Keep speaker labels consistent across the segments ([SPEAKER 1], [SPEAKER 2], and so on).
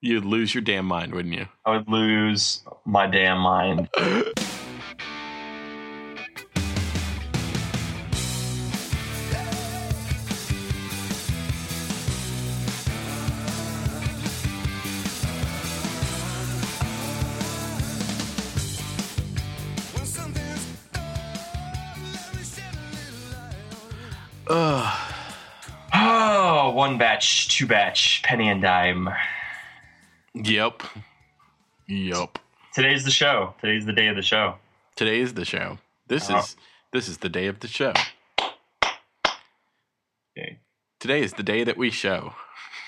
[SPEAKER 1] You'd lose your damn mind, wouldn't you?
[SPEAKER 2] I would lose my damn mind.
[SPEAKER 1] Ugh.
[SPEAKER 2] Oh, one batch, two batch, penny and dime.
[SPEAKER 1] Yep. Yep.
[SPEAKER 2] Today's the show. Today's the day of the show.
[SPEAKER 1] Today is the show. This
[SPEAKER 2] Oh.
[SPEAKER 1] is this is the day of the show.
[SPEAKER 2] Okay.
[SPEAKER 1] Today is the day that we show.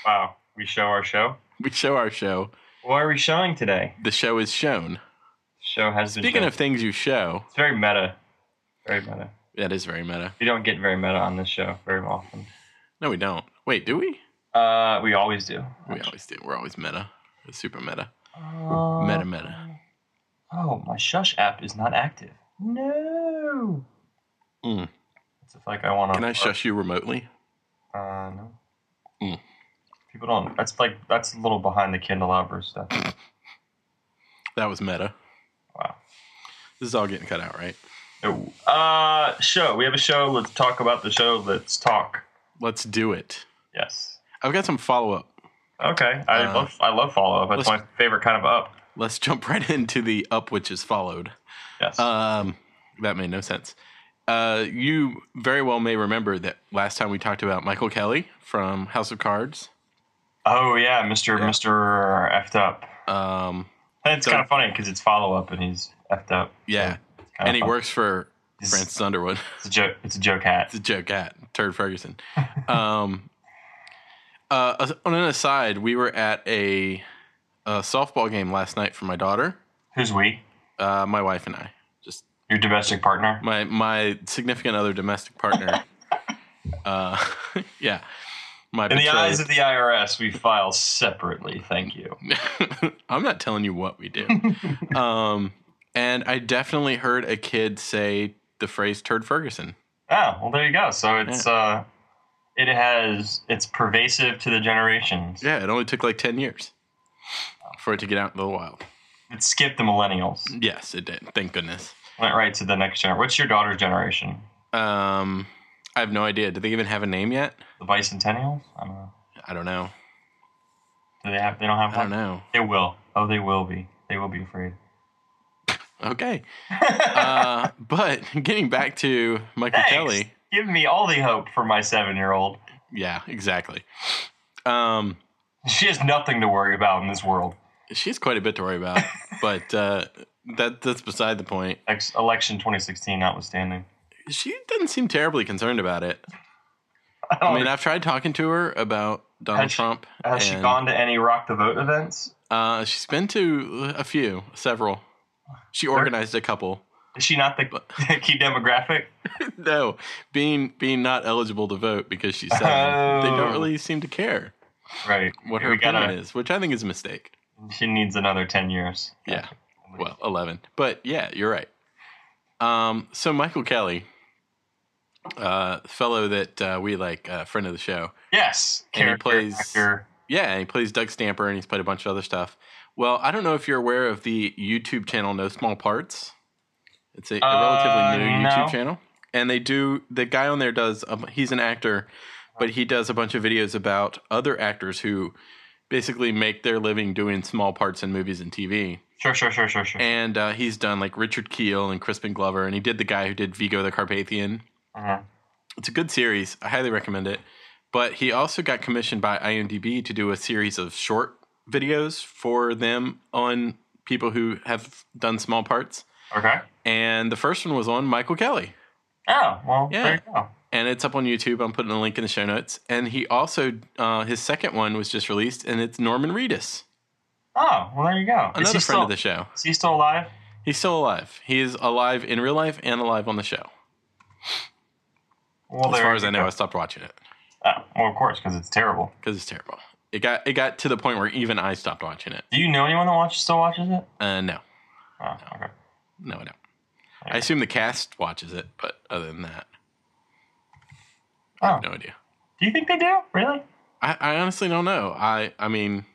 [SPEAKER 2] Wow, we show our show.
[SPEAKER 1] We show our show.
[SPEAKER 2] What are we showing today?
[SPEAKER 1] The show is shown.
[SPEAKER 2] Show has been.
[SPEAKER 1] Speaking
[SPEAKER 2] shown.
[SPEAKER 1] of things you show,
[SPEAKER 2] it's very meta, very meta.
[SPEAKER 1] that is very meta.
[SPEAKER 2] We don't get very meta on this show very often.
[SPEAKER 1] No, we don't. Wait, do we?
[SPEAKER 2] Uh, we always do.
[SPEAKER 1] We always do. We're always meta. It's super meta.
[SPEAKER 2] Uh,
[SPEAKER 1] Meta meta.
[SPEAKER 2] Oh, my Shush app is not active. No.
[SPEAKER 1] Mm.
[SPEAKER 2] It's if, like I want to.
[SPEAKER 1] Can I shush you remotely?
[SPEAKER 2] Uh, no.
[SPEAKER 1] Mm.
[SPEAKER 2] People don't. That's like that's a little behind the candelabra stuff.
[SPEAKER 1] That was meta.
[SPEAKER 2] Wow.
[SPEAKER 1] This is all getting cut out, right?
[SPEAKER 2] No. Uh, show. We have a show. Let's talk about the show. Let's talk.
[SPEAKER 1] Let's do it.
[SPEAKER 2] Yes.
[SPEAKER 1] I've got some follow up.
[SPEAKER 2] Okay. I
[SPEAKER 1] Uh,
[SPEAKER 2] love I love follow up. That's
[SPEAKER 1] let's-
[SPEAKER 2] my favorite kind of up.
[SPEAKER 1] Let's jump right into the up which is followed.
[SPEAKER 2] Yes.
[SPEAKER 1] Um, that made no sense. Uh, you very well may remember that last time we talked about Michael Kelly from House of Cards.
[SPEAKER 2] oh yeah, Mister
[SPEAKER 1] yeah.
[SPEAKER 2] Mister effed up.
[SPEAKER 1] Um,
[SPEAKER 2] And it's
[SPEAKER 1] So-
[SPEAKER 2] kind of funny because it's follow up and he's effed up.
[SPEAKER 1] yeah,
[SPEAKER 2] It's kinda
[SPEAKER 1] and he
[SPEAKER 2] fun.
[SPEAKER 1] works for
[SPEAKER 2] He's-
[SPEAKER 1] Francis Underwood.
[SPEAKER 2] It's a joke. It's a joke hat.
[SPEAKER 1] it's a joke at Turd Ferguson. Um, uh, on an aside, we were at a, a softball game last night for my daughter,
[SPEAKER 2] Who's we?
[SPEAKER 1] uh, my wife, and I. Just
[SPEAKER 2] Your domestic partner.
[SPEAKER 1] my my significant other domestic partner. uh, yeah, my
[SPEAKER 2] In the
[SPEAKER 1] betrothed.
[SPEAKER 2] eyes of the IRS, we file separately. Thank you.
[SPEAKER 1] I'm not telling you what we do. um, and I definitely heard a kid say the phrase "turd Ferguson."
[SPEAKER 2] Oh, well, there you go. So it's uh, it has it's pervasive to the generations.
[SPEAKER 1] Yeah, it only took like ten years for it to get out into the wild.
[SPEAKER 2] It skipped the millennials.
[SPEAKER 1] Yes, it did. Thank goodness.
[SPEAKER 2] Went right to the next generation. What's your daughter's generation?
[SPEAKER 1] Um, I have no idea. Do they even have a name yet?
[SPEAKER 2] The bicentennials? I don't know.
[SPEAKER 1] I don't know.
[SPEAKER 2] Do they have? They don't have
[SPEAKER 1] I
[SPEAKER 2] one.
[SPEAKER 1] don't know.
[SPEAKER 2] They will. Oh, they will be. They will be afraid.
[SPEAKER 1] Okay. uh, but getting back to Michael
[SPEAKER 2] Thanks.
[SPEAKER 1] Kelly.
[SPEAKER 2] Give me all the hope for my seven-year-old.
[SPEAKER 1] Yeah, exactly. Um,
[SPEAKER 2] She has nothing to worry about in this world.
[SPEAKER 1] she's quite a bit to worry about, but uh, that that's beside the point.
[SPEAKER 2] Ex- election 2016 notwithstanding.
[SPEAKER 1] She doesn't seem terribly concerned about it.
[SPEAKER 2] I, don't
[SPEAKER 1] I mean, I've tried talking to her about Donald
[SPEAKER 2] Oh. Has she-
[SPEAKER 1] Trump.
[SPEAKER 2] has she
[SPEAKER 1] and,
[SPEAKER 2] gone to any rock the vote events?
[SPEAKER 1] Uh, she's been to a few, several. She organized a couple.
[SPEAKER 2] Is she not the key demographic?
[SPEAKER 1] No, being being not eligible to vote because she's seven, they
[SPEAKER 2] Oh.
[SPEAKER 1] don't really seem to care
[SPEAKER 2] Right.
[SPEAKER 1] what
[SPEAKER 2] We
[SPEAKER 1] her
[SPEAKER 2] gotta-
[SPEAKER 1] opinion is, which I think is a mistake.
[SPEAKER 2] She needs another 10 years.
[SPEAKER 1] Yeah. Well, eleven, but yeah, you're right. Um, so Michael Kelly, uh, fellow that uh, we like, uh, friend of the show,
[SPEAKER 2] Yes.
[SPEAKER 1] And he
[SPEAKER 2] Character
[SPEAKER 1] plays-
[SPEAKER 2] actor.
[SPEAKER 1] Yeah, and he plays Doug Stamper and he's played a bunch of other stuff. Well, I don't know if you're aware of the YouTube channel No Small Parts. It's a, a
[SPEAKER 2] Uh,
[SPEAKER 1] relatively new YouTube
[SPEAKER 2] no.
[SPEAKER 1] channel. And they do, the guy on there does, um, he's an actor, but he does a bunch of videos about other actors who basically make their living doing small parts in movies and TV.
[SPEAKER 2] Sure, sure, sure, sure, sure.
[SPEAKER 1] And uh, he's done like Richard Keel and Crispin Glover, and he did the guy who did Vigo the Carpathian.
[SPEAKER 2] Mhm.
[SPEAKER 1] It's a good series. I highly recommend it. But he also got commissioned by IMDb to do a series of short videos for them on people who have done small parts.
[SPEAKER 2] Okay.
[SPEAKER 1] And the first one was on Michael Kelly.
[SPEAKER 2] Oh, well,
[SPEAKER 1] Yeah.
[SPEAKER 2] there you go.
[SPEAKER 1] And it's up on YouTube. I'm putting a link in the show notes. And he also, uh, his second one was just released, and it's Norman Reedus,
[SPEAKER 2] Oh, well, there you go.
[SPEAKER 1] another friend
[SPEAKER 2] still,
[SPEAKER 1] of the show.
[SPEAKER 2] Is he still alive?
[SPEAKER 1] He's still alive. He is alive in real life and alive on the show.
[SPEAKER 2] Well,
[SPEAKER 1] as
[SPEAKER 2] there
[SPEAKER 1] far as
[SPEAKER 2] you
[SPEAKER 1] I know,
[SPEAKER 2] go.
[SPEAKER 1] I stopped watching it
[SPEAKER 2] Oh, well, of course, because it's terrible.
[SPEAKER 1] because it's terrible. It got it got to the point where even I stopped watching it.
[SPEAKER 2] Do you know anyone that watches still watches it?
[SPEAKER 1] Uh, no.
[SPEAKER 2] Oh, okay.
[SPEAKER 1] No, I don't. I assume the cast watches it, but other than that,
[SPEAKER 2] Oh,
[SPEAKER 1] no idea.
[SPEAKER 2] do you think they do? Really?
[SPEAKER 1] I, I honestly don't know. I I mean,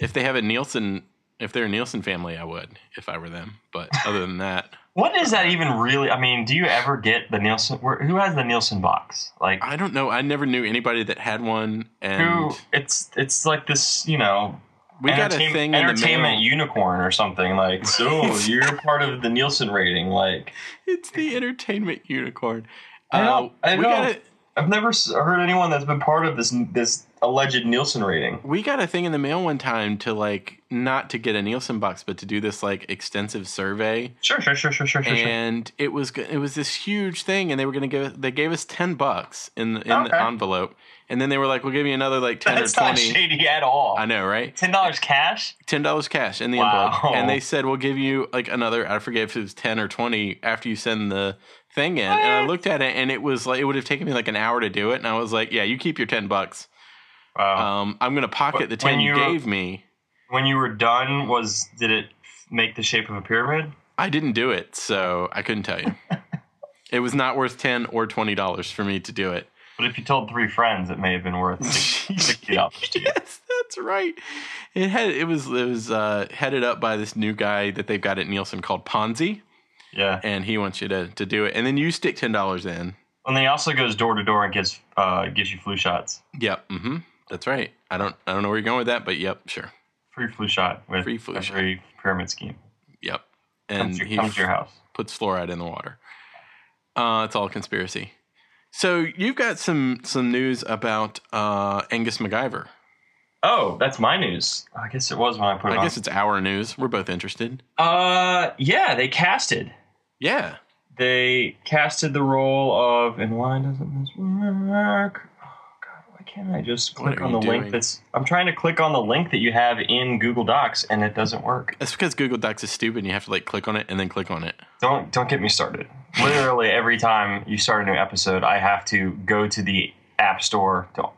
[SPEAKER 1] If they have a Nielsen, if they're a Nielsen family, I would if I were them. But other than that,
[SPEAKER 2] What is that even really? I mean, do you ever get the Nielsen? where- Who has the Nielsen box? Like
[SPEAKER 1] I don't know. I never knew anybody that had one, and
[SPEAKER 2] who? It's it's like this, you know,
[SPEAKER 1] we got a
[SPEAKER 2] entertain-
[SPEAKER 1] thing in the
[SPEAKER 2] entertainment
[SPEAKER 1] mail.
[SPEAKER 2] unicorn or something. Like so, you're part of the Nielsen rating. Like
[SPEAKER 1] It's the entertainment unicorn.
[SPEAKER 2] I know,
[SPEAKER 1] Uh,
[SPEAKER 2] I
[SPEAKER 1] we
[SPEAKER 2] know.
[SPEAKER 1] got a,
[SPEAKER 2] I've never s- heard anyone that's been part of this this alleged Nielsen rating.
[SPEAKER 1] we got a thing in the mail one time to like not to get a Nielsen box, but to do this like extensive survey.
[SPEAKER 2] Sure, sure, sure, sure, sure, sure. sure.
[SPEAKER 1] and it was go- it was this huge thing, and they were going to give they gave us ten bucks in the, in
[SPEAKER 2] Okay.
[SPEAKER 1] the envelope, and then they were like, "We'll give you another like ten
[SPEAKER 2] That's
[SPEAKER 1] or
[SPEAKER 2] not
[SPEAKER 1] twenty.
[SPEAKER 2] shady at all.
[SPEAKER 1] I know, right?
[SPEAKER 2] Ten dollars cash.
[SPEAKER 1] Ten dollars cash in the
[SPEAKER 2] Wow.
[SPEAKER 1] envelope, and they said we'll give you like another. I forget if it was ten or twenty after you send the thing in. And I
[SPEAKER 2] What?
[SPEAKER 1] looked at it, and it was like it would have taken me like an hour to do it, and I was like, "Yeah, you keep your ten bucks.
[SPEAKER 2] Wow.
[SPEAKER 1] Um, I'm going to pocket the
[SPEAKER 2] Wh- when
[SPEAKER 1] ten you
[SPEAKER 2] you-
[SPEAKER 1] gave me."
[SPEAKER 2] when you were done, was did it make the shape of a pyramid?
[SPEAKER 1] I didn't do it, so I couldn't tell you. it was not worth ten or twenty dollars for me to do it.
[SPEAKER 2] But if you told three friends, it may have been worth sixty dollars to you.
[SPEAKER 1] yes, that's right. It had it was it was uh, headed up by this new guy that they've got at Nielsen called Ponzi,
[SPEAKER 2] Yeah,
[SPEAKER 1] and he wants you to, to do it, and then you stick ten dollars in.
[SPEAKER 2] and then he also goes door to door and gives uh, gives you flu shots,
[SPEAKER 1] Yep, hmm that's right. I don't I don't know where you're going with that, but yep, sure,
[SPEAKER 2] free flu shot with
[SPEAKER 1] Free flu shot.
[SPEAKER 2] every pyramid scheme.
[SPEAKER 1] yep. And
[SPEAKER 2] Comes to,
[SPEAKER 1] he
[SPEAKER 2] comes to your house.
[SPEAKER 1] puts fluoride in the water. Uh, it's all a conspiracy. So you've got some some news about uh, Angus MacGyver.
[SPEAKER 2] Oh, that's my news. I guess it was when I put it
[SPEAKER 1] I
[SPEAKER 2] on.
[SPEAKER 1] guess it's our news. We're both interested.
[SPEAKER 2] uh, yeah, they casted.
[SPEAKER 1] Yeah.
[SPEAKER 2] They casted the role of. And why doesn't this work? Oh God, why can't I just
[SPEAKER 1] What
[SPEAKER 2] click
[SPEAKER 1] are
[SPEAKER 2] on
[SPEAKER 1] you
[SPEAKER 2] the
[SPEAKER 1] doing?
[SPEAKER 2] link that's? I'm trying to click on the link that you have in Google Docs, and it doesn't work.
[SPEAKER 1] That's because Google Docs is stupid. And you have to like click on it and then click on it.
[SPEAKER 2] Don't don't get me started. Literally every time you start a new episode, I have to go to the app store to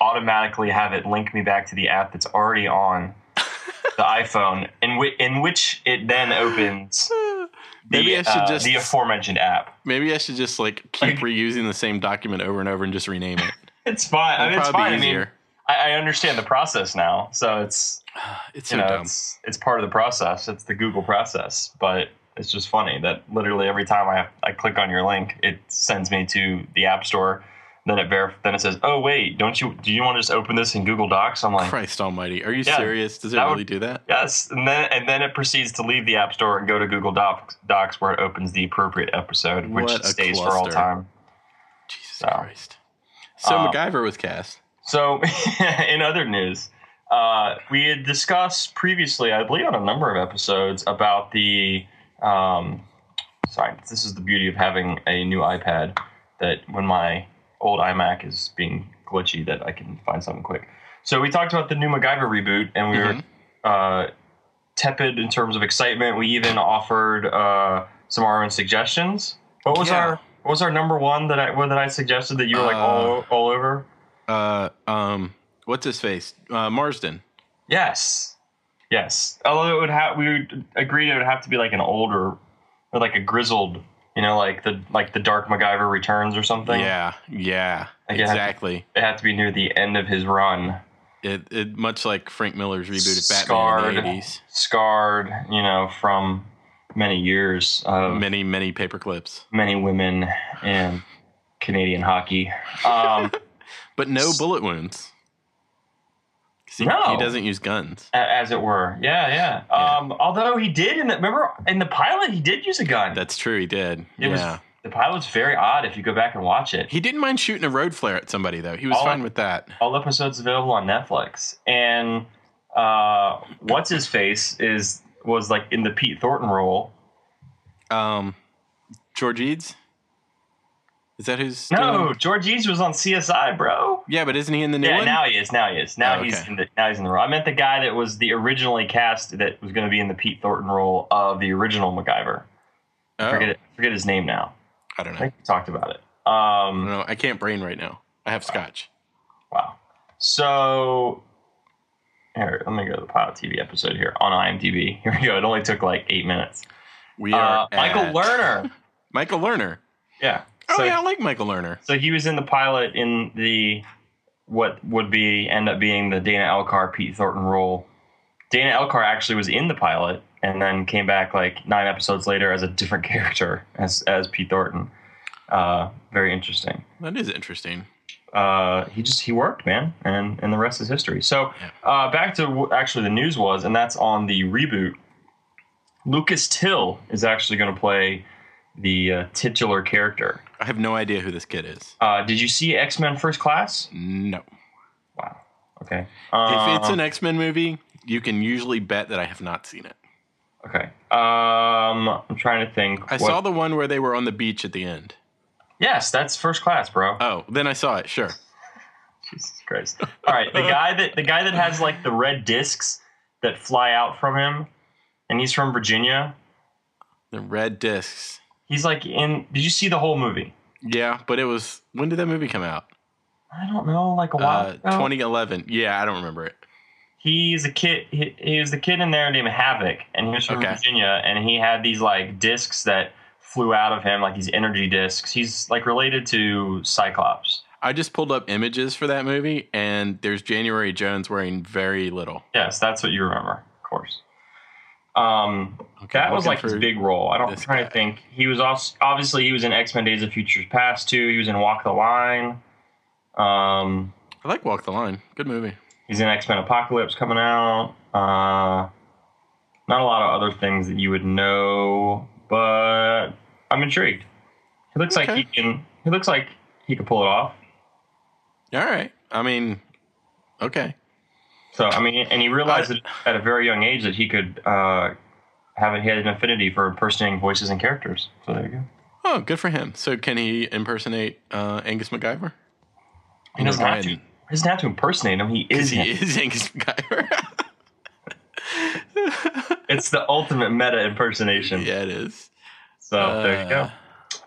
[SPEAKER 2] automatically have it link me back to the app that's already on the iPhone, in which in which it then opens the,
[SPEAKER 1] Maybe I should
[SPEAKER 2] uh,
[SPEAKER 1] just
[SPEAKER 2] the aforementioned app.
[SPEAKER 1] maybe I should just like keep
[SPEAKER 2] Like-
[SPEAKER 1] reusing the same document over and over and just rename it.
[SPEAKER 2] It's fine. I mean,
[SPEAKER 1] It'll
[SPEAKER 2] it's
[SPEAKER 1] probably
[SPEAKER 2] fine.
[SPEAKER 1] be
[SPEAKER 2] I mean,
[SPEAKER 1] easier.
[SPEAKER 2] I, I understand the process now, so it's
[SPEAKER 1] It's so
[SPEAKER 2] you know
[SPEAKER 1] dumb.
[SPEAKER 2] it's, it's part of the process. It's the Google process, but. It's just funny that literally every time I, I click on your link, it sends me to the App Store. Then it verif- then it says, "Oh wait, don't you do you want to just open this in Google Docs?" I'm like,
[SPEAKER 1] Christ Almighty, are you
[SPEAKER 2] Yeah,
[SPEAKER 1] serious? Does it
[SPEAKER 2] that would-
[SPEAKER 1] really do that?
[SPEAKER 2] "Yes," and then and then it proceeds to leave the App Store and go to Google Docs, Docs where it opens the appropriate episode, which
[SPEAKER 1] What a
[SPEAKER 2] stays for all
[SPEAKER 1] cluster.
[SPEAKER 2] time.
[SPEAKER 1] Jesus
[SPEAKER 2] No.
[SPEAKER 1] Christ. So
[SPEAKER 2] Uh,
[SPEAKER 1] MacGyver was cast.
[SPEAKER 2] So, in other news, uh, we had discussed previously, I believe, on a number of episodes about the. Um, sorry, this is the beauty of having a new iPad. That when my old iMac is being glitchy, that I can find something quick. So we talked about the new MacGyver reboot, and we were uh, tepid in terms of excitement. We even offered uh, some of our own suggestions. What was
[SPEAKER 1] Yeah.
[SPEAKER 2] our what was our number one that I what that I suggested that you were like all all over?
[SPEAKER 1] Uh, um, what's his face? Uh, Marsden.
[SPEAKER 2] Yes. Yes. Although it would have, we would agree it would have to be like an older, or like a grizzled, you know, like the like the Dark MacGyver Returns or something.
[SPEAKER 1] Yeah, yeah,
[SPEAKER 2] Like, it had to-
[SPEAKER 1] exactly.
[SPEAKER 2] It had to be near the end of his run,
[SPEAKER 1] It, it much like Frank Miller's reboot of Batman in
[SPEAKER 2] Scarred.
[SPEAKER 1] the eighties.
[SPEAKER 2] scarred, you know, from many years of
[SPEAKER 1] Many, many paper clips,
[SPEAKER 2] many women and Canadian hockey. Um,
[SPEAKER 1] but no bullet wounds. 'Cause He,
[SPEAKER 2] No.
[SPEAKER 1] he doesn't use guns.
[SPEAKER 2] a- as it were. Yeah, yeah. Um, although he did in the remember in the pilot he did use a gun.
[SPEAKER 1] That's true. He did. yeah.
[SPEAKER 2] it was the pilot's very odd if you go back and watch it.
[SPEAKER 1] He didn't mind shooting a road flare at somebody though. He was
[SPEAKER 2] All I-
[SPEAKER 1] fine with that.
[SPEAKER 2] all episodes available on Netflix. And uh, what's his face is was like in the Pete Thornton role.
[SPEAKER 1] Um, George Eads. Is that who's?
[SPEAKER 2] No,
[SPEAKER 1] doing-
[SPEAKER 2] George Eads was on CSI, bro.
[SPEAKER 1] Yeah, but isn't he in the new
[SPEAKER 2] Yeah,
[SPEAKER 1] one?
[SPEAKER 2] now he is. Now he is. Now
[SPEAKER 1] Oh,
[SPEAKER 2] he's
[SPEAKER 1] okay.
[SPEAKER 2] in the now he's in the role. I meant the guy that was the originally cast that was going to be in the Pete Thornton role of the original MacGyver.
[SPEAKER 1] oh,
[SPEAKER 2] Forget it. Forget his name now.
[SPEAKER 1] I don't
[SPEAKER 2] I
[SPEAKER 1] know. I
[SPEAKER 2] think we talked about it.
[SPEAKER 1] don't
[SPEAKER 2] Um,
[SPEAKER 1] know. I can't brain right now. I have scotch.
[SPEAKER 2] wow. So here, let me go to the pilot TV episode here on IMDb. Here we go. It only took like eight minutes.
[SPEAKER 1] We
[SPEAKER 2] Uh,
[SPEAKER 1] are
[SPEAKER 2] Michael
[SPEAKER 1] at-
[SPEAKER 2] Lerner.
[SPEAKER 1] Michael Lerner.
[SPEAKER 2] Yeah.
[SPEAKER 1] Oh
[SPEAKER 2] so,
[SPEAKER 1] yeah, I like Michael Lerner.
[SPEAKER 2] So he was in the pilot in the what would be end up being the Dana Elcar Pete Thornton role Dana Elkar actually was in the pilot and then came back like nine episodes later as a different character as as Pete Thornton. Uh, very interesting.
[SPEAKER 1] That is interesting.
[SPEAKER 2] Uh, he just he worked, man, and and the rest is history. So uh, back to what actually the news was, and that's on the reboot. Lucas Till is actually going to play the uh, titular character.
[SPEAKER 1] I have no idea who this kid is.
[SPEAKER 2] Uh, did you see X Men First Class?
[SPEAKER 1] No.
[SPEAKER 2] Wow. Okay.
[SPEAKER 1] If it's
[SPEAKER 2] Uh,
[SPEAKER 1] an X Men movie, you can usually bet that I have not seen it.
[SPEAKER 2] okay. Um, I'm trying to think.
[SPEAKER 1] I saw the one where they were on the beach at the end.
[SPEAKER 2] Yes, that's First Class, bro.
[SPEAKER 1] Oh, then I saw it. Sure.
[SPEAKER 2] Jesus Christ! All right, the guy that the guy that has like the red discs that fly out from him, and he's from Virginia.
[SPEAKER 1] The red discs.
[SPEAKER 2] He's like in. Did you see the whole movie?
[SPEAKER 1] Yeah, but it was when did that movie come out?
[SPEAKER 2] I don't know, like a while.
[SPEAKER 1] Uh,
[SPEAKER 2] ago.
[SPEAKER 1] 2011. Yeah, I don't remember it.
[SPEAKER 2] He's a kid. He, he was the kid in there named Havoc, and he was from
[SPEAKER 1] Okay.
[SPEAKER 2] Virginia, and he had these like discs that flew out of him, like these energy discs. He's like related to Cyclops.
[SPEAKER 1] I just pulled up images for that movie, and there's January Jones wearing very little.
[SPEAKER 2] Yes, that's what you remember, of course. Um,
[SPEAKER 1] Okay,
[SPEAKER 2] that was
[SPEAKER 1] looking
[SPEAKER 2] like his
[SPEAKER 1] for-
[SPEAKER 2] big role. I don't I'm
[SPEAKER 1] this
[SPEAKER 2] trying
[SPEAKER 1] guy.
[SPEAKER 2] to think. He was also obviously he was in X Men Days of Futures Past too. He was in Walk the Line. Um,
[SPEAKER 1] I like Walk the Line. Good movie.
[SPEAKER 2] he's in X Men Apocalypse coming out. Uh, not a lot of other things that you would know, but I'm intrigued. He looks like
[SPEAKER 1] Okay.
[SPEAKER 2] he can. He looks like he could pull it off.
[SPEAKER 1] All right. I mean, okay.
[SPEAKER 2] So I mean, and he realized that at a very young age that he could uh, have he had an affinity for impersonating voices and characters. So there you go.
[SPEAKER 1] Oh, good for him. So, can he impersonate uh, Angus MacGyver?
[SPEAKER 2] He doesn't
[SPEAKER 1] Go
[SPEAKER 2] have to.
[SPEAKER 1] ahead.
[SPEAKER 2] He doesn't have to impersonate him. He is.
[SPEAKER 1] He
[SPEAKER 2] him.
[SPEAKER 1] is Angus MacGyver.
[SPEAKER 2] It's the ultimate meta impersonation.
[SPEAKER 1] yeah, it is.
[SPEAKER 2] So there
[SPEAKER 1] Uh,
[SPEAKER 2] you go.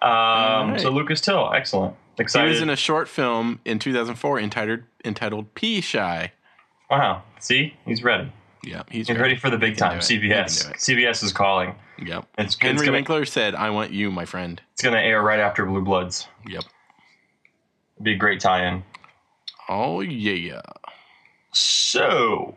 [SPEAKER 2] Um, So
[SPEAKER 1] alright.
[SPEAKER 2] Lucas Till, excellent.
[SPEAKER 1] He
[SPEAKER 2] Excited.
[SPEAKER 1] was in a short film in 2004 entitled entitled Pea Shy.
[SPEAKER 2] wow. See, he's ready.
[SPEAKER 1] Yeah, he's
[SPEAKER 2] He's ready for the big
[SPEAKER 1] He can
[SPEAKER 2] time.
[SPEAKER 1] do it. He
[SPEAKER 2] CBS.
[SPEAKER 1] can do it.
[SPEAKER 2] CBS is calling.
[SPEAKER 1] Yep.
[SPEAKER 2] It's, it's
[SPEAKER 1] Henry
[SPEAKER 2] gonna,
[SPEAKER 1] Winkler said, "I want you, my friend."
[SPEAKER 2] it's gonna air right after Blue Bloods.
[SPEAKER 1] Yep.
[SPEAKER 2] It'd be a great tie-in.
[SPEAKER 1] Oh yeah.
[SPEAKER 2] So,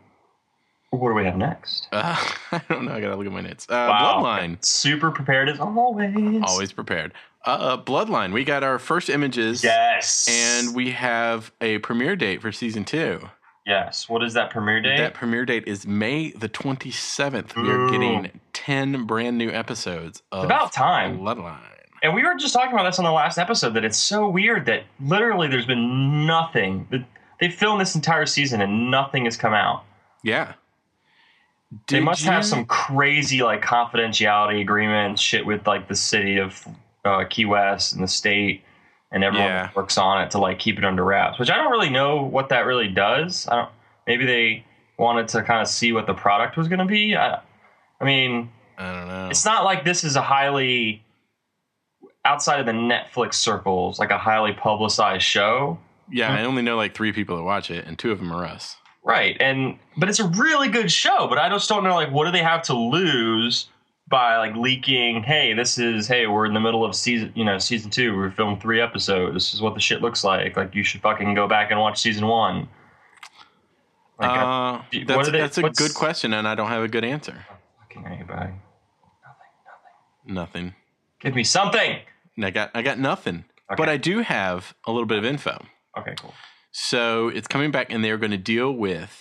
[SPEAKER 2] what do we have next?
[SPEAKER 1] Uh, I don't know. I gotta look at my notes. Uh,
[SPEAKER 2] Wow.
[SPEAKER 1] Bloodline.
[SPEAKER 2] Super prepared as always.
[SPEAKER 1] Always prepared. Uh, Bloodline. We got our first images,
[SPEAKER 2] Yes.
[SPEAKER 1] and we have a premiere date for season two.
[SPEAKER 2] yes. What is that premiere date?
[SPEAKER 1] That premiere date is May the twenty seventh. We are
[SPEAKER 2] Ooh.
[SPEAKER 1] getting ten brand new episodes of
[SPEAKER 2] it's about time.
[SPEAKER 1] Bloodline.
[SPEAKER 2] And we were just talking about this on the last episode that it's so weird that literally there's been nothing. That- They filmed this entire season and nothing has come out.
[SPEAKER 1] Yeah.
[SPEAKER 2] they
[SPEAKER 1] Did
[SPEAKER 2] must
[SPEAKER 1] you-
[SPEAKER 2] have some crazy like confidentiality agreement shit with like the city of uh, Key West and the state and everyone
[SPEAKER 1] Yeah.
[SPEAKER 2] that works on it to like keep it under wraps. Which I don't really know what that really does. I don't. Maybe they wanted to kind of see what the product was going to be. I, I mean,
[SPEAKER 1] I don't know.
[SPEAKER 2] it's not like this is a highly outside of the Netflix circles, like a highly publicized show.
[SPEAKER 1] Yeah, I only know like three people that watch it, and two of them are us.
[SPEAKER 2] Right. And but it's a really good show, but I just don't know like what do they have to lose by like leaking, hey, this is hey, we're in the middle of season you know, season two, we're filming three episodes, this is what the shit looks like. Like you should fucking go back and watch season one. Like I
[SPEAKER 1] Uh,
[SPEAKER 2] do- what
[SPEAKER 1] that's
[SPEAKER 2] are they-
[SPEAKER 1] that's a
[SPEAKER 2] what's-
[SPEAKER 1] good question, and I don't have a good answer.
[SPEAKER 2] fucking anybody.
[SPEAKER 1] Nothing.
[SPEAKER 2] Give me something.
[SPEAKER 1] And I got I got nothing. But
[SPEAKER 2] Okay.
[SPEAKER 1] I do have a little bit of info.
[SPEAKER 2] Okay, cool.
[SPEAKER 1] So it's coming back, and they're going to deal with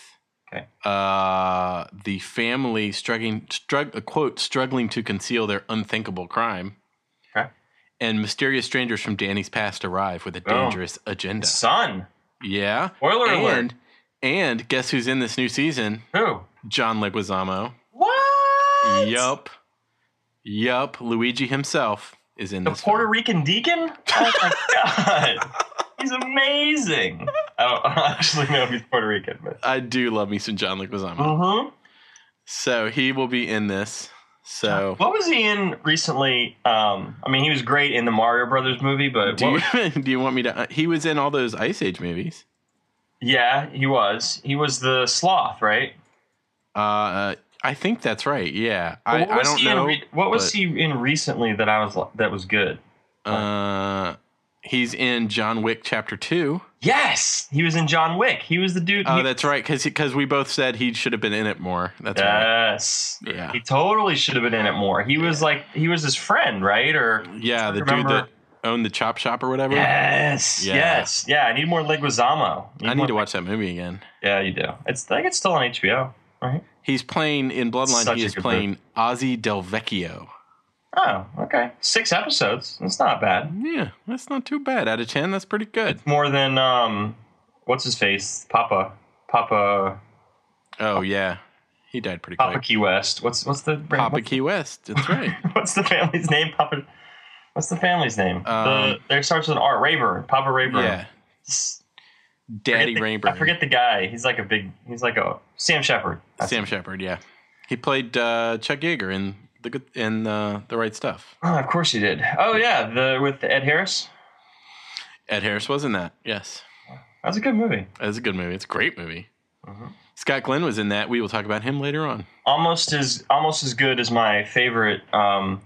[SPEAKER 2] Okay.
[SPEAKER 1] uh, the family struggling, strugg- uh, quote, struggling to conceal their unthinkable crime.
[SPEAKER 2] Okay.
[SPEAKER 1] And mysterious strangers from Danny's past arrive with a
[SPEAKER 2] Oh.
[SPEAKER 1] dangerous agenda.
[SPEAKER 2] Son.
[SPEAKER 1] Yeah.
[SPEAKER 2] Spoiler alert.
[SPEAKER 1] And and guess who's in this new season?
[SPEAKER 2] Who?
[SPEAKER 1] John Leguizamo.
[SPEAKER 2] What?
[SPEAKER 1] Yup. Yup. Luigi himself is in
[SPEAKER 2] The
[SPEAKER 1] this.
[SPEAKER 2] Puerto
[SPEAKER 1] film.
[SPEAKER 2] Rican deacon? Oh my god. He's amazing. I don't, I don't actually know if he's Puerto Rican, but
[SPEAKER 1] I do love me some John Leguizamo.
[SPEAKER 2] Mhm.
[SPEAKER 1] So he will be in this. So
[SPEAKER 2] What was he in recently? Um, I mean, he was great in the Mario Brothers movie, but
[SPEAKER 1] do
[SPEAKER 2] what
[SPEAKER 1] you,
[SPEAKER 2] was-
[SPEAKER 1] do you want me to? uh, He was in all those Ice Age movies.
[SPEAKER 2] yeah, he was. He was the sloth, right?
[SPEAKER 1] Uh, I think that's right. Yeah,
[SPEAKER 2] But
[SPEAKER 1] I,
[SPEAKER 2] what
[SPEAKER 1] I
[SPEAKER 2] was
[SPEAKER 1] don't
[SPEAKER 2] he in
[SPEAKER 1] know.
[SPEAKER 2] re- what was
[SPEAKER 1] but-
[SPEAKER 2] he in recently that I was that was good?
[SPEAKER 1] Uh, He's in John Wick Chapter Two.
[SPEAKER 2] Yes, he was in John Wick. He was the dude.
[SPEAKER 1] Oh,
[SPEAKER 2] he-
[SPEAKER 1] that's right, because because we both said he should have been in it more. That's right.
[SPEAKER 2] yes.
[SPEAKER 1] Yeah.
[SPEAKER 2] He totally should have been in it more. He was like he was his friend, right? Or
[SPEAKER 1] Yeah, the
[SPEAKER 2] remember-
[SPEAKER 1] dude that owned the chop shop or whatever.
[SPEAKER 2] yes,
[SPEAKER 1] Yeah.
[SPEAKER 2] yes, yeah. I need more Leguizamo.
[SPEAKER 1] I
[SPEAKER 2] more-
[SPEAKER 1] need to watch that movie again.
[SPEAKER 2] Yeah, you do. It's I think it's still on HBO, right?
[SPEAKER 1] He's playing in Bloodline.
[SPEAKER 2] Such
[SPEAKER 1] he
[SPEAKER 2] a
[SPEAKER 1] is
[SPEAKER 2] good
[SPEAKER 1] playing Ozzy Del Vecchio.
[SPEAKER 2] Oh, okay. Six episodes. That's not bad.
[SPEAKER 1] Yeah, that's not too bad. Out of ten, that's pretty good.
[SPEAKER 2] More than um, what's his face? Papa, Papa,
[SPEAKER 1] Oh yeah, he died pretty
[SPEAKER 2] Papa
[SPEAKER 1] quick.
[SPEAKER 2] Key West. What's what's the
[SPEAKER 1] Papa Key West. That's right.
[SPEAKER 2] What's the family's name? Papa. What's the family's name? the,
[SPEAKER 1] Um,
[SPEAKER 2] there starts with an R. Rayburn. Papa Rayburn.
[SPEAKER 1] yeah,
[SPEAKER 2] S- forget
[SPEAKER 1] Daddy
[SPEAKER 2] the-
[SPEAKER 1] Rayburn.
[SPEAKER 2] I forget the guy. He's like a big. He's like a Sam Shepard. That's-
[SPEAKER 1] Sam Shepard. Yeah, he played uh, Chuck Yeager in the good in uh, the right stuff.
[SPEAKER 2] Oh, of course he did. Oh yeah, the with Ed Harris.
[SPEAKER 1] Ed Harris was in that. Yes,
[SPEAKER 2] That was a good movie.
[SPEAKER 1] that's a good movie. It's a great movie.
[SPEAKER 2] Uh-huh.
[SPEAKER 1] Scott Glenn was in that. We will talk about him later on.
[SPEAKER 2] Almost as almost as good as my favorite um,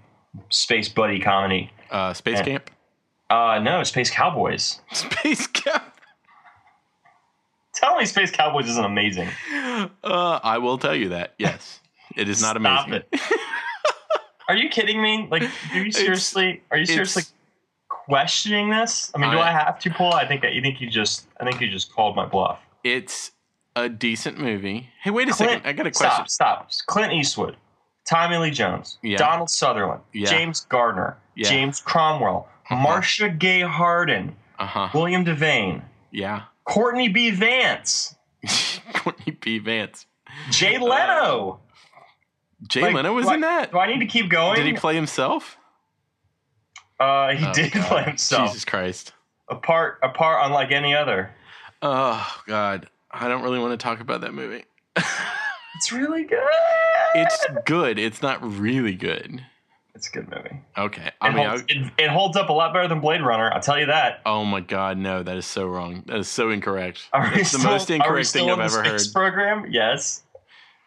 [SPEAKER 2] space buddy comedy.
[SPEAKER 1] Uh, Space
[SPEAKER 2] Yeah.
[SPEAKER 1] Camp.
[SPEAKER 2] Uh, no, Space Cowboys.
[SPEAKER 1] Space Camp.
[SPEAKER 2] Tell me, Space Cowboys isn't amazing.
[SPEAKER 1] Uh, I will tell you that. Yes, it is not amazing.
[SPEAKER 2] Stop it. are you kidding me? Like, do you seriously? Are you seriously
[SPEAKER 1] It's-
[SPEAKER 2] questioning this? I mean, do
[SPEAKER 1] I-
[SPEAKER 2] I have to pull? I think that you think you just. I think you just called my bluff.
[SPEAKER 1] It's a decent movie. Hey, wait a
[SPEAKER 2] Clint,
[SPEAKER 1] second. I got a question.
[SPEAKER 2] stop, stop. Clint Eastwood, Tommy Lee Jones,
[SPEAKER 1] Yeah.
[SPEAKER 2] Donald Sutherland,
[SPEAKER 1] Yeah.
[SPEAKER 2] James Gardner,
[SPEAKER 1] Yeah. Uh-huh.
[SPEAKER 2] James Cromwell, Marcia Gay Harden,
[SPEAKER 1] Uh huh.
[SPEAKER 2] William Devane,
[SPEAKER 1] Yeah.
[SPEAKER 2] Courtney B. Vance,
[SPEAKER 1] Courtney B. Vance.
[SPEAKER 2] Jay Leno.
[SPEAKER 1] Jay
[SPEAKER 2] Like,
[SPEAKER 1] Leno was
[SPEAKER 2] do I-
[SPEAKER 1] in that.
[SPEAKER 2] Do I need to keep going?
[SPEAKER 1] Did he play himself?
[SPEAKER 2] Uh, he
[SPEAKER 1] Oh,
[SPEAKER 2] did
[SPEAKER 1] God.
[SPEAKER 2] play himself.
[SPEAKER 1] Jesus Christ.
[SPEAKER 2] A part, a part unlike any other.
[SPEAKER 1] Oh God, I don't really want to talk about that movie.
[SPEAKER 2] It's really good.
[SPEAKER 1] It's good. It's not really good.
[SPEAKER 2] It's a good movie.
[SPEAKER 1] Okay.
[SPEAKER 2] It,
[SPEAKER 1] I mean,
[SPEAKER 2] holds,
[SPEAKER 1] I-
[SPEAKER 2] it, it holds up a lot better than Blade Runner. I'll tell you that.
[SPEAKER 1] oh my God, no, that is so wrong. That is so incorrect.
[SPEAKER 2] Are we
[SPEAKER 1] That's the
[SPEAKER 2] still-
[SPEAKER 1] most
[SPEAKER 2] are we
[SPEAKER 1] incorrect
[SPEAKER 2] still
[SPEAKER 1] thing I've
[SPEAKER 2] in the
[SPEAKER 1] ever heard.
[SPEAKER 2] space Program? Yes.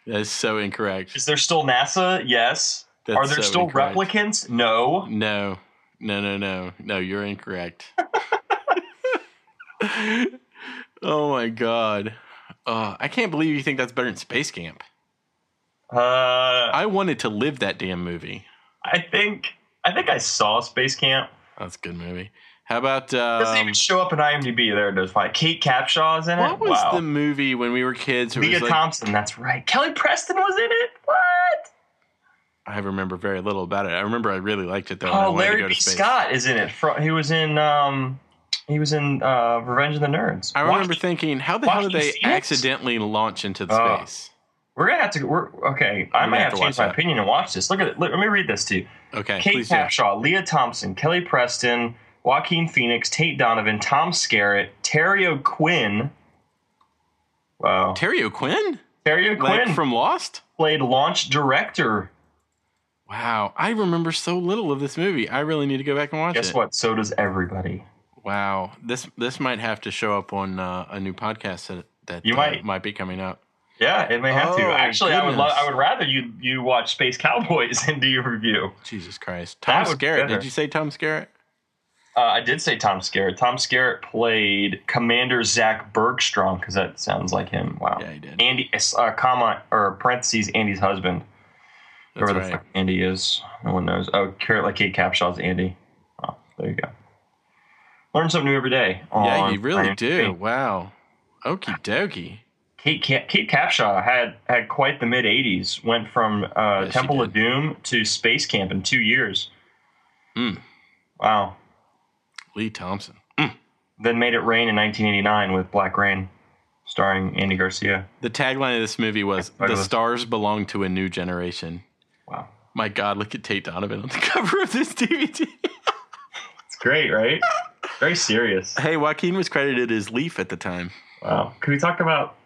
[SPEAKER 1] That is so incorrect.
[SPEAKER 2] Is there still NASA? Yes.
[SPEAKER 1] That's
[SPEAKER 2] Are there
[SPEAKER 1] so
[SPEAKER 2] still
[SPEAKER 1] incorrect.
[SPEAKER 2] replicants? No.
[SPEAKER 1] No, no, no, no, no. You're incorrect. oh my God. Oh, I can't believe you think that's better than Space Camp.
[SPEAKER 2] Uh,
[SPEAKER 1] I wanted to live that damn movie.
[SPEAKER 2] I think I think I saw Space Camp.
[SPEAKER 1] That's a good movie. How about
[SPEAKER 2] It doesn't
[SPEAKER 1] um,
[SPEAKER 2] even show up in IMDb. There it is. Fine. Kate Capshaw's in it.
[SPEAKER 1] what was
[SPEAKER 2] wow.
[SPEAKER 1] the movie when we were kids? It
[SPEAKER 2] Leah
[SPEAKER 1] was like,
[SPEAKER 2] Thompson. That's right. Kelly Preston was in it. What?
[SPEAKER 1] I remember very little about it. I remember I really liked it though. and I
[SPEAKER 2] Oh,
[SPEAKER 1] wanted to
[SPEAKER 2] Larry
[SPEAKER 1] go
[SPEAKER 2] B.
[SPEAKER 1] to space.
[SPEAKER 2] Scott is in it. Fro- He was in um, he was in uh, Revenge of the Nerds.
[SPEAKER 1] I remember
[SPEAKER 2] Watch-
[SPEAKER 1] thinking, how the hell
[SPEAKER 2] Joaquin
[SPEAKER 1] did they
[SPEAKER 2] Phoenix?
[SPEAKER 1] accidentally launch into the
[SPEAKER 2] Oh.
[SPEAKER 1] space?
[SPEAKER 2] We're gonna have to. We're okay. I
[SPEAKER 1] We're gonna
[SPEAKER 2] might have
[SPEAKER 1] have to
[SPEAKER 2] to change
[SPEAKER 1] watch
[SPEAKER 2] my
[SPEAKER 1] that.
[SPEAKER 2] opinion and watch this. Look at it. Let, let me read this to you.
[SPEAKER 1] Okay,
[SPEAKER 2] Kate
[SPEAKER 1] please do.
[SPEAKER 2] Capshaw, Leah Thompson, Kelly Preston, Joaquin Phoenix, Tate Donovan, Tom Skerritt, Terry O'Quinn. Wow.
[SPEAKER 1] Terry O'Quinn,
[SPEAKER 2] Terry O'Quinn
[SPEAKER 1] like from Lost.
[SPEAKER 2] played launch director.
[SPEAKER 1] Wow, I remember so little of this movie. I really need to go back and watch
[SPEAKER 2] Guess
[SPEAKER 1] it.
[SPEAKER 2] what? So does everybody.
[SPEAKER 1] Wow, this this might have to show up on uh, a new podcast that, that
[SPEAKER 2] You
[SPEAKER 1] uh,
[SPEAKER 2] might.
[SPEAKER 1] might be coming up.
[SPEAKER 2] Yeah, it may have to.
[SPEAKER 1] Oh,
[SPEAKER 2] Actually, I would. Lo-
[SPEAKER 1] goodness.
[SPEAKER 2] I would rather you you watch Space Cowboys and do your review.
[SPEAKER 1] Jesus Christ, Tom
[SPEAKER 2] would be
[SPEAKER 1] Skerritt.
[SPEAKER 2] better.
[SPEAKER 1] Did you say Tom Skerritt?
[SPEAKER 2] Uh, I did say Tom Skerritt. Tom Skerritt played Commander Zach Bergstrom because that sounds like him. Wow.
[SPEAKER 1] Yeah, he did.
[SPEAKER 2] Oh. Andy, uh, comma or parentheses, Andy's husband.
[SPEAKER 1] That's
[SPEAKER 2] Whoever the
[SPEAKER 1] right.
[SPEAKER 2] fuck Andy is, no one knows. Oh, Carrot like Kate Capshaw's Andy. Oh, there you go. Learn something new every day.
[SPEAKER 1] Yeah,
[SPEAKER 2] on
[SPEAKER 1] you really
[SPEAKER 2] IMDb.
[SPEAKER 1] do. Wow. Okie dokie.
[SPEAKER 2] Kate, Ca- Kate Capshaw had had quite the mid '80s. Went from uh,
[SPEAKER 1] Yes, she
[SPEAKER 2] Temple of Doom to Space Camp in two years.
[SPEAKER 1] Hmm.
[SPEAKER 2] Wow.
[SPEAKER 1] Lee Thompson.
[SPEAKER 2] Then made it rain in 1989 with Black Rain, starring Andy Garcia.
[SPEAKER 1] The tagline of this movie was
[SPEAKER 2] I
[SPEAKER 1] The
[SPEAKER 2] was-
[SPEAKER 1] stars belong to a new generation.
[SPEAKER 2] Wow,
[SPEAKER 1] My God, look at Tate Donovan on the cover of this DVD.
[SPEAKER 2] it's great, right? Very serious.
[SPEAKER 1] hey, Joaquin was credited as Leaf at the time.
[SPEAKER 2] Wow. Can we talk about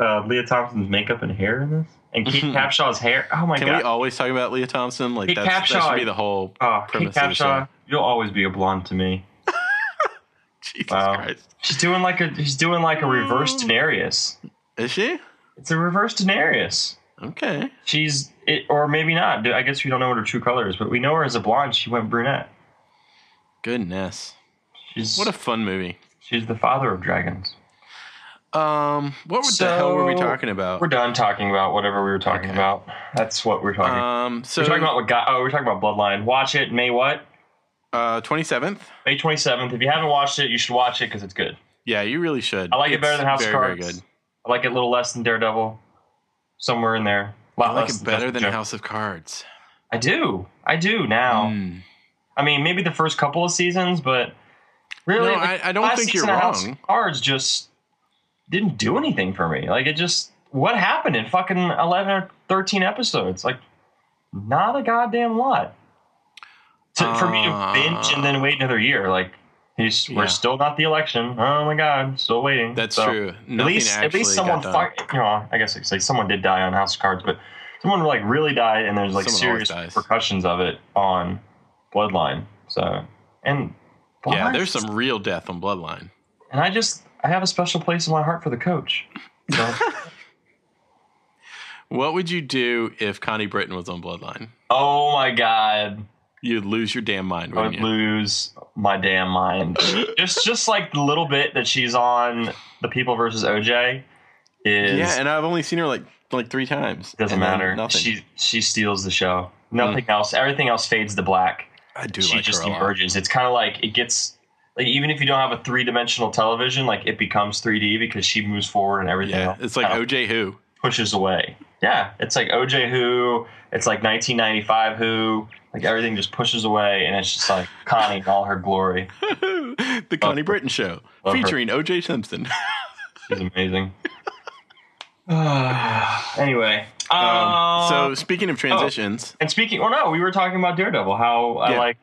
[SPEAKER 2] uh, Leah Thompson's makeup and hair in this? And Kate Capshaw's hair? Oh my
[SPEAKER 1] Mm-hmm. Can
[SPEAKER 2] god.
[SPEAKER 1] we always talk about Leah Thompson? Like
[SPEAKER 2] Hey,
[SPEAKER 1] that's, that
[SPEAKER 2] Capshaw.
[SPEAKER 1] should be the whole
[SPEAKER 2] Oh, Kate
[SPEAKER 1] premise of the
[SPEAKER 2] Capshaw,
[SPEAKER 1] show.
[SPEAKER 2] you'll always be a blonde to me.
[SPEAKER 1] Jesus
[SPEAKER 2] Wow.
[SPEAKER 1] Christ.
[SPEAKER 2] She's doing like a she's doing like a reverse
[SPEAKER 1] Mm.
[SPEAKER 2] Daenerys.
[SPEAKER 1] Is she?
[SPEAKER 2] It's a reverse Daenerys.
[SPEAKER 1] Okay.
[SPEAKER 2] She's it, or maybe not. I guess we don't know what her true color is, but we know her as a blonde. She went brunette.
[SPEAKER 1] Goodness.
[SPEAKER 2] She's
[SPEAKER 1] What a fun movie.
[SPEAKER 2] she's the father of dragons.
[SPEAKER 1] Um, what the hell were we
[SPEAKER 2] So-
[SPEAKER 1] talking about?
[SPEAKER 2] We're done talking about whatever we were talking
[SPEAKER 1] Okay.
[SPEAKER 2] about. That's what we're talking.
[SPEAKER 1] Um, so
[SPEAKER 2] we're talking about what got. Oh, we're talking about Bloodline. Watch it May what?
[SPEAKER 1] uh, 27th.
[SPEAKER 2] May twenty seventh. If you haven't watched it, you should watch it because it's good.
[SPEAKER 1] Yeah, you really should.
[SPEAKER 2] I like it better than House
[SPEAKER 1] very,
[SPEAKER 2] of Cards.
[SPEAKER 1] Very good.
[SPEAKER 2] I like it a little less than Daredevil. Somewhere in there. A lot
[SPEAKER 1] I like
[SPEAKER 2] less
[SPEAKER 1] it better than
[SPEAKER 2] Jessica
[SPEAKER 1] House of Cards.
[SPEAKER 2] Jones. I do. I do now.
[SPEAKER 1] Mm.
[SPEAKER 2] I mean, maybe the first couple of seasons, but really,
[SPEAKER 1] No,
[SPEAKER 2] like,
[SPEAKER 1] I- I don't
[SPEAKER 2] last
[SPEAKER 1] think
[SPEAKER 2] season
[SPEAKER 1] you're
[SPEAKER 2] of House
[SPEAKER 1] wrong.
[SPEAKER 2] of Cards just didn't do anything for me. Like it just what happened in fucking eleven or thirteen episodes? Like not a goddamn lot. To, for me to
[SPEAKER 1] Uh,
[SPEAKER 2] binge and then wait another year, like he's,
[SPEAKER 1] Yeah.
[SPEAKER 2] we're still not the election. Oh my god, still waiting.
[SPEAKER 1] That's
[SPEAKER 2] So,
[SPEAKER 1] true. Nothing
[SPEAKER 2] At least, at
[SPEAKER 1] actually
[SPEAKER 2] least someone,
[SPEAKER 1] got done.
[SPEAKER 2] fuck, you know, I guess it's like someone did die on House of Cards, but someone like really died, and there's like
[SPEAKER 1] Someone always
[SPEAKER 2] serious
[SPEAKER 1] dies.
[SPEAKER 2] repercussions of it on Bloodline. So, and
[SPEAKER 1] Yeah,
[SPEAKER 2] Bloodline-
[SPEAKER 1] there's some real death on Bloodline.
[SPEAKER 2] and I just I have a special place in my heart for the coach. So,
[SPEAKER 1] What would you do if Connie Britton was on Bloodline?
[SPEAKER 2] oh my god,
[SPEAKER 1] You'd lose your damn mind,
[SPEAKER 2] I
[SPEAKER 1] wouldn't you?
[SPEAKER 2] would lose my damn mind. just just like the little bit that she's on The People versus OJ is
[SPEAKER 1] yeah, and I've only seen her like like three times.
[SPEAKER 2] doesn't
[SPEAKER 1] And then
[SPEAKER 2] matter.
[SPEAKER 1] Nothing. Mm.
[SPEAKER 2] She she steals the show. Nothing else. Everything else fades to black.
[SPEAKER 1] I do
[SPEAKER 2] she
[SPEAKER 1] like
[SPEAKER 2] just
[SPEAKER 1] her a lot.
[SPEAKER 2] emerges. It's kind of like it gets like even if you don't have a three dimensional television, like it becomes 3D because she moves forward and everything.
[SPEAKER 1] Yeah,
[SPEAKER 2] else
[SPEAKER 1] it's like
[SPEAKER 2] kinda
[SPEAKER 1] OJ Who.
[SPEAKER 2] pushes away. Yeah, it's like OJ Who. It's like 1995 Who. Like everything just pushes away, and it's just like Connie in all her glory.
[SPEAKER 1] the Connie Britton Show
[SPEAKER 2] Love her.
[SPEAKER 1] featuring OJ Simpson.
[SPEAKER 2] She's amazing. anyway, um,
[SPEAKER 1] Um, so speaking
[SPEAKER 2] oh.
[SPEAKER 1] of transitions,
[SPEAKER 2] and speaking, well, no, we were talking about Daredevil. How I
[SPEAKER 1] Yeah.
[SPEAKER 2] liked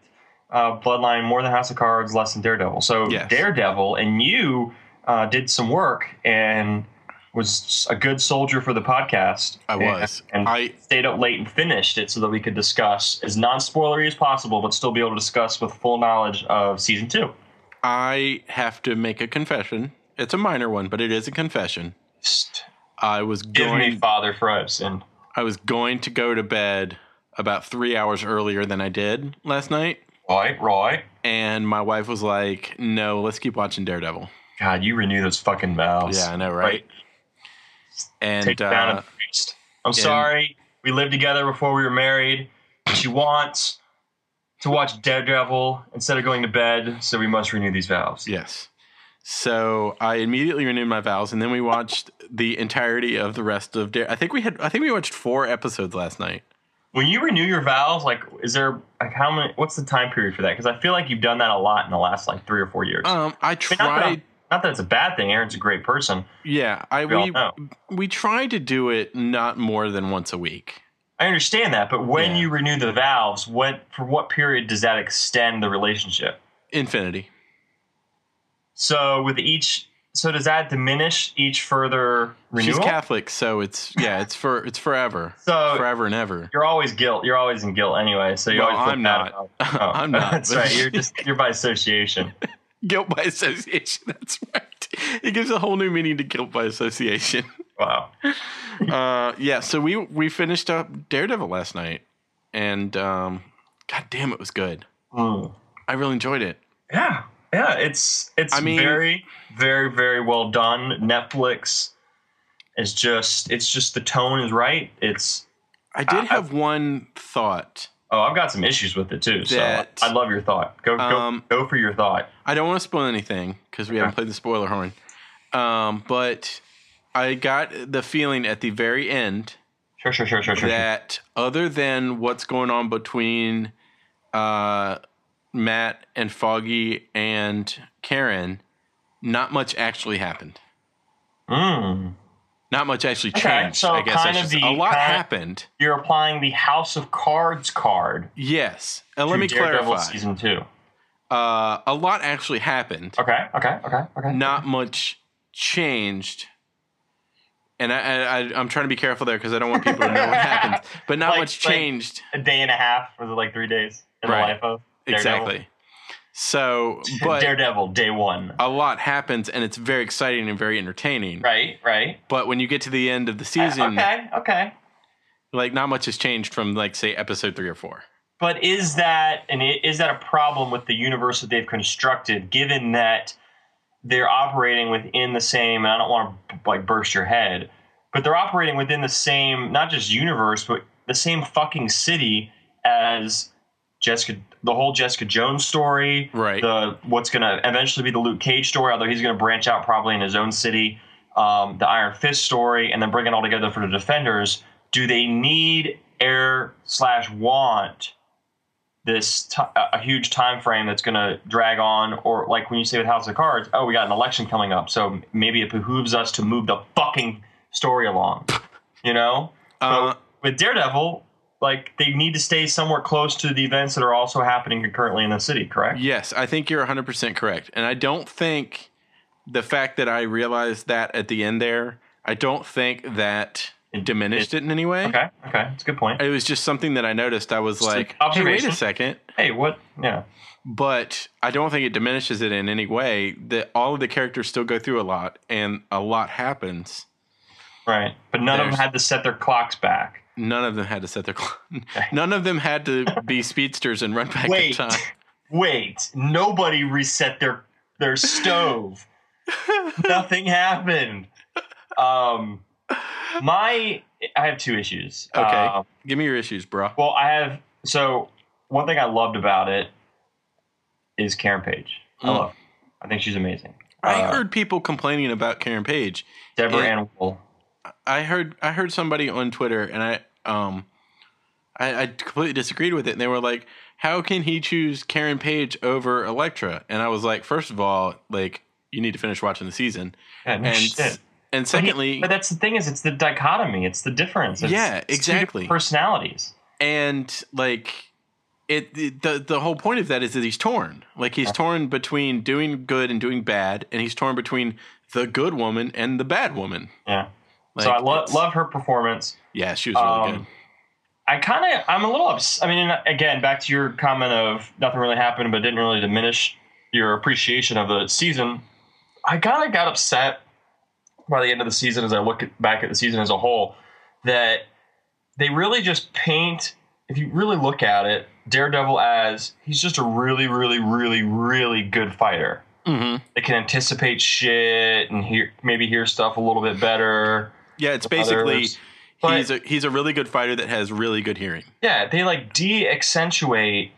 [SPEAKER 2] uh, Bloodline more than House of Cards, less than Daredevil. So
[SPEAKER 1] Yes.
[SPEAKER 2] Daredevil, and you uh, did some work and was a good soldier for the podcast.
[SPEAKER 1] I was.
[SPEAKER 2] and, and
[SPEAKER 1] I
[SPEAKER 2] stayed up late and finished it so that we could discuss as non-spoilery as possible, but still be able to discuss with full knowledge of season two.
[SPEAKER 1] I have to make a confession. It's a minor one, but it is a confession.
[SPEAKER 2] Just
[SPEAKER 1] I was
[SPEAKER 2] give
[SPEAKER 1] going
[SPEAKER 2] me Father Frost and
[SPEAKER 1] I was going to go to bed about three hours earlier than I did last night,
[SPEAKER 2] right, right.
[SPEAKER 1] and my wife was like, "No, let's keep watching Daredevil."
[SPEAKER 2] God, you renew those fucking vows.
[SPEAKER 1] Yeah, I know, right?
[SPEAKER 2] Take
[SPEAKER 1] And
[SPEAKER 2] it down
[SPEAKER 1] uh,
[SPEAKER 2] and priest. I'm sorry. We lived together before we were married. But she wants to watch Daredevil instead of going to bed, so we must renew these vows.
[SPEAKER 1] yes, so I immediately renewed my vows, and then we watched the entirety of the rest of Dare. I think we had, I think we watched four episodes last night.
[SPEAKER 2] When you renew your vows, like, is there like how many? What's the time period for that? Because I feel like you've done that a lot in the last like three or four years.
[SPEAKER 1] Um, I
[SPEAKER 2] I mean, not, that
[SPEAKER 1] tried,
[SPEAKER 2] I'm- not that it's a bad thing. Aaron's a great person.
[SPEAKER 1] yeah, I
[SPEAKER 2] We all
[SPEAKER 1] we
[SPEAKER 2] know.
[SPEAKER 1] we tried to do it not more than once a week.
[SPEAKER 2] I understand that, but when
[SPEAKER 1] Yeah.
[SPEAKER 2] you renew the vows, what for what period does that extend the relationship?
[SPEAKER 1] Infinity.
[SPEAKER 2] So with each, so does that diminish each further renewal? Oh.
[SPEAKER 1] She's Catholic, so it's yeah, it's for it's forever,
[SPEAKER 2] so
[SPEAKER 1] forever and ever.
[SPEAKER 2] you're always guilt. You're always in guilt anyway. So you
[SPEAKER 1] Well,
[SPEAKER 2] always feel
[SPEAKER 1] I'm
[SPEAKER 2] bad
[SPEAKER 1] not.
[SPEAKER 2] about- oh,
[SPEAKER 1] I'm not.
[SPEAKER 2] That's
[SPEAKER 1] but-
[SPEAKER 2] right. You're just you're by association.
[SPEAKER 1] guilt by association. That's right. It gives a whole new meaning to guilt by association.
[SPEAKER 2] Wow.
[SPEAKER 1] Uh, yeah. So we we finished up Daredevil last night, and um, god damn, it was good.
[SPEAKER 2] Hmm.
[SPEAKER 1] I really enjoyed it.
[SPEAKER 2] Yeah, yeah. It's it's
[SPEAKER 1] I mean-
[SPEAKER 2] very, very, very well done. Netflix is just it's just the tone is right. It's
[SPEAKER 1] I did
[SPEAKER 2] I-
[SPEAKER 1] have one thought.
[SPEAKER 2] oh, I've got some issues with it too. So
[SPEAKER 1] That-
[SPEAKER 2] I love your thought. Go go
[SPEAKER 1] Um,
[SPEAKER 2] go for your thought.
[SPEAKER 1] I don't want to spoil anything because we
[SPEAKER 2] Okay.
[SPEAKER 1] haven't played the spoiler horn. Um, but I got the feeling at the very end
[SPEAKER 2] Sure, sure, sure, sure, sure. sure.
[SPEAKER 1] that other than what's going on between uh, Matt and Foggy and Karen, not much actually happened.
[SPEAKER 2] Mm.
[SPEAKER 1] Not much actually
[SPEAKER 2] Okay,
[SPEAKER 1] changed.
[SPEAKER 2] so
[SPEAKER 1] I guess
[SPEAKER 2] kind
[SPEAKER 1] I
[SPEAKER 2] of
[SPEAKER 1] should say.
[SPEAKER 2] the-
[SPEAKER 1] a lot
[SPEAKER 2] kind-
[SPEAKER 1] happened.
[SPEAKER 2] You're applying the House of Cards card.
[SPEAKER 1] Yes, and let
[SPEAKER 2] to
[SPEAKER 1] me
[SPEAKER 2] Daredevil
[SPEAKER 1] clarify.
[SPEAKER 2] Season two.
[SPEAKER 1] Uh, a lot actually happened.
[SPEAKER 2] Okay, okay, okay, okay.
[SPEAKER 1] Not much changed. And I, I, I, I'm trying to be careful there because I don't want people to know what happened. But not
[SPEAKER 2] Like-
[SPEAKER 1] much
[SPEAKER 2] like-
[SPEAKER 1] changed.
[SPEAKER 2] a day and a half. Was it like three days in
[SPEAKER 1] Right.
[SPEAKER 2] the life of Daredevil?
[SPEAKER 1] exactly. So, but Uh,
[SPEAKER 2] Daredevil day one?
[SPEAKER 1] a lot happens and it's very exciting and very entertaining.
[SPEAKER 2] Right, right.
[SPEAKER 1] But when you get to the end of the season,
[SPEAKER 2] okay, okay.
[SPEAKER 1] like not much has changed from like say episode 3 or 4.
[SPEAKER 2] But is that and i- is that a problem with the universe that they've constructed? Given that they're operating within the same, and I don't want to like burst your head, but they're operating within the same, not just universe, but the same fucking city as Jessica, the whole Jessica Jones story,
[SPEAKER 1] Right.
[SPEAKER 2] The what's gonna eventually be the Luke Cage story, although he's gonna branch out probably in his own city, um, the Iron Fist story, and then bring it all together for the Defenders. Do they need air slash want? this t- a huge time frame that's going to drag on or like when you say with house of cards oh we got an election coming up so maybe it behooves us to move the fucking story along you know
[SPEAKER 1] Uh,
[SPEAKER 2] with daredevil like they need to stay somewhere close to the events that are also happening concurrently in the city correct
[SPEAKER 1] Yes, I think you're 100% correct. And I don't think the fact that I realized that at the end there, I don't think that diminished it in any way.
[SPEAKER 2] okay okay it's a good point
[SPEAKER 1] It was just something that I noticed. I was
[SPEAKER 2] an
[SPEAKER 1] like, hey, wait a
[SPEAKER 2] observation.
[SPEAKER 1] second.
[SPEAKER 2] hey what yeah
[SPEAKER 1] But I don't think it diminishes it in any way that all of the characters still go through a lot and a lot happens.
[SPEAKER 2] right but none of
[SPEAKER 1] There's-
[SPEAKER 2] them had to set their clocks back
[SPEAKER 1] None of them had to set their clock. None of them had to be speedsters and run back in
[SPEAKER 2] Wait.
[SPEAKER 1] time.
[SPEAKER 2] wait nobody reset their their stove nothing happened um my i have two issues
[SPEAKER 1] Okay.
[SPEAKER 2] Uh,
[SPEAKER 1] Give me your issues, bro.
[SPEAKER 2] well i have so one thing i loved about it is karen page i
[SPEAKER 1] Mm.
[SPEAKER 2] love her. i think she's amazing
[SPEAKER 1] I
[SPEAKER 2] Uh,
[SPEAKER 1] heard people complaining about Karen Page.
[SPEAKER 2] deborah
[SPEAKER 1] yeah.
[SPEAKER 2] ann wool
[SPEAKER 1] I heard I heard somebody on Twitter, and I um, I, I completely disagreed with it. And they were like, "How can he choose Karen Page over Elektra?" And I was like, first of all, like you need to finish watching the season,
[SPEAKER 2] yeah, no
[SPEAKER 1] and
[SPEAKER 2] Oh, shit.
[SPEAKER 1] and
[SPEAKER 2] But he-
[SPEAKER 1] secondly,
[SPEAKER 2] but that's the thing is it's the dichotomy it's the difference it's,
[SPEAKER 1] Yeah,
[SPEAKER 2] it's two
[SPEAKER 1] exactly.
[SPEAKER 2] different personalities
[SPEAKER 1] and like it, it- the the whole point of that is that he's torn. Like he's torn between doing good and doing bad, and he's torn between the good woman and the bad woman.
[SPEAKER 2] yeah
[SPEAKER 1] Like,
[SPEAKER 2] so i lo-
[SPEAKER 1] it's-
[SPEAKER 2] love her performance
[SPEAKER 1] Yeah, she was really
[SPEAKER 2] Um,
[SPEAKER 1] good.
[SPEAKER 2] I kind of, I'm a little ups I mean, and again, back to your comment of nothing really happened, but didn't really diminish your appreciation of the season. I kind of got upset by the end of the season as I look at, back at the season as a whole that they really just paint, if you really look at it, Daredevil as he's just a really, really, really, really good fighter
[SPEAKER 1] hmm
[SPEAKER 2] that can anticipate shit and hear maybe hear stuff a little bit better.
[SPEAKER 1] Yeah, it's
[SPEAKER 2] than
[SPEAKER 1] basically.
[SPEAKER 2] others. But-
[SPEAKER 1] he's a he's a really good fighter that has really good hearing.
[SPEAKER 2] Yeah, they like de accentuate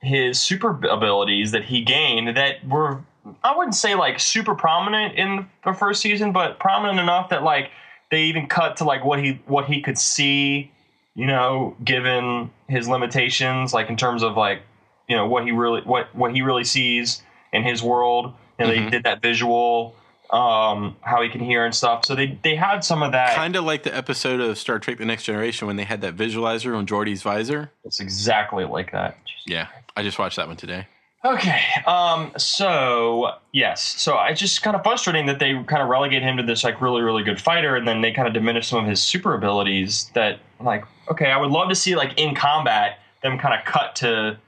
[SPEAKER 2] his super abilities that he gained that were I wouldn't say like super prominent in the first season, but prominent enough that like they even cut to like what he what he could see, you know, given his limitations, like in terms of like you know what he really what what he really sees in his world, and
[SPEAKER 1] Mhm.
[SPEAKER 2] they did that visual, um, how he can hear and stuff. So they they had some of that.
[SPEAKER 1] Kind of like the episode of Star Trek: The Next Generation when they had that visualizer on Geordi's visor.
[SPEAKER 2] It's exactly like that.
[SPEAKER 1] Yeah, I just watched that one today.
[SPEAKER 2] Okay. Um. So yes. So I just kind of frustrating that they kind of relegate him to this like really really good fighter, and then they kind of diminish some of his super abilities. That like okay, I would love to see like in combat them kind of cut to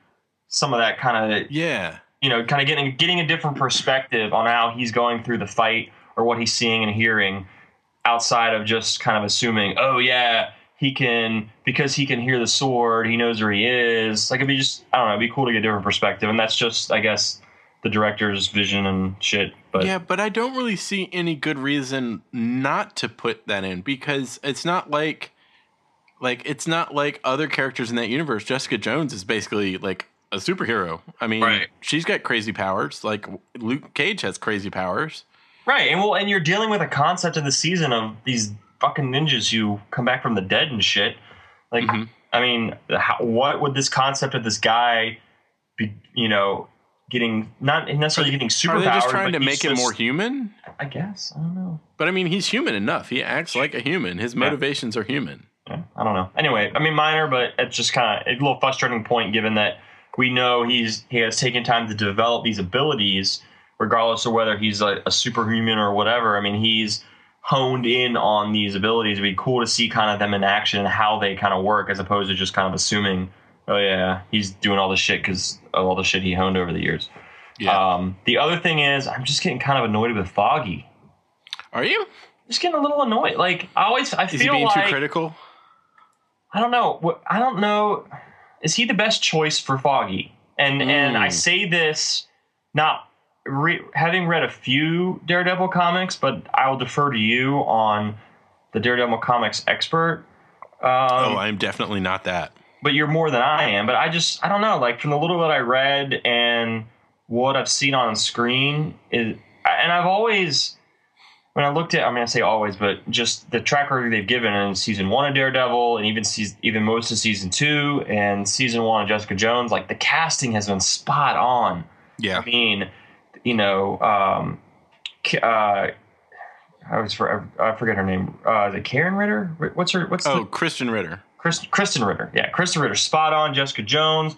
[SPEAKER 2] some of that kind of
[SPEAKER 1] Yeah,
[SPEAKER 2] you know kind of getting getting a different perspective on how he's going through the fight or what he's seeing and hearing outside of just kind of assuming oh yeah he can because he can hear the sword he knows where he is like it'd be just i don't know it'd be cool to get a different perspective and that's just i guess the director's vision and shit but
[SPEAKER 1] yeah, but I don't really see any good reason not to put that in because it's not like like it's not like other characters in that universe. Jessica Jones is basically like a superhero. I mean,
[SPEAKER 2] Right.
[SPEAKER 1] she's got crazy powers. Like Luke Cage has crazy powers.
[SPEAKER 2] right and well and you're dealing with a concept in the season of these fucking ninjas who come back from the dead and shit like
[SPEAKER 1] Mhm.
[SPEAKER 2] I mean, how, what would this concept of this guy be? You know, getting not necessarily getting
[SPEAKER 1] Are
[SPEAKER 2] superpowers.
[SPEAKER 1] they just trying to
[SPEAKER 2] but he's
[SPEAKER 1] make him
[SPEAKER 2] just-
[SPEAKER 1] more human?
[SPEAKER 2] I guess I don't know.
[SPEAKER 1] But I mean, he's human enough. He acts like a human. His motivations are human.
[SPEAKER 2] Yeah, I don't know. Anyway, I mean, minor, but it's just kind of a little frustrating point given that we know he's he has taken time to develop these abilities, regardless of whether he's a, a superhuman or whatever. I mean, he's honed in on these abilities. It'd be cool to see kind of them in action and how they kind of work, as opposed to just kind of assuming, oh yeah, he's doing all this shit because of all the shit he honed over the years.
[SPEAKER 1] Yeah.
[SPEAKER 2] Um, the other thing is, I'm just getting kind of annoyed with Foggy.
[SPEAKER 1] Are you?
[SPEAKER 2] Just getting a little annoyed. Like I always, I
[SPEAKER 1] Is
[SPEAKER 2] feel
[SPEAKER 1] he being
[SPEAKER 2] like
[SPEAKER 1] too critical?
[SPEAKER 2] I don't know. What- I don't know. is he the best choice for Foggy? And and I say this not re- having read a few Daredevil comics, but I will defer to you on the Daredevil comics expert. Um,
[SPEAKER 1] Oh, I'm definitely not that.
[SPEAKER 2] but you're more than I am. But I just I don't know. Like from the little that I read and what I've seen on screen is, and I've always when I looked at I mean I say always, but just the track record they've given in season one of Daredevil and even season, even most of season two and season one of Jessica Jones, like the casting has been spot on.
[SPEAKER 1] Yeah.
[SPEAKER 2] I mean, you know, um, K- uh, I was for I forget her name. Uh, is it Karen Ritter? What's her? What's the
[SPEAKER 1] Oh, Christian Ritter.
[SPEAKER 2] Chris, Kristen Ritter. Yeah, Kristen Ritter. Spot on. Jessica Jones.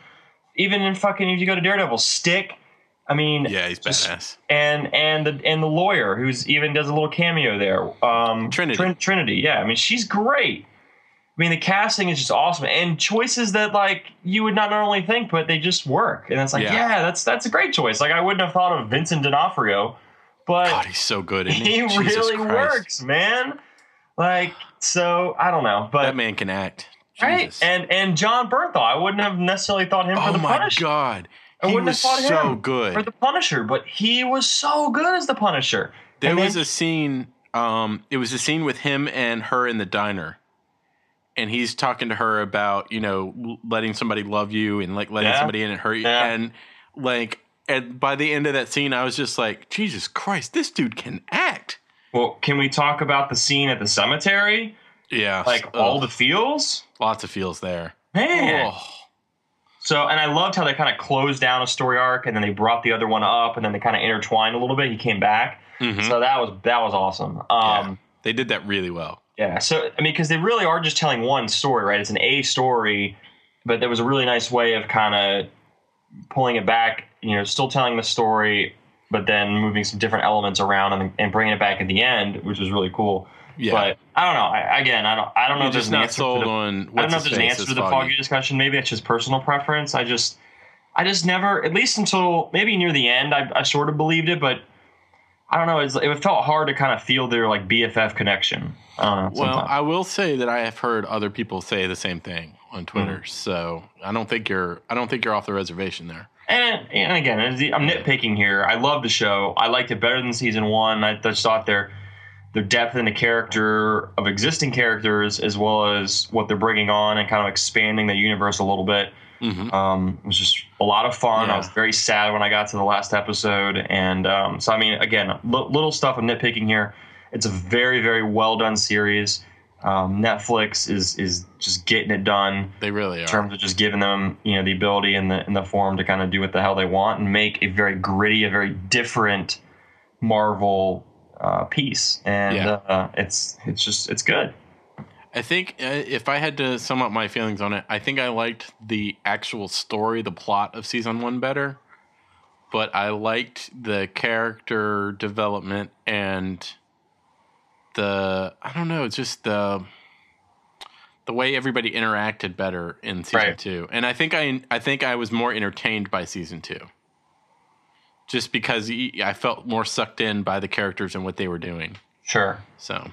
[SPEAKER 2] Even in fucking if you go to Daredevil, Stick. I mean,
[SPEAKER 1] Yeah, he's
[SPEAKER 2] just-
[SPEAKER 1] badass.
[SPEAKER 2] and and the and the lawyer who's even does a little cameo there. Um,
[SPEAKER 1] Trinity.
[SPEAKER 2] Trin- Trinity. Yeah, I mean she's great. I mean the casting is just awesome and choices that like you would not normally think, but they just work. And it's like,
[SPEAKER 1] Yeah.
[SPEAKER 2] yeah, that's that's a great choice. Like I wouldn't have thought of Vincent D'Onofrio, but
[SPEAKER 1] God, he's so good. Isn't
[SPEAKER 2] he
[SPEAKER 1] he Jesus
[SPEAKER 2] really
[SPEAKER 1] Christ.
[SPEAKER 2] works, man. Like so, I don't know, but
[SPEAKER 1] That man can act.
[SPEAKER 2] Right,
[SPEAKER 1] Jesus.
[SPEAKER 2] and and John Bernthal, I wouldn't have necessarily thought him for
[SPEAKER 1] oh
[SPEAKER 2] the
[SPEAKER 1] my
[SPEAKER 2] Punisher
[SPEAKER 1] God,
[SPEAKER 2] I
[SPEAKER 1] he
[SPEAKER 2] wouldn't have
[SPEAKER 1] was
[SPEAKER 2] fought
[SPEAKER 1] so
[SPEAKER 2] him
[SPEAKER 1] good.
[SPEAKER 2] for the Punisher, but he was so good as the Punisher.
[SPEAKER 1] There
[SPEAKER 2] And then-
[SPEAKER 1] was a scene. Um, it was a scene with him and her in the diner, and he's talking to her about you know l- letting somebody love you and like letting
[SPEAKER 2] Yeah.
[SPEAKER 1] somebody in and hurt you,
[SPEAKER 2] Yeah.
[SPEAKER 1] and like and by the end of that scene, I was just like, Jesus Christ, this dude can act.
[SPEAKER 2] well, can we talk about the scene at the cemetery?
[SPEAKER 1] Yeah,
[SPEAKER 2] Like all the feels,
[SPEAKER 1] lots of feels there.
[SPEAKER 2] man.
[SPEAKER 1] Oh,
[SPEAKER 2] So, and I loved how they kind of closed down a story arc, and then they brought the other one up, and then they kind of intertwined a little bit. He came back,
[SPEAKER 1] Mhm.
[SPEAKER 2] so that was that was awesome. Um,
[SPEAKER 1] they did that really well.
[SPEAKER 2] Yeah. So I mean, because they really are just telling one story, right? It's an A story, but there was a really nice way of kind of pulling it back. You know, still telling the story, but then moving some different elements around and, and bringing it back at the end, which was really cool.
[SPEAKER 1] Yeah,
[SPEAKER 2] But I don't know. I, again, I don't. I don't know
[SPEAKER 1] I'm
[SPEAKER 2] if there's
[SPEAKER 1] just
[SPEAKER 2] an
[SPEAKER 1] not
[SPEAKER 2] answer. To
[SPEAKER 1] sold
[SPEAKER 2] the,
[SPEAKER 1] on.
[SPEAKER 2] I don't
[SPEAKER 1] What's
[SPEAKER 2] know if there's an answer to the foggy. discussion. Maybe it's just personal preference. I just, I just never, at least until maybe near the end, I, I sort of believed it, but. I don't know. It's, it felt hard to kind of feel their like BFF connection. I don't know.
[SPEAKER 1] Well,
[SPEAKER 2] sometimes.
[SPEAKER 1] I will say that I have heard other people say the same thing on Twitter. So I don't think you're I don't think you're off the reservation there.
[SPEAKER 2] And, and again, as the- I'm nitpicking here. I love the show. I liked it better than season one. I just thought their their depth in the character of existing characters, as well as what they're bringing on and kind of expanding the universe a little bit,
[SPEAKER 1] Mhm.
[SPEAKER 2] um, was just a lot of fun.
[SPEAKER 1] Yeah.
[SPEAKER 2] I was very sad when I got to the last episode, and um, so I mean, again, li- little stuff I'm nitpicking here. It's a very, very well done series. Um, Netflix is is just getting it done
[SPEAKER 1] They really
[SPEAKER 2] in
[SPEAKER 1] are.
[SPEAKER 2] terms of just giving them you know the ability and the and the forum to kind of do what the hell they want and make a very gritty, a very different Marvel uh, piece, and
[SPEAKER 1] Yeah.
[SPEAKER 2] uh, it's it's just it's good.
[SPEAKER 1] I think uh, if I had to sum up my feelings on it, I think I liked the actual story, the plot of season 1 better, but I liked the character development and the I don't know, just the the way everybody interacted better in season
[SPEAKER 2] Right.
[SPEAKER 1] 2. And I think I I think I was more entertained by season 2. Just because y- I felt more sucked in by the characters and what they were doing.
[SPEAKER 2] Sure,
[SPEAKER 1] So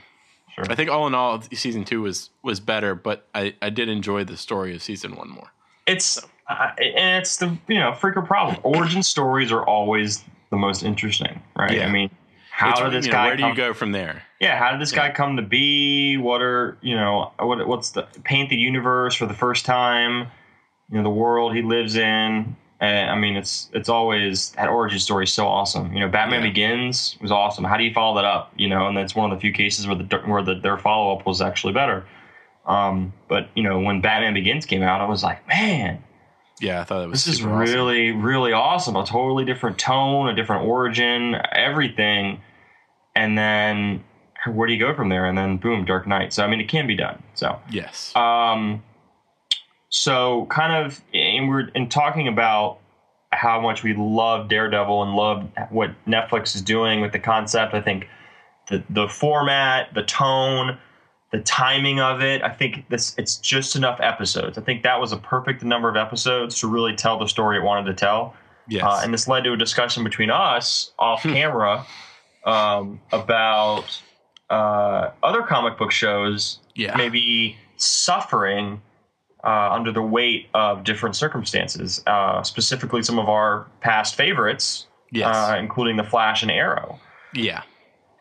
[SPEAKER 2] sure.
[SPEAKER 1] I think all in all, season two was was better, but I I did enjoy the story of season one more.
[SPEAKER 2] It's uh, and it's the you know freaker problem. Origin stories are always the most interesting, right?
[SPEAKER 1] Yeah.
[SPEAKER 2] I mean, how
[SPEAKER 1] It's,
[SPEAKER 2] did this
[SPEAKER 1] you know,
[SPEAKER 2] guy?
[SPEAKER 1] where do
[SPEAKER 2] come
[SPEAKER 1] you go from there?
[SPEAKER 2] yeah how did this guy come to be what are you know what what's the paint the universe for the first time you know the world he lives in and i mean it's it's always that origin story is so awesome you know batman
[SPEAKER 1] Yeah.
[SPEAKER 2] begins was awesome how do you follow that up you know and that's one of the few cases where the where the, their follow-up was actually better um but you know when batman begins came out i was like man
[SPEAKER 1] Yeah, I thought that was
[SPEAKER 2] this is
[SPEAKER 1] super awesome.
[SPEAKER 2] really really awesome a totally different tone a different origin everything and then where do you go from there and then boom dark knight so i mean it can be done so
[SPEAKER 1] yes.
[SPEAKER 2] um so kind of and we're in talking about how much we love daredevil and love what netflix is doing with the concept i think the the format the tone the timing of it i think this it's just enough episodes i think that was a perfect number of episodes to really tell the story it wanted to tell
[SPEAKER 1] yes.
[SPEAKER 2] uh, and this led to a discussion between us off camera um, about uh, other comic book shows
[SPEAKER 1] yeah.
[SPEAKER 2] maybe suffering uh, under the weight of different circumstances, uh, specifically some of our past favorites,
[SPEAKER 1] Yes.
[SPEAKER 2] uh, including The Flash and Arrow.
[SPEAKER 1] yeah.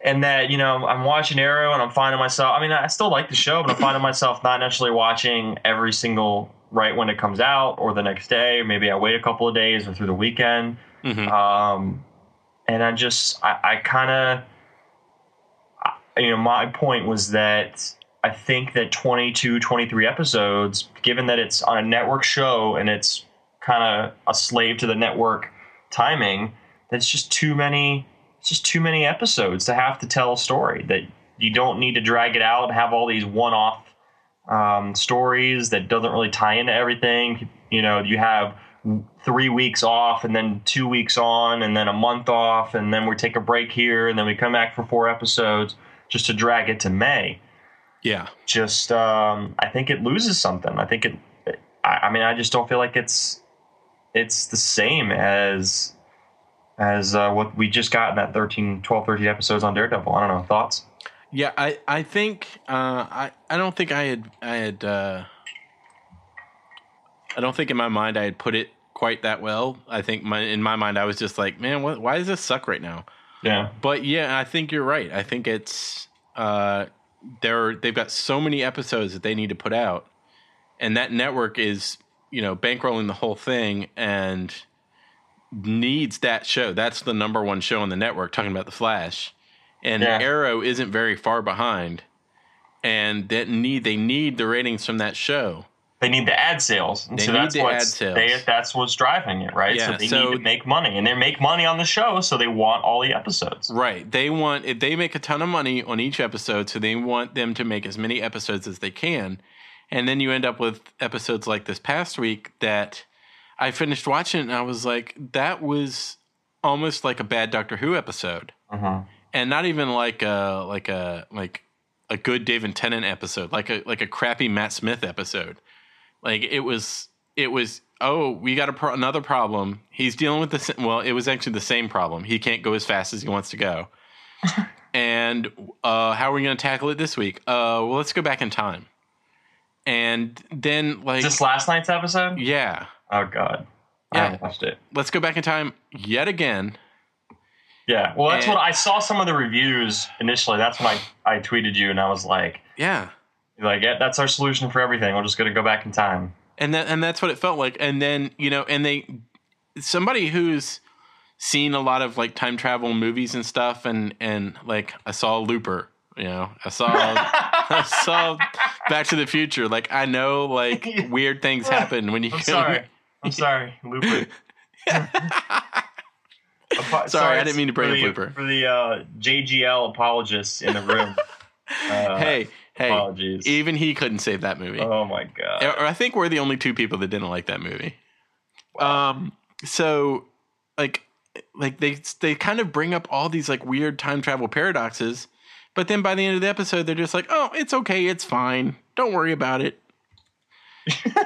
[SPEAKER 2] And that, you know, I'm watching Arrow and I'm finding myself, I mean, I still like the show, but I'm finding myself not necessarily watching every single right when it comes out or the next day. Maybe I wait a couple of days or through the weekend.
[SPEAKER 1] Mhm.
[SPEAKER 2] Um, and I just, I, I kind of, you know, my point was that I think that 22, 23 episodes, given that it's on a network show and it's kind of a slave to the network timing, that's just too many. It's just too many episodes to have to tell a story that you don't need to drag it out and have all these one-off um, stories that doesn't really tie into everything. You know, you have three weeks off and then two weeks on and then a month off and then we take a break here and then we come back for four episodes just to drag it to May.
[SPEAKER 1] Yeah.
[SPEAKER 2] Just, um, I think it loses something. I think it. I, I mean, I just don't feel like it's it's the same as as uh, what we just got in that 13, 12, 13 episodes on Daredevil. I don't know thoughts.
[SPEAKER 1] Yeah, I, I think uh, I I don't think I had I had uh, I don't think in my mind I had put it quite that well. I think my in my mind I was just like, man, what, why does this suck right now?
[SPEAKER 2] Yeah,
[SPEAKER 1] But yeah, I think you're right. I think it's uh, they're they've got so many episodes that they need to put out, and that network is you know bankrolling the whole thing and needs that show. That's the number one show on the network. Talking about the Flash, and
[SPEAKER 2] Yeah.
[SPEAKER 1] Arrow isn't very far behind, and that need they need the ratings from that show.
[SPEAKER 2] they need the ad sales. And
[SPEAKER 1] They
[SPEAKER 2] so
[SPEAKER 1] need
[SPEAKER 2] that's
[SPEAKER 1] the
[SPEAKER 2] what's,
[SPEAKER 1] ad sales.
[SPEAKER 2] They, that's what's driving it, right?
[SPEAKER 1] Yeah,
[SPEAKER 2] so they
[SPEAKER 1] so-
[SPEAKER 2] need to make money, and they make money on the show, so they want all the episodes.
[SPEAKER 1] Right. They want if they make a ton of money on each episode, so they want them to make as many episodes as they can. And then you end up with episodes like this past week that I finished watching and I was like, that was almost like a bad Doctor Who episode.
[SPEAKER 2] Mhm.
[SPEAKER 1] And not even like a like a like a good David Tennant episode, like a like a crappy Matt Smith episode. Like it was it was oh we got a pro- another problem. He's dealing with the sa- well. It was actually the same problem. He can't go as fast as he wants to go. and uh, how are we going to tackle it this week? Uh, well, let's go back in time. And then like
[SPEAKER 2] Is this last night's episode?
[SPEAKER 1] yeah,
[SPEAKER 2] Oh God, I
[SPEAKER 1] Yeah.
[SPEAKER 2] haven't watched it.
[SPEAKER 1] let's go back in time yet again.
[SPEAKER 2] Yeah, well, that's
[SPEAKER 1] And-
[SPEAKER 2] what I saw. Some of the reviews initially. That's when I, I tweeted you, and I was like,
[SPEAKER 1] Yeah.
[SPEAKER 2] like yeah, that's our solution for everything. We're just gonna go back in time.
[SPEAKER 1] and that and that's what it felt like and then you know and they somebody who's seen a lot of like time travel movies and stuff and and like i saw looper you know i saw i saw back to the future like i know like weird things happen when you
[SPEAKER 2] I'm sorry. I'm sorry, Looper. Apo- sorry,
[SPEAKER 1] I didn't mean to bring
[SPEAKER 2] for
[SPEAKER 1] up
[SPEAKER 2] the-
[SPEAKER 1] Looper.
[SPEAKER 2] For the uh, JGL apologists in the room, uh,
[SPEAKER 1] hey hey
[SPEAKER 2] apologies.
[SPEAKER 1] even he couldn't save that movie
[SPEAKER 2] oh my god.
[SPEAKER 1] Or I think we're the only two people that didn't like that movie. Um, so like like they they kind of bring up all these like weird time travel paradoxes, but then by the end of the episode they're just like, "Oh, it's okay, it's fine. Don't worry about it."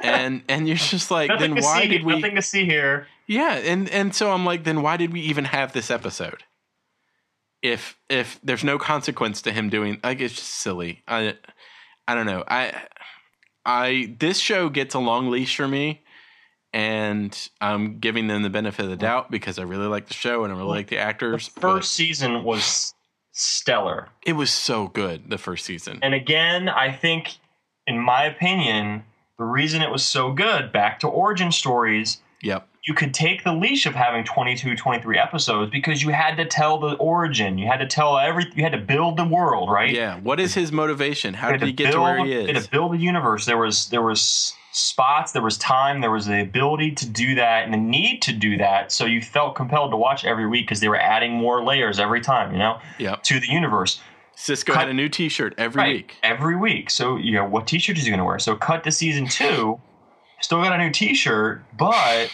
[SPEAKER 1] and and you're just like,
[SPEAKER 2] nothing
[SPEAKER 1] "Then
[SPEAKER 2] to
[SPEAKER 1] why
[SPEAKER 2] see,
[SPEAKER 1] did we
[SPEAKER 2] Nothing to see here.
[SPEAKER 1] yeah, and and so I'm like, then why did we even have this episode? If if there's no consequence to him doing, like it's just silly. I I don't know. I I this show gets a long leash for me, and I'm giving them the benefit of the doubt because I really like the show and I really like the actors. but
[SPEAKER 2] First season was stellar.
[SPEAKER 1] it was so good the first season.
[SPEAKER 2] And again, I think, in my opinion, the reason it was so good, back to origin stories,
[SPEAKER 1] Yep.
[SPEAKER 2] you could take the leash of having 22, 23 episodes because you had to tell the origin. You had to tell every. You had to build the world, right?
[SPEAKER 1] Yeah. What is his motivation? How
[SPEAKER 2] You
[SPEAKER 1] did
[SPEAKER 2] had
[SPEAKER 1] he get
[SPEAKER 2] build,
[SPEAKER 1] to where he
[SPEAKER 2] you had
[SPEAKER 1] is?
[SPEAKER 2] to build the universe. There was there was spots, there was time, there was the ability to do that and the need to do that. So you felt compelled to watch every week because they were adding more layers every time, you know,
[SPEAKER 1] Yep.
[SPEAKER 2] to the universe.
[SPEAKER 1] Cisco
[SPEAKER 2] cut-
[SPEAKER 1] had a new T-shirt every
[SPEAKER 2] Right.
[SPEAKER 1] week.
[SPEAKER 2] Every week. So, you know, what t shirt is he going to wear? So, cut to season two, still got a new t shirt, but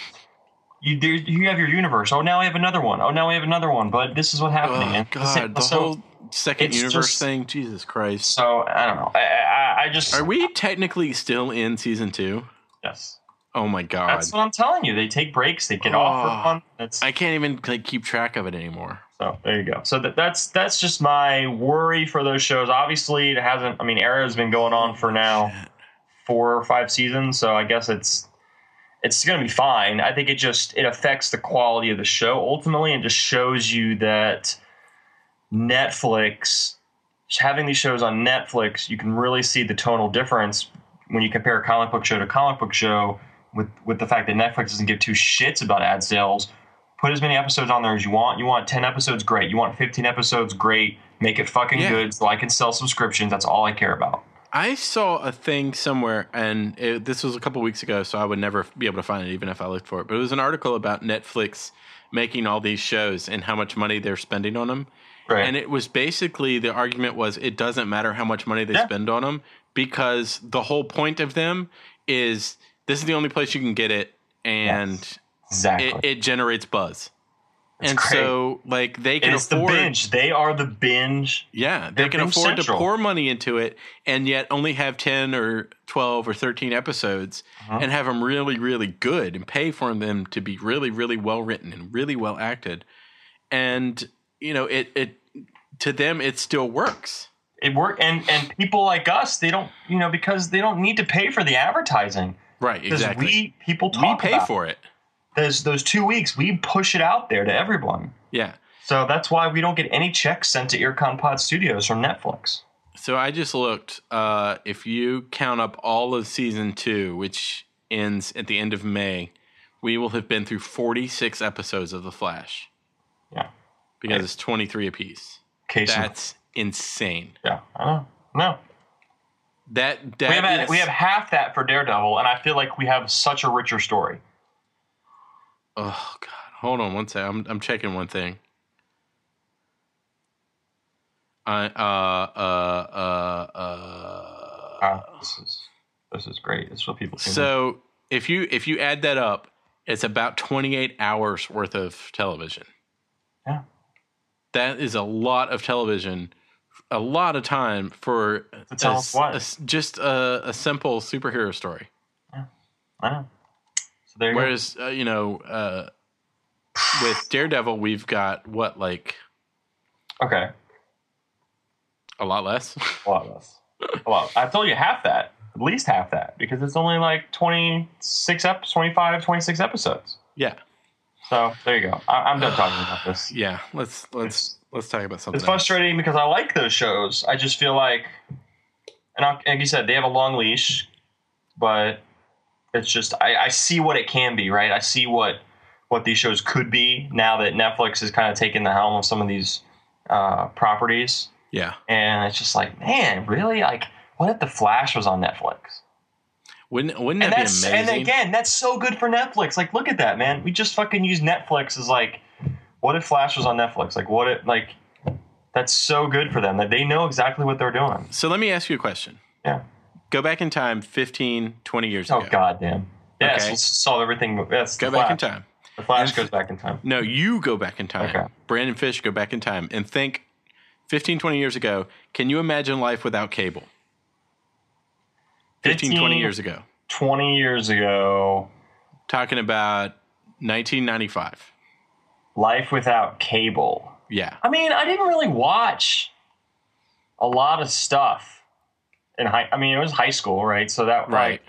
[SPEAKER 2] you there, you have your universe. Oh, now we have another one. Oh, now we have another one. But this is what's happening.
[SPEAKER 1] Oh,
[SPEAKER 2] And this-
[SPEAKER 1] God, the
[SPEAKER 2] so,
[SPEAKER 1] whole second
[SPEAKER 2] it's
[SPEAKER 1] universe
[SPEAKER 2] just-
[SPEAKER 1] thing. Jesus Christ.
[SPEAKER 2] so, I don't know. I, I, I just.
[SPEAKER 1] Are we technically still in season two?
[SPEAKER 2] yes.
[SPEAKER 1] Oh my god,
[SPEAKER 2] That's what I'm telling you. They take breaks, they get
[SPEAKER 1] Oh.
[SPEAKER 2] off for fun. That's,
[SPEAKER 1] I can't even like keep track of it anymore.
[SPEAKER 2] so, there you go. So, that, that's that's just my worry for those shows. Obviously, it hasn't. I mean, Arrow's been going on for now. four or five seasons, so I guess it's it's going to be fine. I think it just it affects the quality of the show ultimately, and just shows you that Netflix having these shows on Netflix, you can really see the tonal difference when you compare comic book show to comic book show. With with the fact that Netflix doesn't give two shits about ad sales, put as many episodes on there as you want. You want 10 episodes, great. You want 15 episodes, great. Make it fucking
[SPEAKER 1] Yeah.
[SPEAKER 2] good so I can sell subscriptions. That's all I care about.
[SPEAKER 1] I saw a thing somewhere, and it, this was a couple weeks ago, so I would never be able to find it, even if I looked for it. But it was an article about Netflix making all these shows and how much money they're spending on them.
[SPEAKER 2] Right.
[SPEAKER 1] And it was basically the argument was it doesn't matter how much money they
[SPEAKER 2] Yeah.
[SPEAKER 1] spend on them because the whole point of them is this is the only place you can get it, and
[SPEAKER 2] exactly.
[SPEAKER 1] it, it generates buzz.
[SPEAKER 2] It's
[SPEAKER 1] and
[SPEAKER 2] great.
[SPEAKER 1] so, like, they can
[SPEAKER 2] it's the
[SPEAKER 1] afford
[SPEAKER 2] binge. They are the binge.
[SPEAKER 1] yeah, they
[SPEAKER 2] They're
[SPEAKER 1] can
[SPEAKER 2] Boom
[SPEAKER 1] afford
[SPEAKER 2] Central.
[SPEAKER 1] to pour money into it and yet only have 10 or 12 or 13 episodes
[SPEAKER 2] Uh-huh.
[SPEAKER 1] and have them really, really good and pay for them to be really, really well written and really well acted. And, you know, it, it to them, it still works.
[SPEAKER 2] It work and and people like us, they don't, you know, because they don't need to pay for the advertising.
[SPEAKER 1] Right,
[SPEAKER 2] Because
[SPEAKER 1] exactly.
[SPEAKER 2] we people
[SPEAKER 1] We,
[SPEAKER 2] talk
[SPEAKER 1] pay
[SPEAKER 2] about
[SPEAKER 1] for it.
[SPEAKER 2] it. those those two weeks. We push it out there to everyone.
[SPEAKER 1] Yeah.
[SPEAKER 2] So that's why we don't get any checks sent to Earcon Pod Studios from Netflix.
[SPEAKER 1] So I just looked. Uh, if you count up all of season two, which ends at the end of May, we will have been through 46 episodes of The Flash.
[SPEAKER 2] Yeah.
[SPEAKER 1] Because it's 23 apiece.
[SPEAKER 2] Case in-
[SPEAKER 1] That's insane.
[SPEAKER 2] yeah, I don't know. No,
[SPEAKER 1] That
[SPEAKER 2] we have,
[SPEAKER 1] that
[SPEAKER 2] had,
[SPEAKER 1] is-
[SPEAKER 2] we have half that for Daredevil, and I feel like we have such a richer story.
[SPEAKER 1] Oh god, hold on one sec. I'm I'm checking one thing. I uh uh uh uh.
[SPEAKER 2] Wow, this is this is great. This is what people think.
[SPEAKER 1] So if you if you add that up, it's about 28 hours worth of television.
[SPEAKER 2] Yeah.
[SPEAKER 1] That is a lot of television, a lot of time for
[SPEAKER 2] To tell
[SPEAKER 1] a
[SPEAKER 2] us what.
[SPEAKER 1] a s- just a, a simple superhero story.
[SPEAKER 2] I know. So there you go.
[SPEAKER 1] Whereas uh, you know, uh, with Daredevil, we've got what like
[SPEAKER 2] Okay,
[SPEAKER 1] a lot less.
[SPEAKER 2] a lot less. A lot. I told you half that, at least half that, because it's only like 26 ep- 25, 26 episodes.
[SPEAKER 1] yeah,
[SPEAKER 2] So there you go. I- I'm done talking about this.
[SPEAKER 1] yeah. Let's let's let's talk about something.
[SPEAKER 2] It's frustrating because I like those shows. I just feel like, and I, like you said, they have a long leash, but it's just I, I see what it can be, right? I see what what these shows could be now that Netflix has kind of taken the helm of some of these uh, properties,
[SPEAKER 1] else. Yeah.
[SPEAKER 2] and it's just like, man, really? Like, what if the Flash was on Netflix?
[SPEAKER 1] Wouldn't wouldn't
[SPEAKER 2] And
[SPEAKER 1] that be
[SPEAKER 2] that's
[SPEAKER 1] amazing?
[SPEAKER 2] and again, that's so good for Netflix. Like, look at that, man. We just fucking use Netflix as like, what if Flash was on Netflix? Like, what if like that's so good for them that they know exactly what they're doing.
[SPEAKER 1] so let me ask you a question.
[SPEAKER 2] Yeah.
[SPEAKER 1] Go back in time 15, 20 years
[SPEAKER 2] Oh
[SPEAKER 1] ago.
[SPEAKER 2] goddamn. Yes,
[SPEAKER 1] Okay.
[SPEAKER 2] let's solve everything. Yes,
[SPEAKER 1] Go
[SPEAKER 2] the
[SPEAKER 1] back
[SPEAKER 2] Flash.
[SPEAKER 1] in time.
[SPEAKER 2] The Flash
[SPEAKER 1] And-
[SPEAKER 2] goes back in time.
[SPEAKER 1] No, you go back in time.
[SPEAKER 2] Okay.
[SPEAKER 1] Brandon Fish, go back in time and think 15, 20 years ago. Can you imagine life without cable? 15, 20 years ago.
[SPEAKER 2] 20 years ago,
[SPEAKER 1] Talking about 1995.
[SPEAKER 2] life without cable.
[SPEAKER 1] Yeah.
[SPEAKER 2] I mean, I didn't really watch a lot of stuff in high. I mean, it was high school, right? So that
[SPEAKER 1] Right.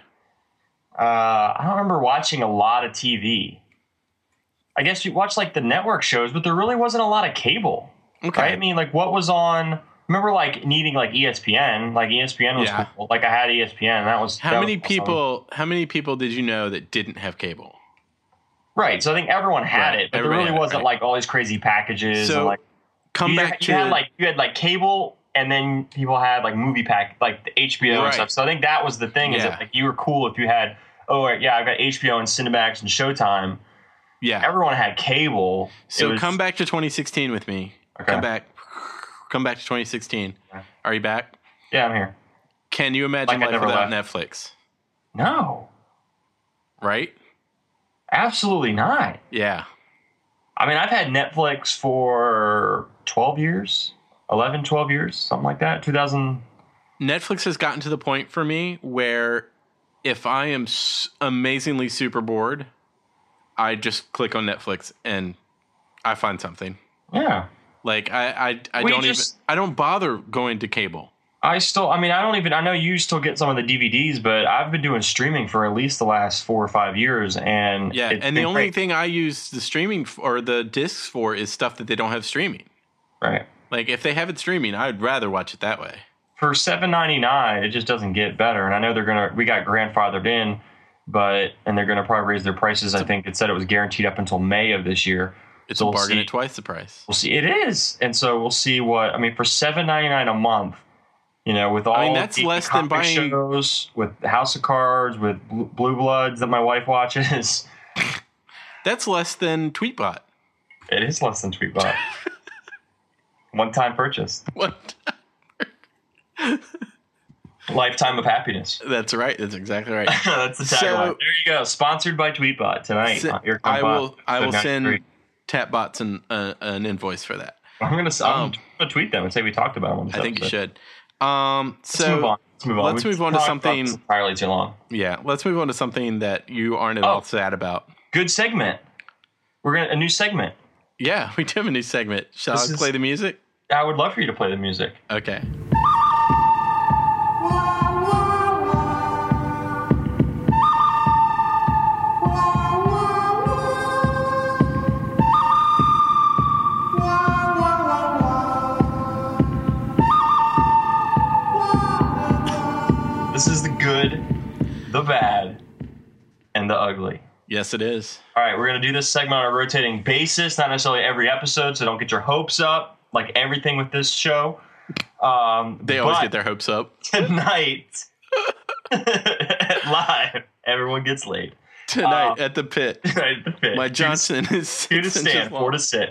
[SPEAKER 2] like, uh, I don't remember watching a lot of TV. I guess you watch like the network shows, but there really wasn't a lot of cable,
[SPEAKER 1] Okay.
[SPEAKER 2] right? I mean, like what was on? Remember, like needing like E ESPN, like ESPN was
[SPEAKER 1] Yeah.
[SPEAKER 2] cool. like I had E ESPN. and That was
[SPEAKER 1] How
[SPEAKER 2] that
[SPEAKER 1] many
[SPEAKER 2] was awesome.
[SPEAKER 1] people? How many people did you know that didn't have cable?
[SPEAKER 2] Right, so I think everyone had
[SPEAKER 1] Right,
[SPEAKER 2] it, but there
[SPEAKER 1] everybody
[SPEAKER 2] really
[SPEAKER 1] had it,
[SPEAKER 2] wasn't
[SPEAKER 1] right.
[SPEAKER 2] like all these crazy packages.
[SPEAKER 1] So
[SPEAKER 2] and, like,
[SPEAKER 1] Come
[SPEAKER 2] you,
[SPEAKER 1] back
[SPEAKER 2] you
[SPEAKER 1] to
[SPEAKER 2] had like you had like cable and then people had like movie pack like the HBO
[SPEAKER 1] Right.
[SPEAKER 2] and stuff. So I think that was the thing is
[SPEAKER 1] Yeah.
[SPEAKER 2] that like you were cool if you had oh yeah I've got HBO and Cinemax and Showtime.
[SPEAKER 1] yeah.
[SPEAKER 2] Everyone had cable. It
[SPEAKER 1] So
[SPEAKER 2] was-
[SPEAKER 1] come back to 2016 with me.
[SPEAKER 2] Okay.
[SPEAKER 1] Come back. Come back to 2016.
[SPEAKER 2] Okay.
[SPEAKER 1] Are you back?
[SPEAKER 2] Yeah, I'm here.
[SPEAKER 1] Can you imagine
[SPEAKER 2] Like
[SPEAKER 1] life
[SPEAKER 2] I never
[SPEAKER 1] without Netflix?
[SPEAKER 2] No,
[SPEAKER 1] Right?
[SPEAKER 2] absolutely not.
[SPEAKER 1] Yeah.
[SPEAKER 2] I mean, I've had Netflix for 12 years, 11, 12 years, something like that. 2000.
[SPEAKER 1] Netflix has gotten to the point for me where if I am s- amazingly super bored, I just click on Netflix and I find something.
[SPEAKER 2] Yeah.
[SPEAKER 1] Like I I, I
[SPEAKER 2] We
[SPEAKER 1] don't
[SPEAKER 2] just-
[SPEAKER 1] even I don't bother going to cable.
[SPEAKER 2] I still, I mean, I don't even, I know you still get some of the DVDs, but I've been doing streaming for at least the last four or five years. And
[SPEAKER 1] Yeah,
[SPEAKER 2] it's
[SPEAKER 1] and
[SPEAKER 2] been
[SPEAKER 1] the only
[SPEAKER 2] great.
[SPEAKER 1] thing I use the streaming f- or the discs for is stuff that they don't have streaming.
[SPEAKER 2] right.
[SPEAKER 1] Like if they have it streaming, I'd rather watch it that way.
[SPEAKER 2] for seven ninety nine, it just doesn't get better. And I know they're gonna we got grandfathered in, but and they're gonna probably raise their prices. I think it said it was guaranteed up until May of this year.
[SPEAKER 1] It's
[SPEAKER 2] So
[SPEAKER 1] a
[SPEAKER 2] we'll
[SPEAKER 1] bargain
[SPEAKER 2] see.
[SPEAKER 1] at twice the price.
[SPEAKER 2] We'll see. It is, and so we'll see what I mean for seven ninety nine a month. You know, with all
[SPEAKER 1] mean, that's
[SPEAKER 2] the
[SPEAKER 1] less than
[SPEAKER 2] comic
[SPEAKER 1] buying-
[SPEAKER 2] shows, with House of Cards, with Bl- Blue Bloods that my wife watches.
[SPEAKER 1] That's less than Tweetbot.
[SPEAKER 2] It is less than Tweetbot. One time purchase,
[SPEAKER 1] What?
[SPEAKER 2] lifetime of happiness.
[SPEAKER 1] That's right. That's exactly right.
[SPEAKER 2] That's the tagline.
[SPEAKER 1] So-
[SPEAKER 2] there you go. Sponsored by Tweetbot tonight.
[SPEAKER 1] Se-
[SPEAKER 2] on Ear
[SPEAKER 1] I
[SPEAKER 2] Comp Pod,
[SPEAKER 1] will. I
[SPEAKER 2] episode
[SPEAKER 1] will
[SPEAKER 2] 93.
[SPEAKER 1] send Tapbots an uh, an invoice for that.
[SPEAKER 2] I'm gonna, I'm
[SPEAKER 1] Um,
[SPEAKER 2] gonna tweet them and say we talked about them. On this
[SPEAKER 1] I think you
[SPEAKER 2] episode.
[SPEAKER 1] should. Um, so
[SPEAKER 2] Let's move on. Let's move on.
[SPEAKER 1] let's
[SPEAKER 2] We've
[SPEAKER 1] move on to
[SPEAKER 2] talked about
[SPEAKER 1] something-
[SPEAKER 2] this entirely too long.
[SPEAKER 1] yeah, let's move on to something that you aren't at
[SPEAKER 2] Oh.
[SPEAKER 1] all sad about.
[SPEAKER 2] Good segment. We're gonna a new segment.
[SPEAKER 1] Yeah, we do have a new segment. Shall
[SPEAKER 2] This
[SPEAKER 1] I
[SPEAKER 2] is-
[SPEAKER 1] play the music?
[SPEAKER 2] I would love for you to play the music.
[SPEAKER 1] Okay.
[SPEAKER 2] This is the good, the bad, and the ugly.
[SPEAKER 1] Yes, it is.
[SPEAKER 2] All right, we're gonna do this segment on a rotating basis, not necessarily every episode. So don't get your hopes up. Like everything with this show, um,
[SPEAKER 1] They always
[SPEAKER 2] but-
[SPEAKER 1] get their hopes up.
[SPEAKER 2] tonight live. Everyone gets laid.
[SPEAKER 1] Tonight
[SPEAKER 2] Uh,
[SPEAKER 1] at the pit,
[SPEAKER 2] Right, the fit.
[SPEAKER 1] my
[SPEAKER 2] Two-
[SPEAKER 1] Johnson is
[SPEAKER 2] two to
[SPEAKER 1] six
[SPEAKER 2] stand,
[SPEAKER 1] inches
[SPEAKER 2] four
[SPEAKER 1] long.
[SPEAKER 2] to sit.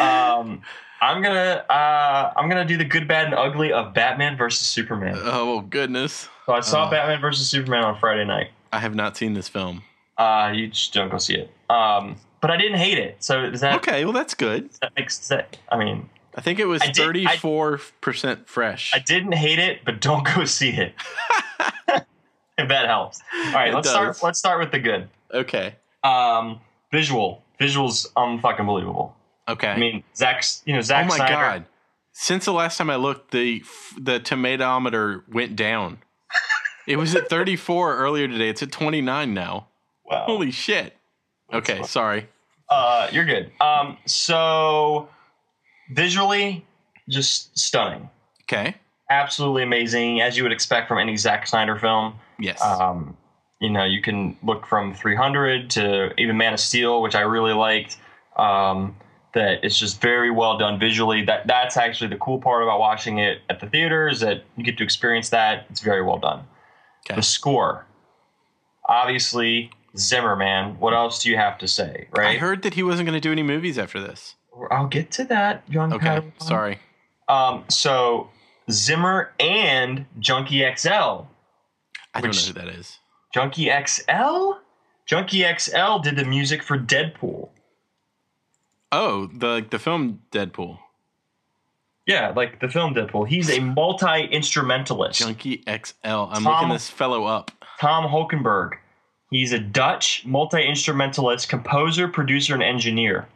[SPEAKER 2] Um, I'm gonna uh, I'm gonna do the good, bad, and ugly of Batman versus Superman.
[SPEAKER 1] Oh goodness!
[SPEAKER 2] So I saw
[SPEAKER 1] uh.
[SPEAKER 2] Batman versus Superman on Friday night.
[SPEAKER 1] I have not seen this film.
[SPEAKER 2] Uh, you just don't go see it. Um, but I didn't hate it. So does that,
[SPEAKER 1] Okay, well that's good.
[SPEAKER 2] does that make sense? I mean,
[SPEAKER 1] I think it was
[SPEAKER 2] I did- I-
[SPEAKER 1] thirty-four percent fresh.
[SPEAKER 2] I didn't hate it, but don't go see it. if that helps. All right,
[SPEAKER 1] It
[SPEAKER 2] let's
[SPEAKER 1] does.
[SPEAKER 2] start. Let's start with the good.
[SPEAKER 1] okay.
[SPEAKER 2] Um, visual, visuals, unfucking believable.
[SPEAKER 1] Okay.
[SPEAKER 2] I mean, Zach's, you know,
[SPEAKER 1] oh
[SPEAKER 2] Zach.
[SPEAKER 1] my
[SPEAKER 2] Snyder-
[SPEAKER 1] god! Since the last time I looked, the f- the tomatometer went down. it was at thirty-four earlier today. It's at twenty-nine now.
[SPEAKER 2] Wow.
[SPEAKER 1] Holy shit! Okay,
[SPEAKER 2] fun.
[SPEAKER 1] sorry.
[SPEAKER 2] Uh, you're good. Um, so visually, just stunning,
[SPEAKER 1] Okay.
[SPEAKER 2] absolutely amazing, as you would expect from any Zack Snyder film.
[SPEAKER 1] Yes.
[SPEAKER 2] Um, you know, you can look from 300 to even Man of Steel, which I really liked. Um, that it's just very well done visually. That that's actually the cool part about watching it at the theater is that you get to experience that. It's very well done.
[SPEAKER 1] Okay.
[SPEAKER 2] The score, obviously Zimmerman. What else do you have to say,
[SPEAKER 1] I
[SPEAKER 2] right?
[SPEAKER 1] heard that he wasn't going to do any movies after this.
[SPEAKER 2] I'll get to that, young
[SPEAKER 1] Okay.
[SPEAKER 2] Padawan.
[SPEAKER 1] Sorry.
[SPEAKER 2] Um, so Zimmer and Junkie XL.
[SPEAKER 1] I don't
[SPEAKER 2] Which-
[SPEAKER 1] know who that is.
[SPEAKER 2] Junkie XL? Junkie XL did the music for Deadpool.
[SPEAKER 1] Oh, the the film Deadpool.
[SPEAKER 2] Yeah, like the film Deadpool. He's a multi instrumentalist.
[SPEAKER 1] Junkie XL. I'm
[SPEAKER 2] Tom-
[SPEAKER 1] looking this fellow up.
[SPEAKER 2] Tom Holkenberg. He's a Dutch multi instrumentalist, composer, producer, and engineer.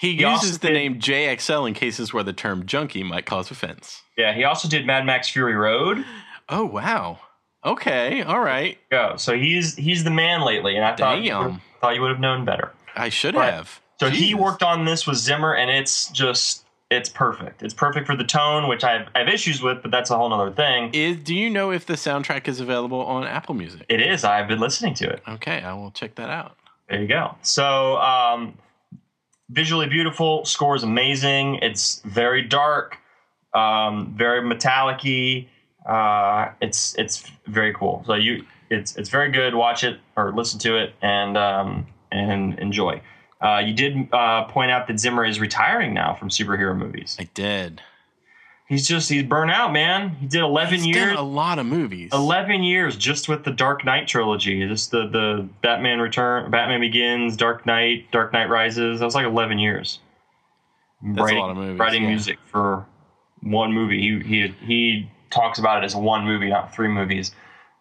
[SPEAKER 1] He,
[SPEAKER 2] also
[SPEAKER 1] uses the
[SPEAKER 2] did-
[SPEAKER 1] name JXL in cases where the term junkie might cause offense.
[SPEAKER 2] Yeah, he also did Mad Max Fury Road.
[SPEAKER 1] Oh wow. Okay. All right.
[SPEAKER 2] Go. So he's he's the man lately, and I thought you
[SPEAKER 1] Damn.
[SPEAKER 2] would- thought you would have known better.
[SPEAKER 1] I should
[SPEAKER 2] Right.
[SPEAKER 1] have.
[SPEAKER 2] So he
[SPEAKER 1] Jesus.
[SPEAKER 2] worked on this with Zimmer, and it's just it's perfect. It's perfect for the tone, which I have, I have issues with, but that's a whole nother thing.
[SPEAKER 1] Is do you know if the soundtrack is available on Apple Music?
[SPEAKER 2] It is. I've been listening to it.
[SPEAKER 1] Okay, I will check that out.
[SPEAKER 2] There you go. So um, visually beautiful, score is amazing. It's very dark, um, very metallic-y. Uh, it's it's very cool. So you it's it's very good. Watch it or listen to it and um, and enjoy. Uh, you did uh, point out that Zimmer is retiring now from superhero movies.
[SPEAKER 1] I did.
[SPEAKER 2] He's just he's burnt out, man. He did eleven
[SPEAKER 1] He's
[SPEAKER 2] years.
[SPEAKER 1] done a lot of movies.
[SPEAKER 2] Eleven years just with the Dark Knight trilogy. Just the the Batman Return, Batman Begins, Dark Knight, Dark Knight Rises. That was like eleven years.
[SPEAKER 1] That's a lot of movies.
[SPEAKER 2] Writing
[SPEAKER 1] yeah.
[SPEAKER 2] music for one movie. He he he talks about it as one movie, not three movies.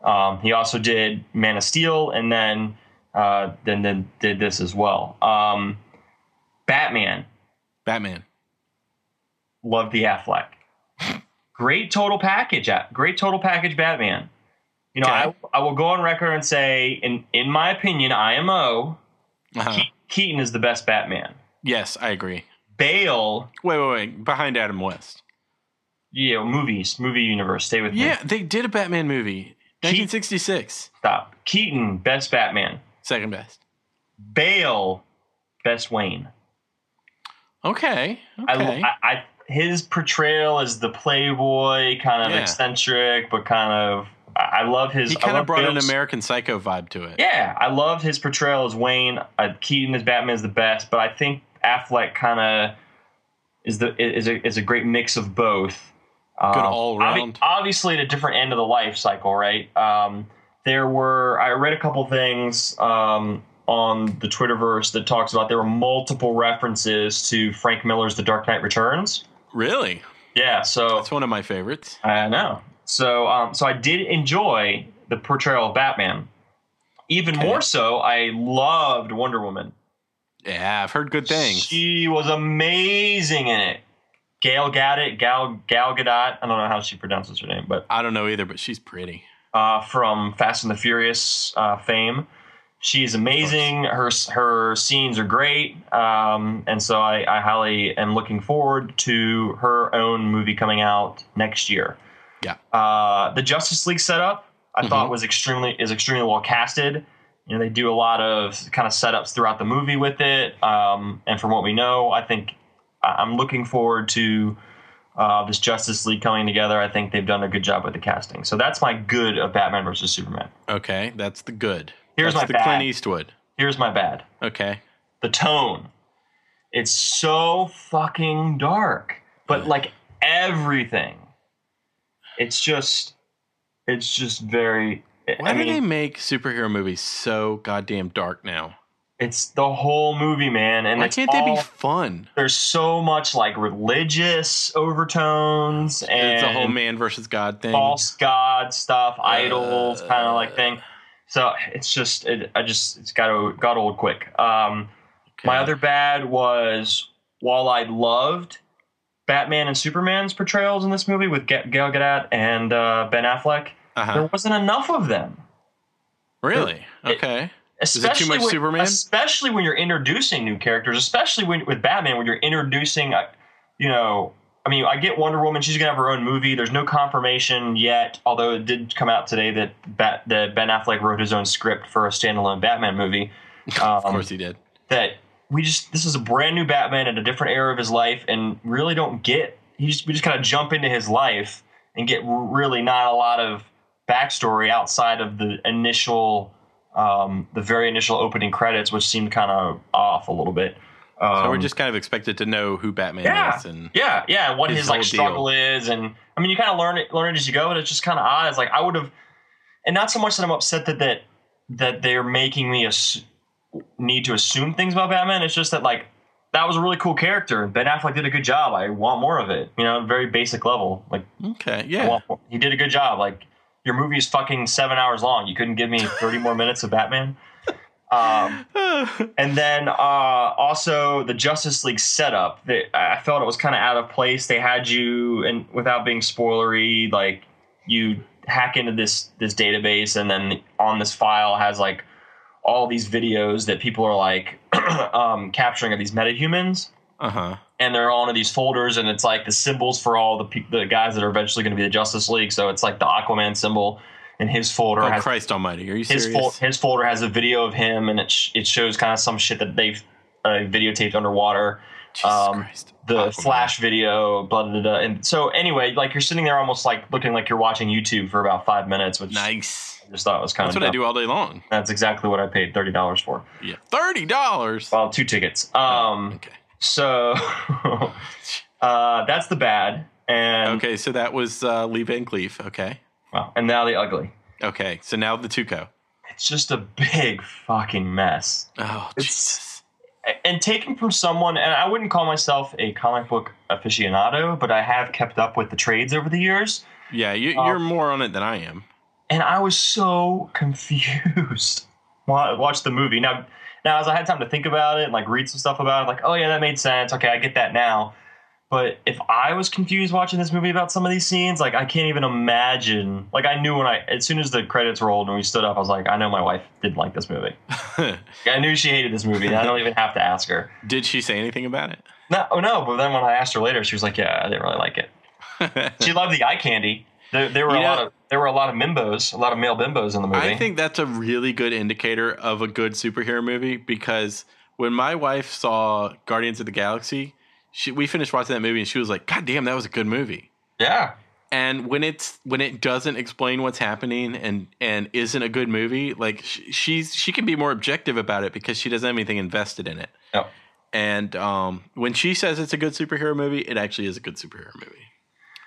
[SPEAKER 2] Um, he also did Man of Steel, and then uh, then then did this as well. Um, Batman
[SPEAKER 1] Batman.
[SPEAKER 2] loved the Affleck. great total package. uh, Great total package, Batman. You know,
[SPEAKER 1] Okay.
[SPEAKER 2] I, I will go on record and say, in in my opinion, IMO
[SPEAKER 1] Uh-huh.
[SPEAKER 2] Ke- Keaton is the best Batman.
[SPEAKER 1] Yes, I agree.
[SPEAKER 2] Bale,
[SPEAKER 1] Wait, wait, wait. Behind Adam West.
[SPEAKER 2] you know, movies, movie universe. Stay with me.
[SPEAKER 1] Yeah, they did a Batman movie. 1966.
[SPEAKER 2] Stop. Keaton, best Batman.
[SPEAKER 1] Second best.
[SPEAKER 2] Bale, best Wayne.
[SPEAKER 1] Okay.
[SPEAKER 2] I,
[SPEAKER 1] Okay.
[SPEAKER 2] I, I his portrayal as the playboy, kind of
[SPEAKER 1] Yeah.
[SPEAKER 2] eccentric, but kind of I, I love his.
[SPEAKER 1] he
[SPEAKER 2] I
[SPEAKER 1] kind of
[SPEAKER 2] love
[SPEAKER 1] brought an
[SPEAKER 2] Bale's-
[SPEAKER 1] American Psycho vibe to it.
[SPEAKER 2] Yeah, I love his portrayal as Wayne. Uh, Keaton as Batman is the best, but I think Affleck kind of is the is a is a great mix of both. Um,
[SPEAKER 1] all
[SPEAKER 2] obvi-
[SPEAKER 1] round.
[SPEAKER 2] obviously, at a different end of the life cycle, right? Um, there were I read a couple things um, on the Twitterverse that talks about there were multiple references to Frank Miller's The Dark Knight Returns.
[SPEAKER 1] Really?
[SPEAKER 2] Yeah, so
[SPEAKER 1] That's one of my favorites.
[SPEAKER 2] I know. So, um, so I did enjoy the portrayal of Batman. Even
[SPEAKER 1] Okay.
[SPEAKER 2] more so, I loved Wonder Woman.
[SPEAKER 1] Yeah, I've heard good things.
[SPEAKER 2] She was amazing in it. Gail Gadot, Gal Gal Gadot. I don't know how she pronounces her name, but
[SPEAKER 1] I don't know either, but she's pretty.
[SPEAKER 2] uh, from Fast and the Furious uh, fame, she's amazing. Her her scenes are great, um, and so I, I highly am looking forward to her own movie coming out next year.
[SPEAKER 1] Yeah.
[SPEAKER 2] Uh, the Justice League setup I
[SPEAKER 1] Mm-hmm.
[SPEAKER 2] thought was extremely is extremely well casted. You know, they do a lot of kind of setups throughout the movie with it, um, and from what we know, I think I- I'm looking forward to uh, this Justice League coming together. I think they've done a good job with the casting. So that's my good of Batman versus Superman.
[SPEAKER 1] Okay, that's the good.
[SPEAKER 2] Here's
[SPEAKER 1] that's
[SPEAKER 2] my
[SPEAKER 1] the
[SPEAKER 2] bad.
[SPEAKER 1] Clint Eastwood.
[SPEAKER 2] Here's my bad.
[SPEAKER 1] Okay.
[SPEAKER 2] the tone. It's so fucking dark, but like everything, it's just, it's just very. I-
[SPEAKER 1] Why
[SPEAKER 2] I
[SPEAKER 1] do they
[SPEAKER 2] mean,
[SPEAKER 1] make superhero movies so goddamn dark now?
[SPEAKER 2] it's the whole movie, man, and
[SPEAKER 1] Why
[SPEAKER 2] it's
[SPEAKER 1] can't they
[SPEAKER 2] all-
[SPEAKER 1] be fun?
[SPEAKER 2] There's so much like religious overtones and
[SPEAKER 1] It's a whole man versus God thing. Uh,
[SPEAKER 2] false god stuff, idols, kind of like thing. So it's just, it, I just, it's got to got old quick. Um,
[SPEAKER 1] Okay.
[SPEAKER 2] My other bad was while I loved Batman and Superman's portrayals in this movie with Ga- Gal Gadot and uh, Ben Affleck,
[SPEAKER 1] Uh-huh.
[SPEAKER 2] there wasn't enough of them.
[SPEAKER 1] Really? Okay.
[SPEAKER 2] Especially
[SPEAKER 1] it too much
[SPEAKER 2] when,
[SPEAKER 1] Superman?
[SPEAKER 2] Especially when you're introducing new characters, especially when, with Batman, when you're introducing, uh, you know, I mean, I get Wonder Woman; she's gonna have her own movie. There's no confirmation yet, although it did come out today that Bat, that Ben Affleck wrote his own script for a standalone Batman movie. um,
[SPEAKER 1] Of course he did.
[SPEAKER 2] that we just this is a brand new Batman at a different era of his life, and really don't get. He just, we just kind of jump into his life and get really not a lot of backstory outside of the initial, um, the very initial opening credits, which seemed kind of off a little bit. Um,
[SPEAKER 1] So we're just kind of expected to know who Batman
[SPEAKER 2] yeah,
[SPEAKER 1] is and
[SPEAKER 2] yeah, yeah. and What
[SPEAKER 1] his
[SPEAKER 2] his, like
[SPEAKER 1] whole
[SPEAKER 2] struggle is, and I mean, you kind of learn it, learn it as you go, but it's just kind of odd. It's like I would have, and not so much that I'm upset that that that they're making me ass- need to assume things about Batman. It's just that like that was a really cool character, and Ben Affleck did a good job. I want more of it. You know, very basic level. Like
[SPEAKER 1] Okay.
[SPEAKER 2] I
[SPEAKER 1] Yeah.
[SPEAKER 2] want more. he did a good job. Like your movie is fucking seven hours long. You couldn't give me thirty more minutes of Batman. Um, and then uh, also the Justice League setup. That I felt it was kind of out of place. They had you, and without being spoilery, like you hack into this this database, and then on this file has like all these videos that people are like um, capturing of these metahumans,
[SPEAKER 1] Uh-huh.
[SPEAKER 2] and they're all into these folders, and it's like the symbols for all the pe- the guys that are eventually going to be the Justice League. So it's like the Aquaman symbol in his folder
[SPEAKER 1] Oh
[SPEAKER 2] has
[SPEAKER 1] Christ almighty. Are you
[SPEAKER 2] his
[SPEAKER 1] serious?
[SPEAKER 2] fol- his folder has a video of him, and it sh- it shows kind of some shit that they've uh, videotaped underwater.
[SPEAKER 1] Jesus
[SPEAKER 2] um,
[SPEAKER 1] Christ. Oh,
[SPEAKER 2] The
[SPEAKER 1] Aquaman.
[SPEAKER 2] flash video, blah, blah, blah. And so, anyway, like you're sitting there almost like looking like you're watching YouTube for about five minutes, which
[SPEAKER 1] Nice.
[SPEAKER 2] I just thought was kind
[SPEAKER 1] That's
[SPEAKER 2] of
[SPEAKER 1] what I do all day long.
[SPEAKER 2] That's exactly what I paid thirty dollars for.
[SPEAKER 1] Yeah. Thirty dollars.
[SPEAKER 2] Well, two tickets. Um,
[SPEAKER 1] Oh, Okay.
[SPEAKER 2] so uh, that's the bad, and
[SPEAKER 1] Okay, so that was uh, Lee Van Cleef. Okay.
[SPEAKER 2] well, and now the ugly.
[SPEAKER 1] Okay. So now the Tuco.
[SPEAKER 2] It's just a big fucking mess.
[SPEAKER 1] Oh
[SPEAKER 2] It's-
[SPEAKER 1] Jesus.
[SPEAKER 2] and taken from someone, and I wouldn't call myself a comic book aficionado, but I have kept up with the trades over the years,
[SPEAKER 1] Yeah, you,
[SPEAKER 2] Uh,
[SPEAKER 1] you're more on it than I am.
[SPEAKER 2] and I was so confused. Wa- Watch the movie now. Now, as I had time to think about it and like read some stuff about it, like, oh yeah, that made sense. Okay, I get that now. But if I was confused watching this movie about some of these scenes, like I can't even imagine. Like I knew when I, as soon as the credits rolled and we stood up, I was like, I know my wife didn't like this movie. I knew she hated this movie. And I don't even have to ask her.
[SPEAKER 1] Did she say anything about it?
[SPEAKER 2] No, oh no. But then when I asked her later, she was like, Yeah, I didn't really like it. She loved the eye candy. There, there were
[SPEAKER 1] You
[SPEAKER 2] a lot
[SPEAKER 1] know-
[SPEAKER 2] of there were a lot of bimbos, a lot of male bimbos in the movie.
[SPEAKER 1] I think that's a really good indicator of a good superhero movie because when my wife saw Guardians of the Galaxy, she, we finished watching that movie and she was like, "God damn, that was a good movie."
[SPEAKER 2] yeah,
[SPEAKER 1] And when it's when it doesn't explain what's happening and and isn't a good movie, like she, she's she can be more objective about it because she doesn't have anything invested in it.
[SPEAKER 2] Yep.
[SPEAKER 1] And um, when she says it's a good superhero movie, it actually is a good superhero movie.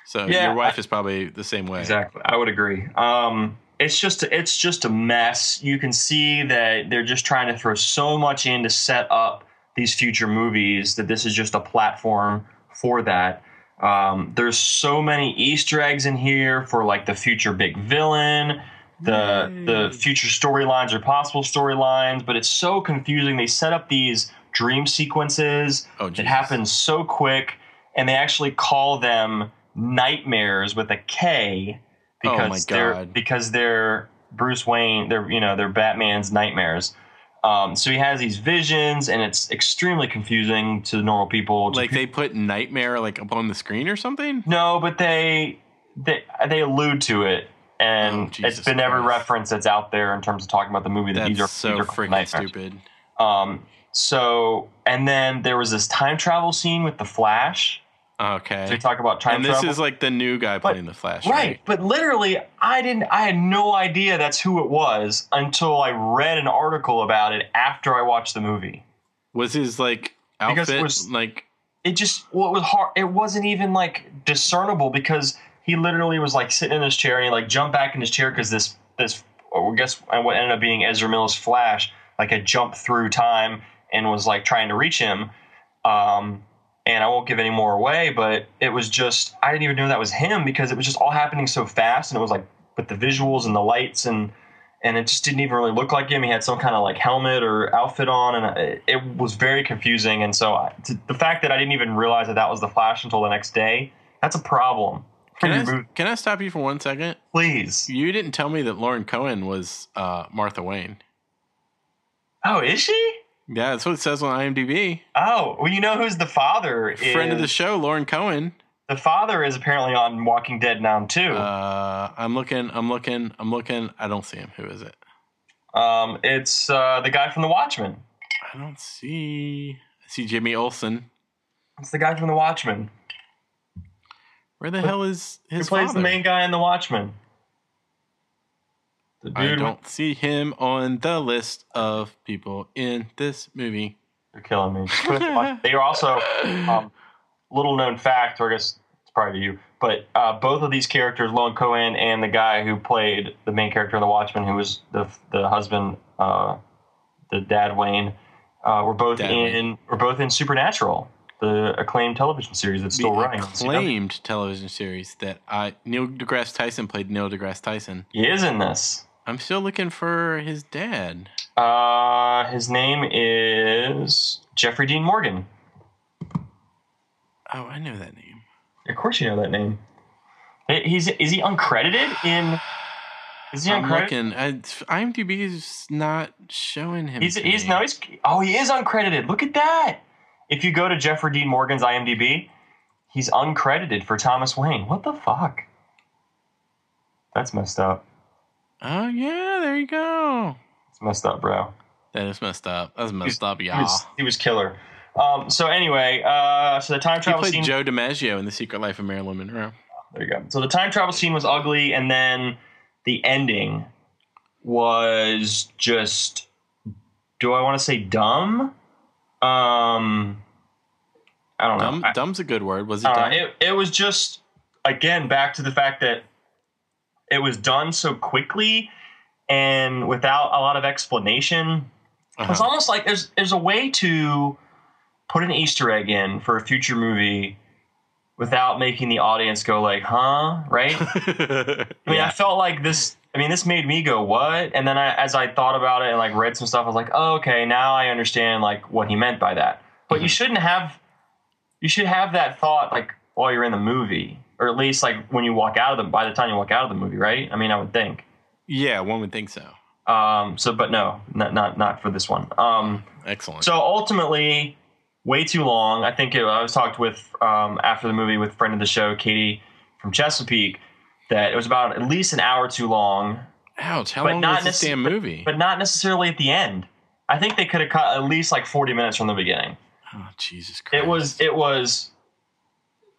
[SPEAKER 1] So
[SPEAKER 2] Yeah,
[SPEAKER 1] your wife is probably the same way.
[SPEAKER 2] exactly. I would agree. Um, it's just it's just a mess. You can see that they're just trying to throw so much in to set up these future movies that this is just a platform for that. Um, there's so many Easter eggs in here for like the future big villain, the the future storylines or possible storylines, but it's so confusing. They set up these dream sequences
[SPEAKER 1] Oh,
[SPEAKER 2] that
[SPEAKER 1] Jesus.
[SPEAKER 2] happen so quick, and they actually call them nightmares with a K
[SPEAKER 1] Oh, my
[SPEAKER 2] because they're
[SPEAKER 1] God.
[SPEAKER 2] because they're Bruce Wayne, they're you know they're Batman's nightmares. Um, so he has these visions, and it's extremely confusing to normal people. to
[SPEAKER 1] Like they put nightmare like up on the screen or something.
[SPEAKER 2] no, but they they they allude to it,
[SPEAKER 1] Oh,
[SPEAKER 2] and it's
[SPEAKER 1] Jesus
[SPEAKER 2] been every
[SPEAKER 1] Christ.
[SPEAKER 2] reference that's out there in terms of talking about the movie. That
[SPEAKER 1] That's
[SPEAKER 2] these are
[SPEAKER 1] so
[SPEAKER 2] these are called
[SPEAKER 1] freaking
[SPEAKER 2] nightmares.
[SPEAKER 1] stupid.
[SPEAKER 2] Um, so and then there was this time travel scene with the Flash. So we
[SPEAKER 1] Okay.
[SPEAKER 2] talk about time
[SPEAKER 1] And this
[SPEAKER 2] travel,
[SPEAKER 1] is like the new guy playing the Flash,
[SPEAKER 2] right,
[SPEAKER 1] right?
[SPEAKER 2] But literally, I didn't. I had no idea that's who it was until I read an article about it after I watched the movie.
[SPEAKER 1] Was his like
[SPEAKER 2] Because it
[SPEAKER 1] outfit
[SPEAKER 2] was-
[SPEAKER 1] like
[SPEAKER 2] it just well, it was hard. It wasn't even like discernible because he literally was like sitting in his chair and he like jumped back in his chair because this this I guess what ended up being Ezra Miller's Flash like had jumped through time and was like trying to reach him. Um, and I won't give any more away, but it was just I didn't even know that was him because it was just all happening so fast and it was like with the visuals and the lights and and it just didn't even really look like him. He had some kind of like helmet or outfit on, and uh, it, it was very confusing. And so I, t- the fact that I didn't even realize that that was the Flash until the next day, that's a problem.
[SPEAKER 1] Can
[SPEAKER 2] Your
[SPEAKER 1] I,
[SPEAKER 2] movie-
[SPEAKER 1] can I stop you for one second?
[SPEAKER 2] Please.
[SPEAKER 1] You didn't tell me that Lauren Cohen was uh, Martha Wayne.
[SPEAKER 2] Oh, is she?
[SPEAKER 1] Yeah, that's what it says on IMDb.
[SPEAKER 2] Oh, well, you know who's the father? Is,
[SPEAKER 1] Friend of the show, Lauren Cohen.
[SPEAKER 2] the father is apparently on Walking Dead now too.
[SPEAKER 1] Uh, I'm looking, I'm looking, I'm looking. I don't see him. Who is it?
[SPEAKER 2] um, it's uh, the guy from The Watchmen.
[SPEAKER 1] I don't see. I see Jimmy Olsen.
[SPEAKER 2] It's the guy from The Watchmen.
[SPEAKER 1] Where the hell is
[SPEAKER 2] Who
[SPEAKER 1] his
[SPEAKER 2] plays
[SPEAKER 1] father?
[SPEAKER 2] the main guy in The Watchmen? The dude
[SPEAKER 1] I
[SPEAKER 2] with-
[SPEAKER 1] don't see him on the list of people in this movie.
[SPEAKER 2] You're killing me. they are also um, little known fact, or I guess it's probably to you, but uh, both of these characters, Loan Cohen and the guy who played the main character in The Watchmen, who was the the husband, uh, the dad Wayne, uh, were both
[SPEAKER 1] Dad
[SPEAKER 2] in were both in Supernatural, the acclaimed television series that's still running. on CW.
[SPEAKER 1] acclaimed television series that I Neil deGrasse Tyson played Neil deGrasse Tyson.
[SPEAKER 2] He is in this.
[SPEAKER 1] I'm still looking for his dad.
[SPEAKER 2] Uh, his name is Jeffrey Dean Morgan.
[SPEAKER 1] Oh, I know that name.
[SPEAKER 2] Of course, you know that name. He- He's is he uncredited in? Is he
[SPEAKER 1] I'm
[SPEAKER 2] uncredited?
[SPEAKER 1] looking. I, IMDb is not showing him.
[SPEAKER 2] He's
[SPEAKER 1] to
[SPEAKER 2] he's
[SPEAKER 1] me.
[SPEAKER 2] no he's oh he is uncredited. Look at that. If you go to Jeffrey Dean Morgan's IMDb, he's uncredited for Thomas Wayne. What the fuck? That's messed up.
[SPEAKER 1] Oh yeah, there you go.
[SPEAKER 2] It's messed up, bro.
[SPEAKER 1] That is messed up. That's messed up,
[SPEAKER 2] He
[SPEAKER 1] y'all.
[SPEAKER 2] was, he was killer. Um, so anyway, uh, so the time
[SPEAKER 1] He
[SPEAKER 2] travel
[SPEAKER 1] played
[SPEAKER 2] scene.
[SPEAKER 1] Joe DiMaggio in The Secret Life of Marilyn Monroe.
[SPEAKER 2] there you go. So the time travel scene was ugly, and then the ending was just. Do I want to say dumb? Um, I don't know.
[SPEAKER 1] Dumb,
[SPEAKER 2] Oh, I-
[SPEAKER 1] dumb's a good word. Was it?
[SPEAKER 2] Uh,
[SPEAKER 1] dumb?
[SPEAKER 2] it, it was just again back to the fact that it was done so quickly and without a lot of explanation. It's
[SPEAKER 1] Uh-huh.
[SPEAKER 2] almost like there's there's a way to put an Easter egg in for a future movie without making the audience go like, huh, right?
[SPEAKER 1] Uh-huh.
[SPEAKER 2] I mean, I
[SPEAKER 1] yeah.
[SPEAKER 2] felt like this. I mean, this made me go what? And then I, as I thought about it and like read some stuff, I was like, oh, okay, now I understand like what he meant by that. But you shouldn't have you should have that thought like while you're in the movie, or at least like when you walk out of the. By the time you walk out of the movie, right? I mean, I would think.
[SPEAKER 1] Yeah, one would think so.
[SPEAKER 2] Um, so, but no, not not not for this one. Um,
[SPEAKER 1] Excellent.
[SPEAKER 2] so ultimately, way too long. I think it, I was talked with um, after the movie with friend of the show Katie from Chesapeake that it was about at least an hour too long,
[SPEAKER 1] Ouch! How
[SPEAKER 2] but
[SPEAKER 1] long
[SPEAKER 2] not
[SPEAKER 1] was this
[SPEAKER 2] necess-
[SPEAKER 1] damn movie?
[SPEAKER 2] but not necessarily at the end. I think they could have cut at least like forty minutes from the beginning.
[SPEAKER 1] oh, Jesus Christ!
[SPEAKER 2] It was it was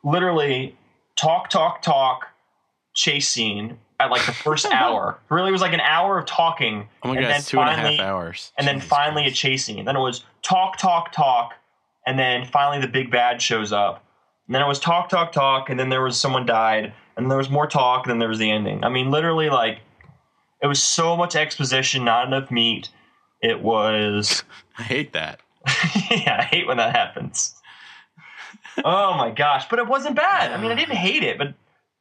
[SPEAKER 2] literally talk talk talk chase scene at like the first hour. Really, it was like an hour of talking.
[SPEAKER 1] Oh my
[SPEAKER 2] and
[SPEAKER 1] god!
[SPEAKER 2] then
[SPEAKER 1] It's two and a half
[SPEAKER 2] finally-
[SPEAKER 1] hours.
[SPEAKER 2] and then
[SPEAKER 1] Jesus
[SPEAKER 2] finally a
[SPEAKER 1] Christ.
[SPEAKER 2] chase scene. Then it was talk, talk, talk, and then finally the big bad shows up. And then it was talk, talk, talk, and then there was someone died, and there was more talk, and then there was the ending. I mean, literally, like it was so much exposition, not enough meat. It was.
[SPEAKER 1] I hate that.
[SPEAKER 2] yeah, I hate when that happens. oh my gosh! But it wasn't bad. I mean, I didn't hate it, but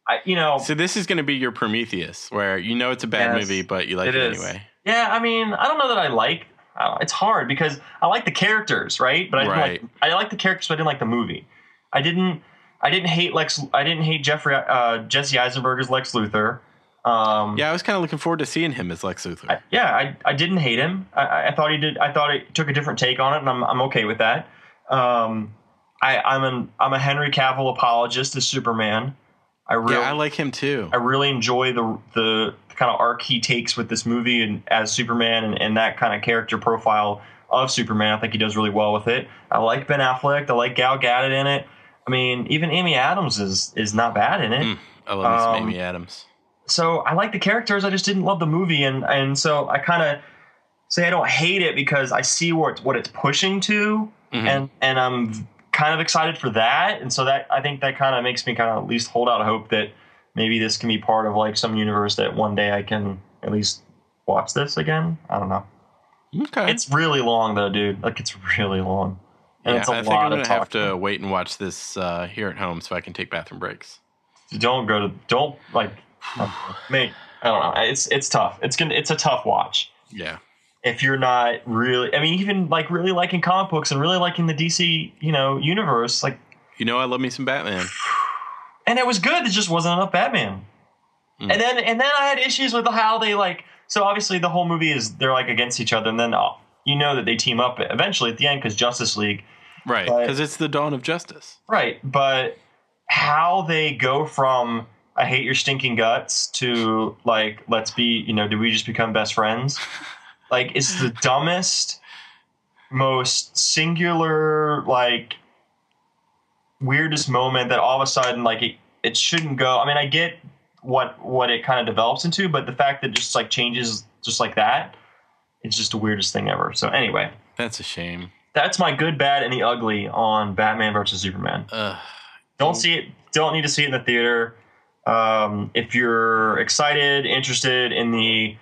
[SPEAKER 2] I, you know,
[SPEAKER 1] So this is going to be your Prometheus, where you know it's a bad
[SPEAKER 2] Oh. Yes,
[SPEAKER 1] movie, but you like
[SPEAKER 2] it
[SPEAKER 1] it,
[SPEAKER 2] is.
[SPEAKER 1] anyway.
[SPEAKER 2] Yeah, I mean, I don't know that I like. I don't know, it's hard because I like the characters, right? But I didn't
[SPEAKER 1] Right.
[SPEAKER 2] like I like the characters, but I didn't like the movie. I didn't. I didn't hate Lex. I didn't hate Jeffrey uh, Jesse Eisenberg as Lex Luthor. Um,
[SPEAKER 1] Yeah, I was kind of looking forward to seeing him as Lex Luthor.
[SPEAKER 2] I, yeah, I, I didn't hate him. I- I, I thought he did. I thought it took a different take on it, and I'm, I'm okay with that. Um, I, I'm an I'm a Henry Cavill apologist as Superman. I really
[SPEAKER 1] yeah, I like him too.
[SPEAKER 2] I really enjoy the the kind of arc he takes with this movie and as Superman and, and that kind of character profile of Superman. I think he does really well with it. I like Ben Affleck. I like Gal Gadot in it. I mean, even Amy Adams is is not bad in it.
[SPEAKER 1] Mm, I love
[SPEAKER 2] Um,
[SPEAKER 1] this Amy Adams.
[SPEAKER 2] So I like the characters. I just didn't love the movie, and and so I kind of say I don't hate it because I see what what it's pushing to,
[SPEAKER 1] Mhm.
[SPEAKER 2] and and I'm kind of excited for that. And so that I think that kind of makes me kind of at least hold out hope that maybe this can be part of like some universe that one day I can at least watch this again. I don't know.
[SPEAKER 1] Mm-hmm. Okay,
[SPEAKER 2] It's really long though, dude. Like it's really long, and
[SPEAKER 1] yeah,
[SPEAKER 2] it's a
[SPEAKER 1] I
[SPEAKER 2] lot
[SPEAKER 1] think I'm gonna
[SPEAKER 2] of
[SPEAKER 1] have
[SPEAKER 2] talk.
[SPEAKER 1] to wait and watch this uh, here at home so I can take bathroom breaks.
[SPEAKER 2] Don't go to don't like make. I don't know. It's it's tough. It's gonna it's a tough watch.
[SPEAKER 1] Yeah,
[SPEAKER 2] if you're not really i mean even like really liking comic books and really liking the dc you know universe like
[SPEAKER 1] you know I love me some Batman.
[SPEAKER 2] and it was good there just wasn't enough batman
[SPEAKER 1] Mm.
[SPEAKER 2] and then and then i had issues with how they like so obviously the whole movie is they're like against each other and then uh, you know that they team up eventually at the end because justice league
[SPEAKER 1] Right,
[SPEAKER 2] But-
[SPEAKER 1] because it's the dawn of justice.
[SPEAKER 2] right but how they go from i hate your stinking guts to like let's be you know do we just become best friends like it's the dumbest most singular like weirdest moment that all of a sudden like it, it shouldn't go i mean i get what what it kind of develops into but the fact that it just like changes just like that it's just the weirdest thing ever so anyway
[SPEAKER 1] That's a shame.
[SPEAKER 2] that's my good bad and the ugly on batman versus superman
[SPEAKER 1] Ugh.
[SPEAKER 2] don't see it don't need to see it in the theater um, if you're excited interested in the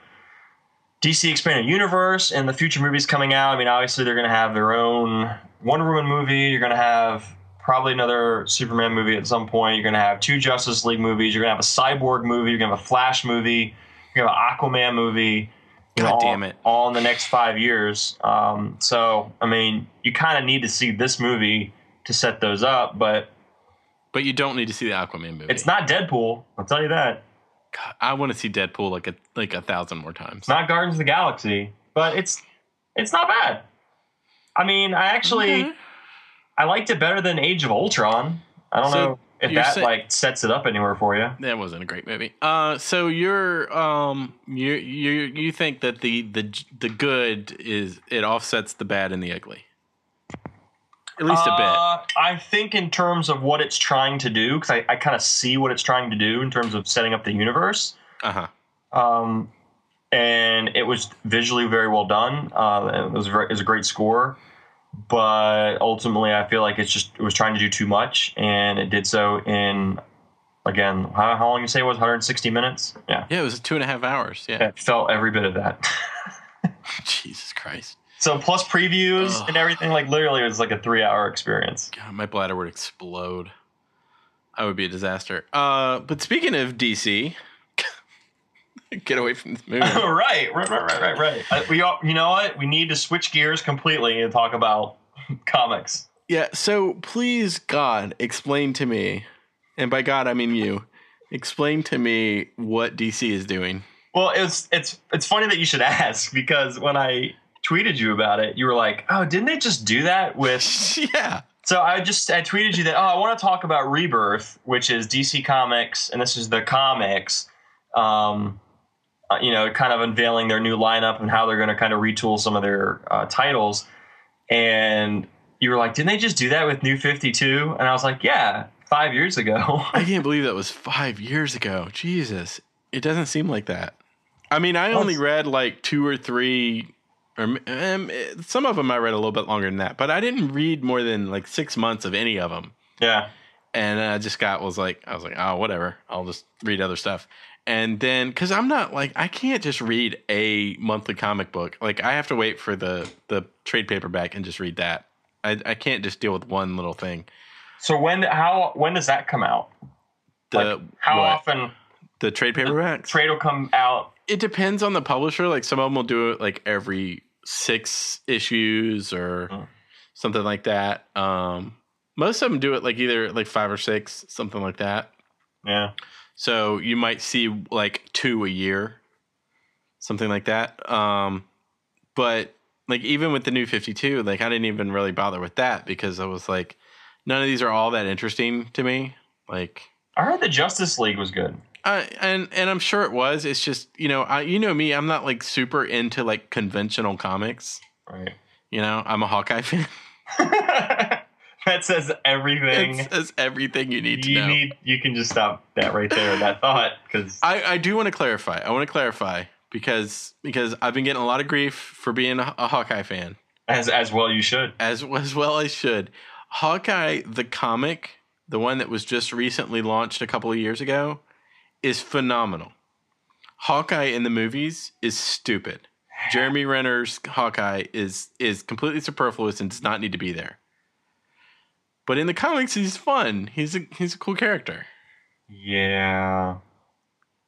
[SPEAKER 2] dc expanded universe and the future movies coming out i mean obviously they're going to have their own wonder woman movie you're going to have probably another superman movie at some point you're going to have two justice league movies you're going to have a cyborg movie you're going to have a flash movie you're going to have an aquaman movie you know,
[SPEAKER 1] God
[SPEAKER 2] all-
[SPEAKER 1] damn it.
[SPEAKER 2] all in the next five years um, so i mean you kind of need to see this movie to set those up but
[SPEAKER 1] But you don't need to see the Aquaman movie.
[SPEAKER 2] it's not Deadpool. I'll tell you that.
[SPEAKER 1] God, I want to see Deadpool like a like a thousand more times.
[SPEAKER 2] It's not Guardians of the Galaxy, but it's it's not bad. I mean, I actually
[SPEAKER 1] Okay.
[SPEAKER 2] I liked it better than Age of Ultron. I don't
[SPEAKER 1] So
[SPEAKER 2] know if
[SPEAKER 1] you're
[SPEAKER 2] that
[SPEAKER 1] sa-
[SPEAKER 2] like sets it up anywhere for you.
[SPEAKER 1] That wasn't a great movie. Uh, so you're um you you you think that the the the good is it offsets the bad and the ugly, at least a
[SPEAKER 2] Uh, I think in terms of what it's trying to do, because I, I kind of see what it's trying to do in terms of setting up the universe.
[SPEAKER 1] bit. Uh huh.
[SPEAKER 2] Um, and it was visually very well done. Uh, it was very, it was a great score, but ultimately, I feel like it's just it was trying to do too much, and it did so in again how, how long you say it was 160 minutes. Yeah,
[SPEAKER 1] Yeah, it was two and a half hours. Yeah.
[SPEAKER 2] it felt every bit of that.
[SPEAKER 1] Jesus Christ.
[SPEAKER 2] so plus previews
[SPEAKER 1] Ugh.
[SPEAKER 2] and everything, like literally, it was like a three hour experience.
[SPEAKER 1] God, my bladder would explode. I would be a disaster. Uh, but speaking of DC, get away from this movie.
[SPEAKER 2] right, right, right, right, right, right. Uh, we all, you know what? We need to switch gears completely and talk about comics.
[SPEAKER 1] Yeah, so please, God, explain to me, and by God, I mean you, explain to me what DC is doing.
[SPEAKER 2] Well, it's it's it's funny that you should ask because when I tweeted you about it, you were like, "Oh, didn't they just do that with?"
[SPEAKER 1] yeah.
[SPEAKER 2] So I just I tweeted you that, "Oh, I want to talk about Rebirth, which is DC Comics, and this is the comics." Um, uh, you know, kind of unveiling their new lineup and how they're going to kind of retool some of their uh, titles. And you were like, "Didn't they just do that with New Fifty Two? And I was like, "Yeah, five years ago."
[SPEAKER 1] I can't believe that was five years ago. Jesus. It doesn't seem like that. I mean, I only read like two or three, or um, eh, some of them I read a little bit longer than that, but I didn't read more than like six months of any of them.
[SPEAKER 2] yeah.
[SPEAKER 1] and I just got was like I was like oh whatever I'll just read other stuff and then because I'm not like I can't just read a monthly comic book like I have to wait for the the trade paperback and just read that I, I can't just deal with one little thing
[SPEAKER 2] So when how when does that come out?
[SPEAKER 1] the
[SPEAKER 2] Like, how
[SPEAKER 1] what?
[SPEAKER 2] often
[SPEAKER 1] the trade paperbacks
[SPEAKER 2] trade will come out?
[SPEAKER 1] Uh, it depends on the publisher like some of them will do it like every six issues or
[SPEAKER 2] Mm.
[SPEAKER 1] something like that um most of them do it like either like five or six something like that
[SPEAKER 2] Yeah.
[SPEAKER 1] So you might see like two a year, something like that. Um, but like even with the new 52, like I didn't even really bother with that because I was like, none of these are all that interesting to me. Like,
[SPEAKER 2] I heard the Justice League was good.
[SPEAKER 1] I and and I'm sure it was. It's just you know I you know me. I'm not like super into like conventional comics.
[SPEAKER 2] Right.
[SPEAKER 1] You know, I'm a Hawkeye fan.
[SPEAKER 2] that says everything
[SPEAKER 1] It's, it's everything you need to
[SPEAKER 2] you
[SPEAKER 1] know.
[SPEAKER 2] need. You can just stop that right there. That thought because
[SPEAKER 1] I, I do want to clarify. I want to clarify because because I've been getting a lot of grief for being a, a Hawkeye fan,
[SPEAKER 2] as as well you should.
[SPEAKER 1] as as well I should. Hawkeye the comic, the one that was just recently launched a couple of years ago, is phenomenal. Hawkeye in the movies is stupid. Jeremy Renner's Hawkeye is is completely superfluous and does not need to be there. But in the comics, he's fun. He's a he's a cool character.
[SPEAKER 2] Yeah.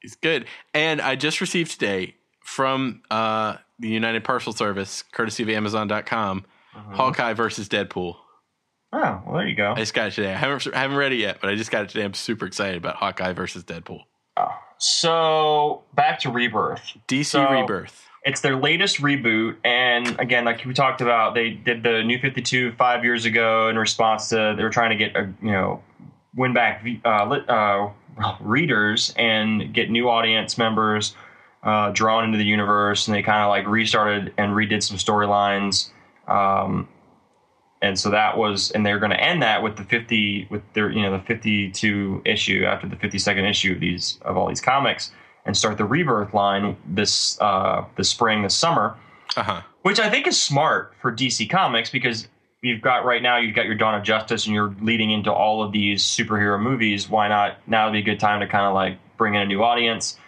[SPEAKER 1] He's good. And I just received today from uh, the United Parcel Service, courtesy of Amazon.com,
[SPEAKER 2] Mhm.
[SPEAKER 1] Hawkeye versus Deadpool.
[SPEAKER 2] Oh well, there you go.
[SPEAKER 1] I just got it today. I haven't, I haven't read it yet, but I just got it today. I'm super excited about Hawkeye versus Deadpool.
[SPEAKER 2] Oh. So back to Rebirth.
[SPEAKER 1] DC
[SPEAKER 2] So-
[SPEAKER 1] Rebirth.
[SPEAKER 2] It's their latest reboot, and again, like we talked about, they did the New Fifty Two five years ago in response to they were trying to get a you know win back uh, lit, uh, readers and get new audience members uh, drawn into the universe, and they kind of like restarted and redid some storylines, um, and so that was, and they're going to end that with the fifty with their you know the fifty two issue after the fifty second issue of these of all these comics and start the rebirth line this uh, this spring, this summer,
[SPEAKER 1] Uh huh.
[SPEAKER 2] which I think is smart for DC Comics because you've got right now you've got your Dawn of Justice and you're leading into all of these superhero movies. Why not now would be a good time to kind of like bring in a new audience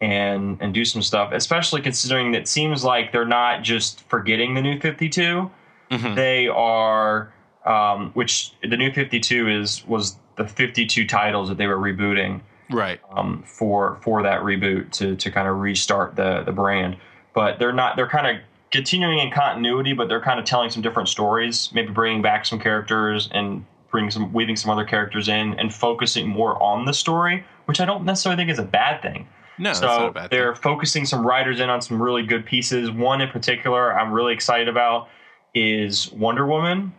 [SPEAKER 2] and and do some stuff, especially considering that it seems like they're not just forgetting the New Fifty Two
[SPEAKER 1] hmm
[SPEAKER 2] they are um, which the new 52 is was the 52 titles that they were rebooting
[SPEAKER 1] Right.
[SPEAKER 2] um, for for that reboot to to kind of restart the the brand but they're not they're kind of continuing in continuity but they're kind of telling some different stories maybe bringing back some characters and bringing some weaving some other characters in and focusing more on the story which i don't necessarily think is a bad thing
[SPEAKER 1] No, that's not a
[SPEAKER 2] so
[SPEAKER 1] bad thing.
[SPEAKER 2] they're focusing some writers in on some really good pieces. One in particular I'm really excited about is Wonder Woman.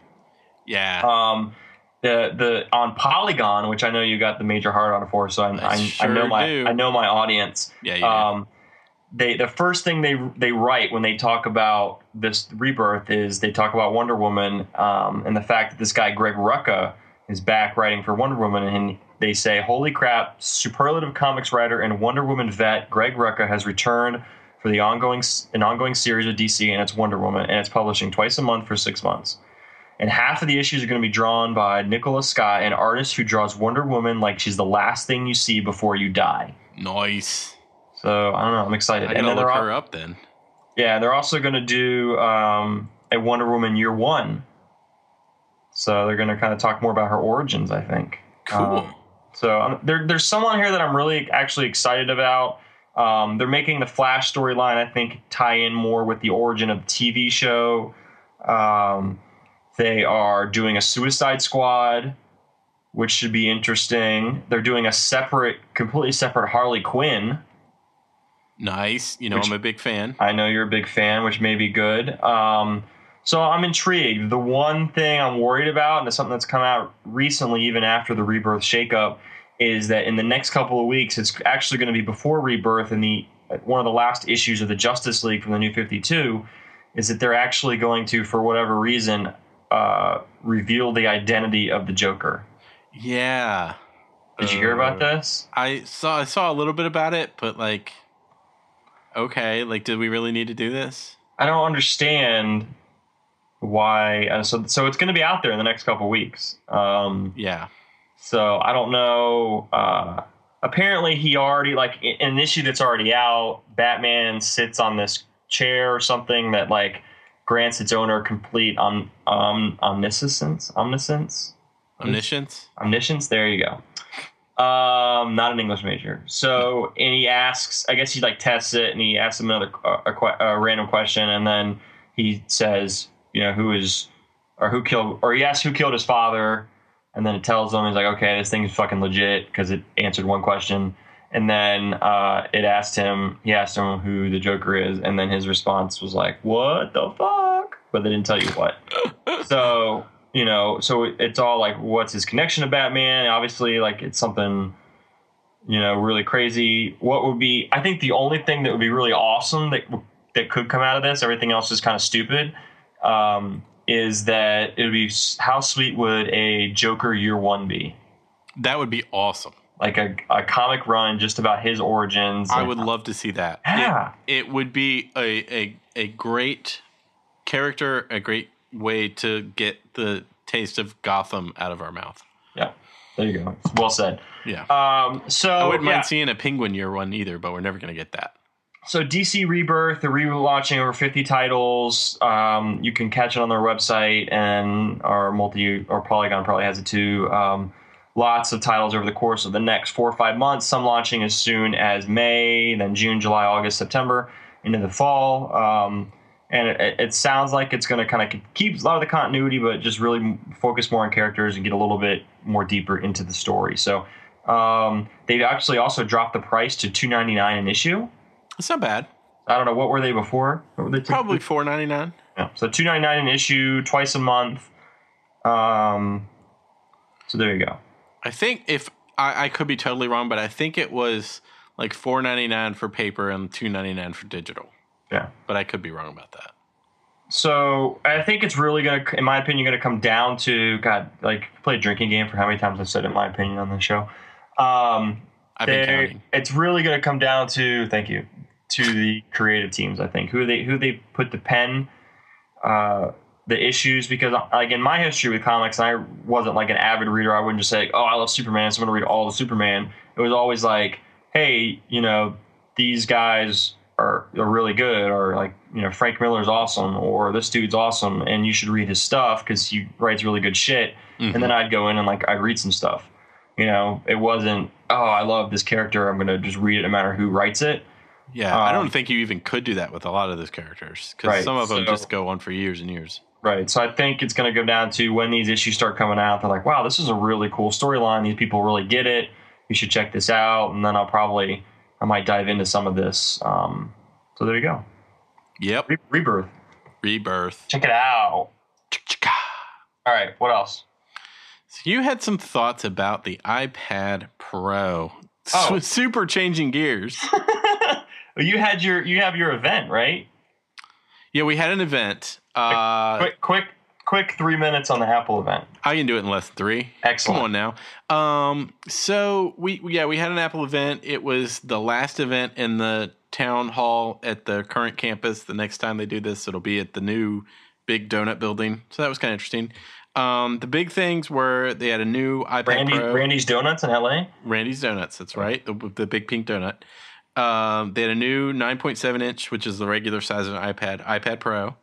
[SPEAKER 1] Yeah.
[SPEAKER 2] Um, the the on Polygon, which I know you got the major hard on for, so I'm,
[SPEAKER 1] I
[SPEAKER 2] I, I
[SPEAKER 1] sure
[SPEAKER 2] know my
[SPEAKER 1] do.
[SPEAKER 2] I know my audience.
[SPEAKER 1] yeah. You do.
[SPEAKER 2] Um, they the first thing they they write when they talk about this rebirth is they talk about Wonder Woman um, and the fact that this guy Greg Rucka is back writing for Wonder Woman and they say, "Holy crap! Superlative comics writer and Wonder Woman vet Greg Rucka has returned." For the ongoing s- an ongoing series with DC and it's Wonder Woman and it's publishing twice a month for six months, and half of the issues are going to be drawn by Nicola Scott, an artist who draws Wonder Woman like she's the last thing you see before you die.
[SPEAKER 1] nice.
[SPEAKER 2] So I don't know. I'm excited.
[SPEAKER 1] I
[SPEAKER 2] and
[SPEAKER 1] gotta
[SPEAKER 2] then
[SPEAKER 1] look
[SPEAKER 2] they're al-
[SPEAKER 1] her up then.
[SPEAKER 2] yeah, they're also going to do um, a Wonder Woman Year One. So they're going to kind of talk more about her origins, I think.
[SPEAKER 1] Cool.
[SPEAKER 2] Um, so um, there, there's someone here that I'm really actually excited about. Um, they're making the Flash storyline, I think, tie in more with the origin of the TV show. Um, They are doing a Suicide Squad, which should be interesting. They're doing a separate, completely separate Harley Quinn.
[SPEAKER 1] Nice. You know,
[SPEAKER 2] Which-
[SPEAKER 1] I'm a big fan.
[SPEAKER 2] I know you're a big fan, which may be good. Um, so I'm intrigued. The one thing I'm worried about, and it's something that's come out recently, even after the Rebirth shakeup, is that in the next couple of weeks, it's actually going to be before Rebirth, and the one of the last issues of the Justice League from the New 52 is that they're actually going to, for whatever reason, uh, reveal the identity of the Joker.
[SPEAKER 1] Yeah.
[SPEAKER 2] Did you hear about
[SPEAKER 1] Uh,
[SPEAKER 2] this?
[SPEAKER 1] I saw I saw a little bit about it, but like okay, like did we really need to do this?
[SPEAKER 2] I don't understand why. Uh, so, so it's going to be out there in the next couple of weeks. Um,
[SPEAKER 1] Yeah.
[SPEAKER 2] So I don't know. Uh, apparently, he already like in in an issue that's already out. Batman sits on this chair or something that like grants its owner complete om, om, omniscience, omniscience,
[SPEAKER 1] Omniscience?
[SPEAKER 2] omniscience. There you go. Um, not an English major. So, and he asks. I guess he like tests it, and he asks him another uh, a, a, que- a random question, and then he says, you know, who is or who killed or he asks who killed his father, and then it tells him he's like, okay, this thing's fucking legit because it answered one question, and then uh, it asked him. He asked him who the Joker is, and then his response was like, what the fuck? But they didn't tell you what. so you know, so it- it's all like, what's his connection to Batman? Obviously, like it's something. You know, really crazy. What would be? I think the only thing that would be really awesome that that could come out of this. Everything else is kind of stupid um, is that it would be s- how sweet would a Joker year one be?
[SPEAKER 1] That would be awesome.
[SPEAKER 2] Like a, a comic run just about his origins.
[SPEAKER 1] I would love to see that.
[SPEAKER 2] Yeah.
[SPEAKER 1] It, it would be a, a a great character, a great way to get the taste of Gotham out of our mouth.
[SPEAKER 2] Yeah. There you go. Well said.
[SPEAKER 1] Yeah.
[SPEAKER 2] Um, so
[SPEAKER 1] I wouldn't
[SPEAKER 2] yeah.
[SPEAKER 1] mind seeing a penguin year one either, but we're never gonna get that.
[SPEAKER 2] so DC Rebirth, they're relaunching over 50 titles. Um, you can catch it on their website, and our multi or Polygon probably has it too. Um, lots of titles over the course of the next four or five months. Some launching as soon as May, then June, July, August, September, into the fall. Um, and it, it sounds like it's going to kind of keep a lot of the continuity, but just really m- focus more on characters and get a little bit more deeper into the story. So um, they've actually also dropped the price to 2.99 an issue.
[SPEAKER 1] It's not bad.
[SPEAKER 2] I don't know what were they before. What were they
[SPEAKER 1] Probably four ninety nine.
[SPEAKER 2] Yeah. So two ninety nine an issue, twice a month. Um, so there you go.
[SPEAKER 1] I think if I, I could be totally wrong, but I think it was like four ninety nine for paper and two ninety nine for digital.
[SPEAKER 2] Yeah.
[SPEAKER 1] But I could be wrong about that.
[SPEAKER 2] So I think it's really gonna, in my opinion, gonna come down to God, like play a drinking game for how many times I've said it, in my opinion, on the show. Um,
[SPEAKER 1] I've been
[SPEAKER 2] they-
[SPEAKER 1] counting.
[SPEAKER 2] It's really gonna come down to thank you to the creative teams. I think who they who they put the pen, uh, the issues because like in my history with comics, I wasn't like an avid reader. I wouldn't just say, oh, I love Superman, so I'm gonna read all the Superman. It was always like, hey, you know, these guys are, are really good, or like, you know, Frank Miller's awesome, or this dude's awesome, and you should read his stuff because he writes really good shit.
[SPEAKER 1] Mm-hmm.
[SPEAKER 2] And then I'd go in and like I'd read some stuff. You know, it wasn't, oh, I love this character, I'm gonna just read it no matter who writes it.
[SPEAKER 1] Yeah, I
[SPEAKER 2] um,
[SPEAKER 1] don't think you even could do that with a lot of those characters because
[SPEAKER 2] Right,
[SPEAKER 1] some of them
[SPEAKER 2] so-
[SPEAKER 1] just go on for years and years.
[SPEAKER 2] Right. So I think it's going to go down to when these issues start coming out. They're like, wow, this is a really cool storyline. These people really get it. You should check this out. And then I'll probably, I might dive into some of this. Um, so there you go.
[SPEAKER 1] Yep,
[SPEAKER 2] Re- Rebirth.
[SPEAKER 1] rebirth.
[SPEAKER 2] Check it out. All right. What else?
[SPEAKER 1] So you had some thoughts about the iPad Pro.
[SPEAKER 2] Oh.
[SPEAKER 1] So super changing gears.
[SPEAKER 2] you had your, you have your event, right?
[SPEAKER 1] yeah, we had an event. Uh,
[SPEAKER 2] quick, quick, quick three minutes on the Apple event.
[SPEAKER 1] I can do it in less than three. Come
[SPEAKER 2] Excellent.
[SPEAKER 1] on now. Um, so we yeah we had an Apple event. It was the last event in the town hall at the current campus. The next time they do this, it'll be at the new big donut building. So that was kind of interesting. Um, the big things were they had a new iPad
[SPEAKER 2] Randy,
[SPEAKER 1] Pro,
[SPEAKER 2] Randy's Donuts in LA.
[SPEAKER 1] Randy's Donuts. That's right, the, the big pink donut. Um, they had a new 9.7 inch, which is the regular size of an iPad, iPad Pro,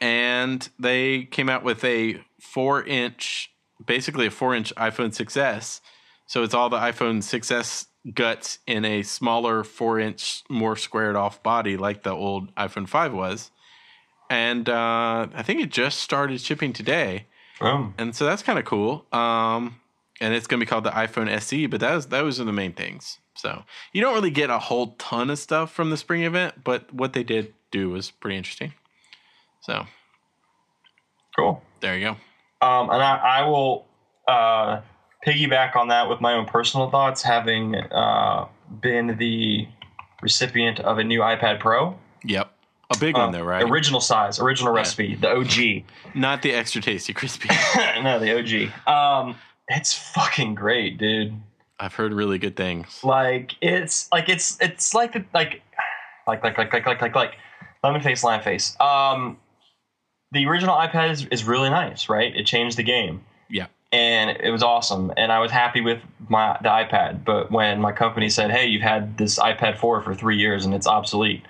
[SPEAKER 1] and they came out with a four inch, basically a four inch iPhone 6s. So it's all the iPhone 6s guts in a smaller four inch, more squared off body, like the old iPhone 5 was. and uh, I think it just started shipping today,
[SPEAKER 2] Boom.
[SPEAKER 1] and so that's kind of cool. Um, and it's going to be called the iPhone SE, but that was those are the main things. So you don't really get a whole ton of stuff from the spring event, but what they did do was pretty interesting. So
[SPEAKER 2] Cool.
[SPEAKER 1] there you go.
[SPEAKER 2] Um, and I, I will uh, piggyback on that with my own personal thoughts, having uh, been the recipient of a new iPad Pro. Um,
[SPEAKER 1] Yep, a big
[SPEAKER 2] Uh,
[SPEAKER 1] one though, right?
[SPEAKER 2] Original size, original recipe, the OG.
[SPEAKER 1] Not the extra tasty crispy.
[SPEAKER 2] no, the OG. Um, it's fucking great, dude.
[SPEAKER 1] I've heard really good things.
[SPEAKER 2] Like it's like it's it's like the like like like like like like like like lemon face lime face. Um, the original iPad is, is really nice, right? It changed the game.
[SPEAKER 1] Yeah.
[SPEAKER 2] and it was awesome and i was happy with my the ipad but when my company said hey you've had this ipad 4 for three years and it's obsolete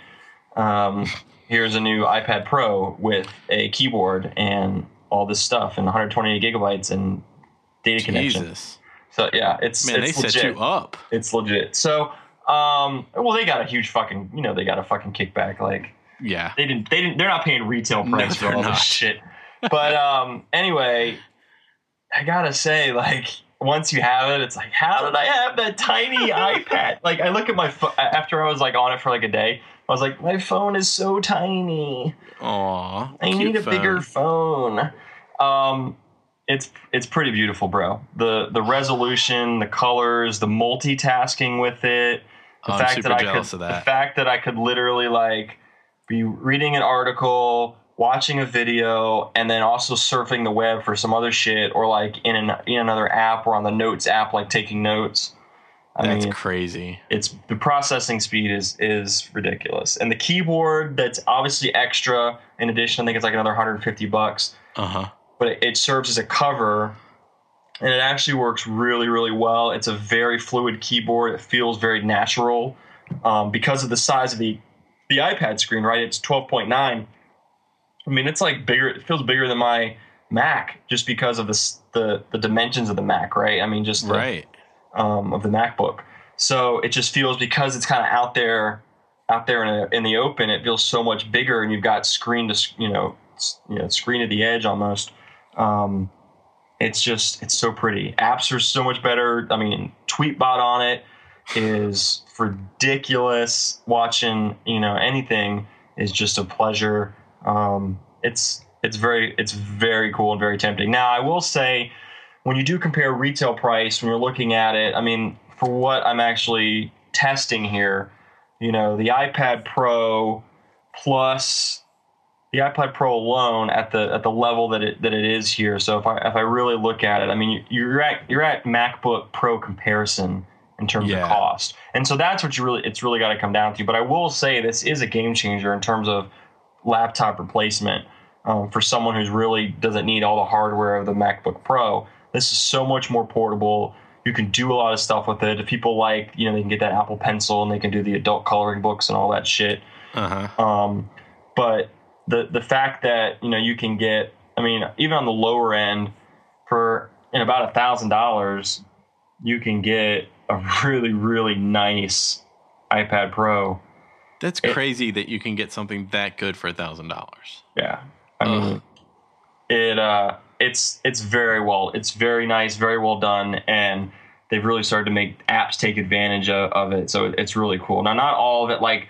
[SPEAKER 2] um, here's a new ipad pro with a keyboard and all this stuff and 128 gigabytes and data connection
[SPEAKER 1] Jesus,
[SPEAKER 2] so yeah it's
[SPEAKER 1] man,
[SPEAKER 2] it's
[SPEAKER 1] they
[SPEAKER 2] legit
[SPEAKER 1] set you up.
[SPEAKER 2] it's legit so um, well they got a huge fucking you know they got a fucking kickback like
[SPEAKER 1] Yeah,
[SPEAKER 2] they didn't they didn't they're not paying retail
[SPEAKER 1] No,
[SPEAKER 2] price for
[SPEAKER 1] they're
[SPEAKER 2] all
[SPEAKER 1] not.
[SPEAKER 2] this shit but um anyway i gotta say like once you have it it's like how did i have that tiny ipad like i look at my phone after i was like on it for like a day i was like my phone is so tiny
[SPEAKER 1] Aw,
[SPEAKER 2] i
[SPEAKER 1] cute
[SPEAKER 2] need a
[SPEAKER 1] phone.
[SPEAKER 2] bigger phone um it's it's pretty beautiful bro the the resolution the colors the multitasking with it the
[SPEAKER 1] Oh, I'm
[SPEAKER 2] fact
[SPEAKER 1] super
[SPEAKER 2] that I
[SPEAKER 1] jealous
[SPEAKER 2] could,
[SPEAKER 1] of that.
[SPEAKER 2] The fact that I could literally like be reading an article, watching a video, and then also surfing the web for some other shit, or like in an in another app or on the Notes app, like taking notes. I
[SPEAKER 1] That's
[SPEAKER 2] mean,
[SPEAKER 1] crazy.
[SPEAKER 2] it's the processing speed is is ridiculous, and the keyboard that's obviously extra. In addition, I think it's like another 150 bucks
[SPEAKER 1] Uh huh.
[SPEAKER 2] but it, it serves as a cover and it actually works really really well it's a very fluid keyboard it feels very natural um, because of the size of the the ipad screen right it's 12.9 i mean it's like bigger it feels bigger than my mac just because of the s- the, the dimensions of the mac right i mean just the,
[SPEAKER 1] Right.
[SPEAKER 2] um, of the macbook so it just feels because it's kind of out there out there in, a, in the open it feels so much bigger and you've got screen to s- you know s- you know screen to the edge almost um, it's just it's so pretty apps are so much better i mean tweetbot on it is ridiculous watching you know anything is just a pleasure um, it's it's very it's very cool and very tempting now i will say when you do compare retail price when you're looking at it i mean for what i'm actually testing here you know the ipad pro plus the ipad pro alone at the at the level that it that it is here so if i if i really look at it i mean you, you're at you're at macbook pro comparison in terms
[SPEAKER 1] Yeah.
[SPEAKER 2] of cost and so that's what you really it's really got to come down to but i will say this is a game changer in terms of laptop replacement um, for someone who's really doesn't need all the hardware of the MacBook Pro. This is so much more portable. You can do a lot of stuff with it. If people like, you know, they can get that Apple Pencil and they can do the adult coloring books and all that shit.
[SPEAKER 1] Uh huh.
[SPEAKER 2] Um, but the the fact that you know you can get, I mean, even on the lower end, for in about a thousand dollars, you can get a really really nice iPad Pro.
[SPEAKER 1] That's crazy that you can get something that good for a thousand dollars.
[SPEAKER 2] Yeah. I mean
[SPEAKER 1] Ugh.
[SPEAKER 2] it uh it's it's very well it's very nice, very well done and they've really started to make apps take advantage of, of it. So it's really cool. Now not all of it like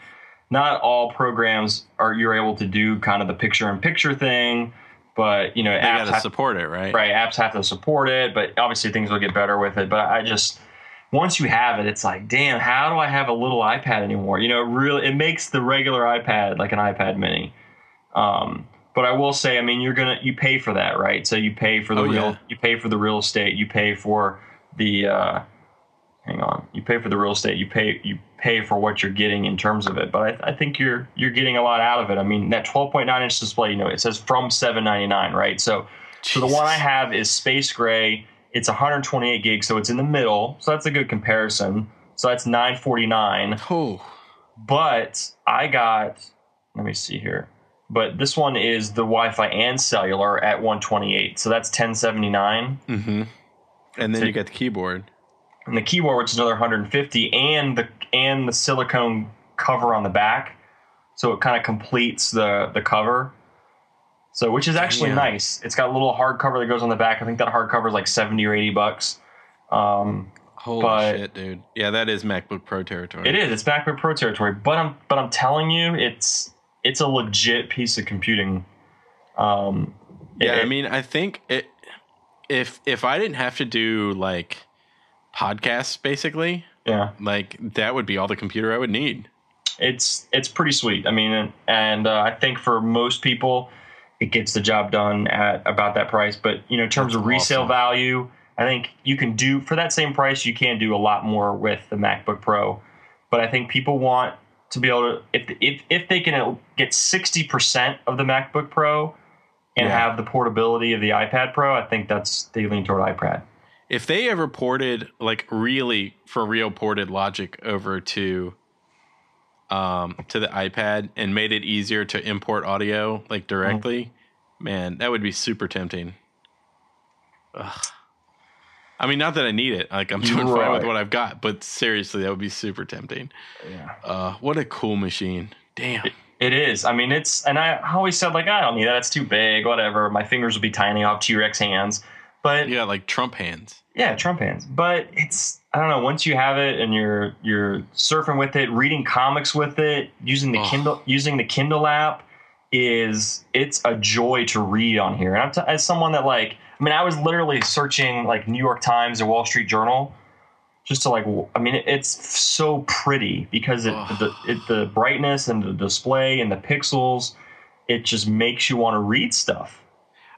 [SPEAKER 2] not all programs are you're able to do kind of the picture in picture thing, but you know
[SPEAKER 1] They
[SPEAKER 2] apps
[SPEAKER 1] got to
[SPEAKER 2] have,
[SPEAKER 1] support it, right?
[SPEAKER 2] right apps have to support it, but obviously things will get better with it, but I just once you have it, it's like, damn, how do I have a little iPad anymore? You know, it really, it makes the regular iPad like an iPad Mini. Um, but I will say, I mean, you're gonna you pay for that, right? So you pay for the
[SPEAKER 1] Oh,
[SPEAKER 2] real,
[SPEAKER 1] yeah.
[SPEAKER 2] you pay for the real estate, you pay for the, uh, hang on, you pay for the real estate, you pay you pay for what you're getting in terms of it. But I, I think you're you're getting a lot out of it. I mean, that 12.9 inch display, you know, it says from 7.99, right? So so the one I
[SPEAKER 1] Jesus.
[SPEAKER 2] have is space gray. It's 128 gigs, so it's in the middle. So that's a good comparison. So that's 949
[SPEAKER 1] Oh,
[SPEAKER 2] but I got let me see here. But this one is the Wi-Fi and cellular at 128, so that's 1079,
[SPEAKER 1] mm-hmm. And then you got the keyboard.
[SPEAKER 2] and the keyboard, which is another 150, and the and the silicone cover on the back, so it kind of completes the the cover. So, which is actually
[SPEAKER 1] Yeah.
[SPEAKER 2] nice. It's got a little hardcover that goes on the back. I think that hardcover is like seventy or eighty bucks. Um,
[SPEAKER 1] Holy
[SPEAKER 2] But-
[SPEAKER 1] shit, dude! Yeah, that is MacBook Pro territory.
[SPEAKER 2] it is. It's MacBook Pro territory, but I'm but I'm telling you, it's it's a legit piece of computing. Um,
[SPEAKER 1] Yeah,
[SPEAKER 2] it-
[SPEAKER 1] I mean, I think it. If if I didn't have to do like podcasts, basically,
[SPEAKER 2] yeah.
[SPEAKER 1] like that would be all the computer I would need.
[SPEAKER 2] it's it's pretty sweet. I mean, and uh, I think for most people, it gets the job done at about that price. But you know, in terms of resale
[SPEAKER 1] awesome.
[SPEAKER 2] value, I think you can do for that same price. You can do a lot more with the MacBook Pro. But I think people want to be able to if if if they can get sixty percent of the MacBook Pro and
[SPEAKER 1] Yeah.
[SPEAKER 2] have the portability of the iPad Pro, I think that's they lean toward iPad.
[SPEAKER 1] If they ever ported, like, really for real ported Logic over to, um, to the iPad and made it easier to import audio like directly, man, that would be super tempting. Ugh. I mean, not that I need it. Like, I'm doing fine with
[SPEAKER 2] Right.
[SPEAKER 1] what I've got, but seriously, that would be super tempting.
[SPEAKER 2] Yeah.
[SPEAKER 1] Uh, what a cool machine! Damn.
[SPEAKER 2] It is. I mean, it's, and I always said, like, I don't need that. It's too big, whatever. My fingers will be tiny. I'll have T Rex hands. But yeah.
[SPEAKER 1] Yeah, like Trump hands.
[SPEAKER 2] Trump hands. But it's, I don't know, once you have it and you're, you're surfing with it, reading comics with it, using the
[SPEAKER 1] Oh.
[SPEAKER 2] Kindle, using the Kindle app is, it's a joy to read on here. And I'm t- as someone that, like, I mean, I was literally searching, like, New York Times or Wall Street Journal just to, like, w- I mean, it's so pretty because it,
[SPEAKER 1] Oh.
[SPEAKER 2] the, it, the brightness and the display and the pixels it just makes you want to read stuff.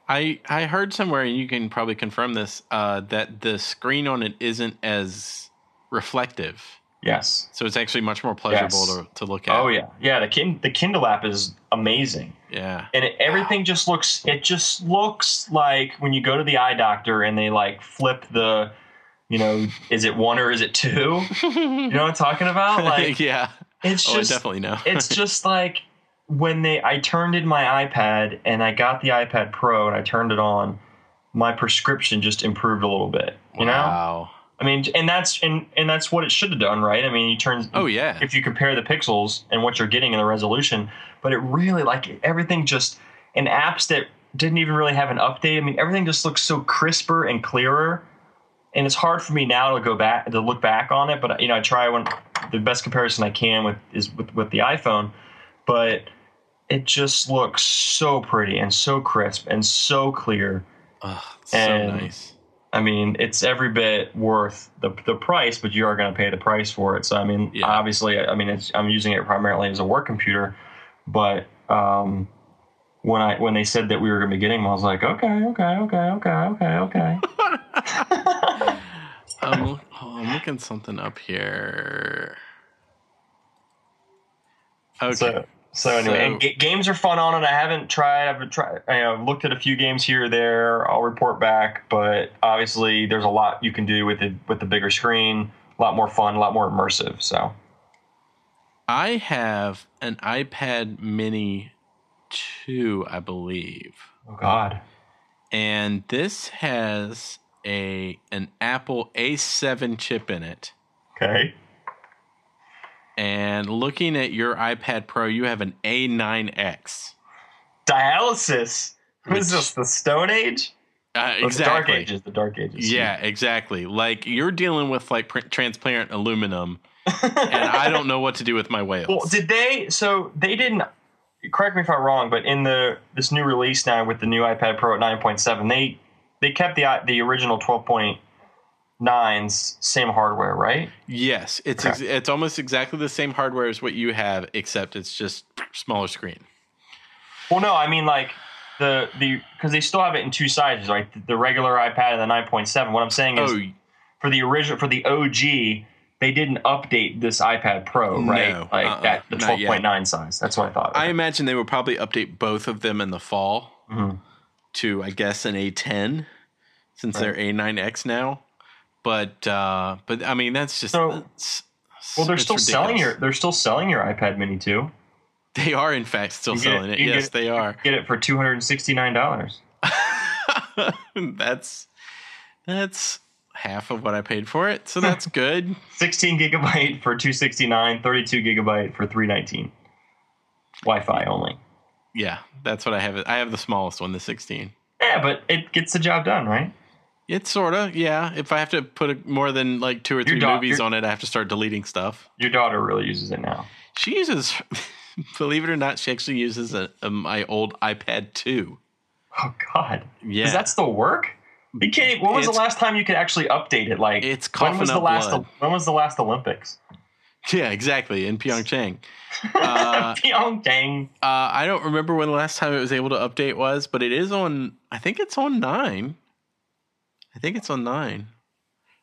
[SPEAKER 1] I I heard somewhere, and you can probably confirm this, uh, that the screen on it isn't as reflective,
[SPEAKER 2] Yes.
[SPEAKER 1] so it's actually much more pleasurable
[SPEAKER 2] Yes.
[SPEAKER 1] to, to look at.
[SPEAKER 2] Oh yeah, yeah. The kin- the Kindle app is amazing,
[SPEAKER 1] yeah,
[SPEAKER 2] and it, everything just looks. It just looks like when you go to the eye doctor and they like flip the, you know, is it one or is it two? You know what I'm talking about? Like
[SPEAKER 1] yeah.
[SPEAKER 2] it's
[SPEAKER 1] Oh, I
[SPEAKER 2] just
[SPEAKER 1] definitely know.
[SPEAKER 2] it's just like when they I turned in my iPad and I got the iPad Pro and I turned it on, my prescription just improved a little bit. You know.
[SPEAKER 1] wow.
[SPEAKER 2] I mean, and that's and and that's what it should have done, right? I mean, you turn.
[SPEAKER 1] Oh yeah.
[SPEAKER 2] If you compare the pixels and what you're getting in the resolution, but it really like everything just and apps that didn't even really have an update. I mean, everything just looks so crisper and clearer. And it's hard for me now to go back to look back on it, but you know, I try when the best comparison I can with is with, with the iPhone, but it just looks so pretty and so crisp and so clear.
[SPEAKER 1] Ugh, so
[SPEAKER 2] and-
[SPEAKER 1] nice.
[SPEAKER 2] I mean, it's every bit worth the the price, but you are going to pay the price for it. So I mean,
[SPEAKER 1] Yeah.
[SPEAKER 2] obviously, I mean, it's, I'm using it primarily as a work computer, but um, when I when they said that we were going to be getting them, I was like, okay, okay, okay, okay, okay, okay.
[SPEAKER 1] I'm, look- oh, I'm looking something up here. Okay.
[SPEAKER 2] So so anyway,
[SPEAKER 1] So-
[SPEAKER 2] and ga- games are fun on it. I haven't tried. I've tried. I've looked at a few games here or there. I'll report back, but obviously, there's a lot you can do with it with the bigger screen. A lot more fun, a lot more immersive. So
[SPEAKER 1] I have an iPad Mini 2, I believe.
[SPEAKER 2] oh god.
[SPEAKER 1] and this has a an Apple A7 chip in it.
[SPEAKER 2] Okay.
[SPEAKER 1] And looking at your iPad Pro, you have an A9X.
[SPEAKER 2] dialysis. What is
[SPEAKER 1] Which-
[SPEAKER 2] this? The Stone Age?
[SPEAKER 1] Uh,
[SPEAKER 2] Or The Dark
[SPEAKER 1] exactly.
[SPEAKER 2] Ages. The Dark Ages.
[SPEAKER 1] Yeah, exactly. Like you're dealing with like pr- transparent aluminum, and I don't know what to do with my whales.
[SPEAKER 2] Well, did they? So they didn't. Correct me if I'm wrong, but in the this new release now with the new iPad Pro at 9.7, they they kept the i- the original 12.9's same hardware, right?
[SPEAKER 1] yes, it's ex- it's almost exactly the same hardware as what you have, except it's just smaller screen.
[SPEAKER 2] Well, no, I mean like the the because they still have it in two sizes, right? The, the regular iPad and the 9.7. What I'm saying is
[SPEAKER 1] Oh
[SPEAKER 2] for the original for the OG, they didn't update this iPad Pro, right?
[SPEAKER 1] No,
[SPEAKER 2] like
[SPEAKER 1] uh-uh,
[SPEAKER 2] that the
[SPEAKER 1] not yet.
[SPEAKER 2] 12.9 size. That's what I thought.
[SPEAKER 1] I imagine they would probably update both of them in the fall
[SPEAKER 2] Mhm.
[SPEAKER 1] to, I guess, an A10 since they're A9X now. But uh, but I mean, that's just
[SPEAKER 2] So-
[SPEAKER 1] that's-
[SPEAKER 2] Well, they're
[SPEAKER 1] it's
[SPEAKER 2] still selling your
[SPEAKER 1] ridiculous.
[SPEAKER 2] they're still selling your iPad Mini too.
[SPEAKER 1] They are in fact still
[SPEAKER 2] You get it-
[SPEAKER 1] selling it.
[SPEAKER 2] you get
[SPEAKER 1] Yes,
[SPEAKER 2] it.
[SPEAKER 1] they are.
[SPEAKER 2] Get it for two hundred and sixty nine dollars.
[SPEAKER 1] that's that's half of what I paid for it, so that's good.
[SPEAKER 2] Sixteen gigabyte for two sixty nine. Thirty two gigabyte for three nineteen. Wi Fi only.
[SPEAKER 1] Yeah, that's what I have. I have the smallest one, the 16.
[SPEAKER 2] Yeah, but it gets the job done, right?
[SPEAKER 1] It's sort of, yeah. If I have to put a, more than like two or three
[SPEAKER 2] dog-
[SPEAKER 1] movies
[SPEAKER 2] your-
[SPEAKER 1] on it, I have to start deleting stuff.
[SPEAKER 2] Your daughter really uses it now.
[SPEAKER 1] She uses, believe it or not, she actually uses a, a, my old iPad 2.
[SPEAKER 2] Oh God.
[SPEAKER 1] Yeah.
[SPEAKER 2] Does that still work? You can't. When was
[SPEAKER 1] It's-
[SPEAKER 2] the last time you could actually update it? Like
[SPEAKER 1] It's
[SPEAKER 2] when
[SPEAKER 1] coughing
[SPEAKER 2] was the
[SPEAKER 1] up
[SPEAKER 2] last?
[SPEAKER 1] blood.
[SPEAKER 2] When was the last Olympics?
[SPEAKER 1] Yeah, exactly. In Pyeongchang. Uh,
[SPEAKER 2] Pyongyang.
[SPEAKER 1] uh, I don't remember when the last time it was able to update was, but it is on. I think it's on nine. I think it's on nine.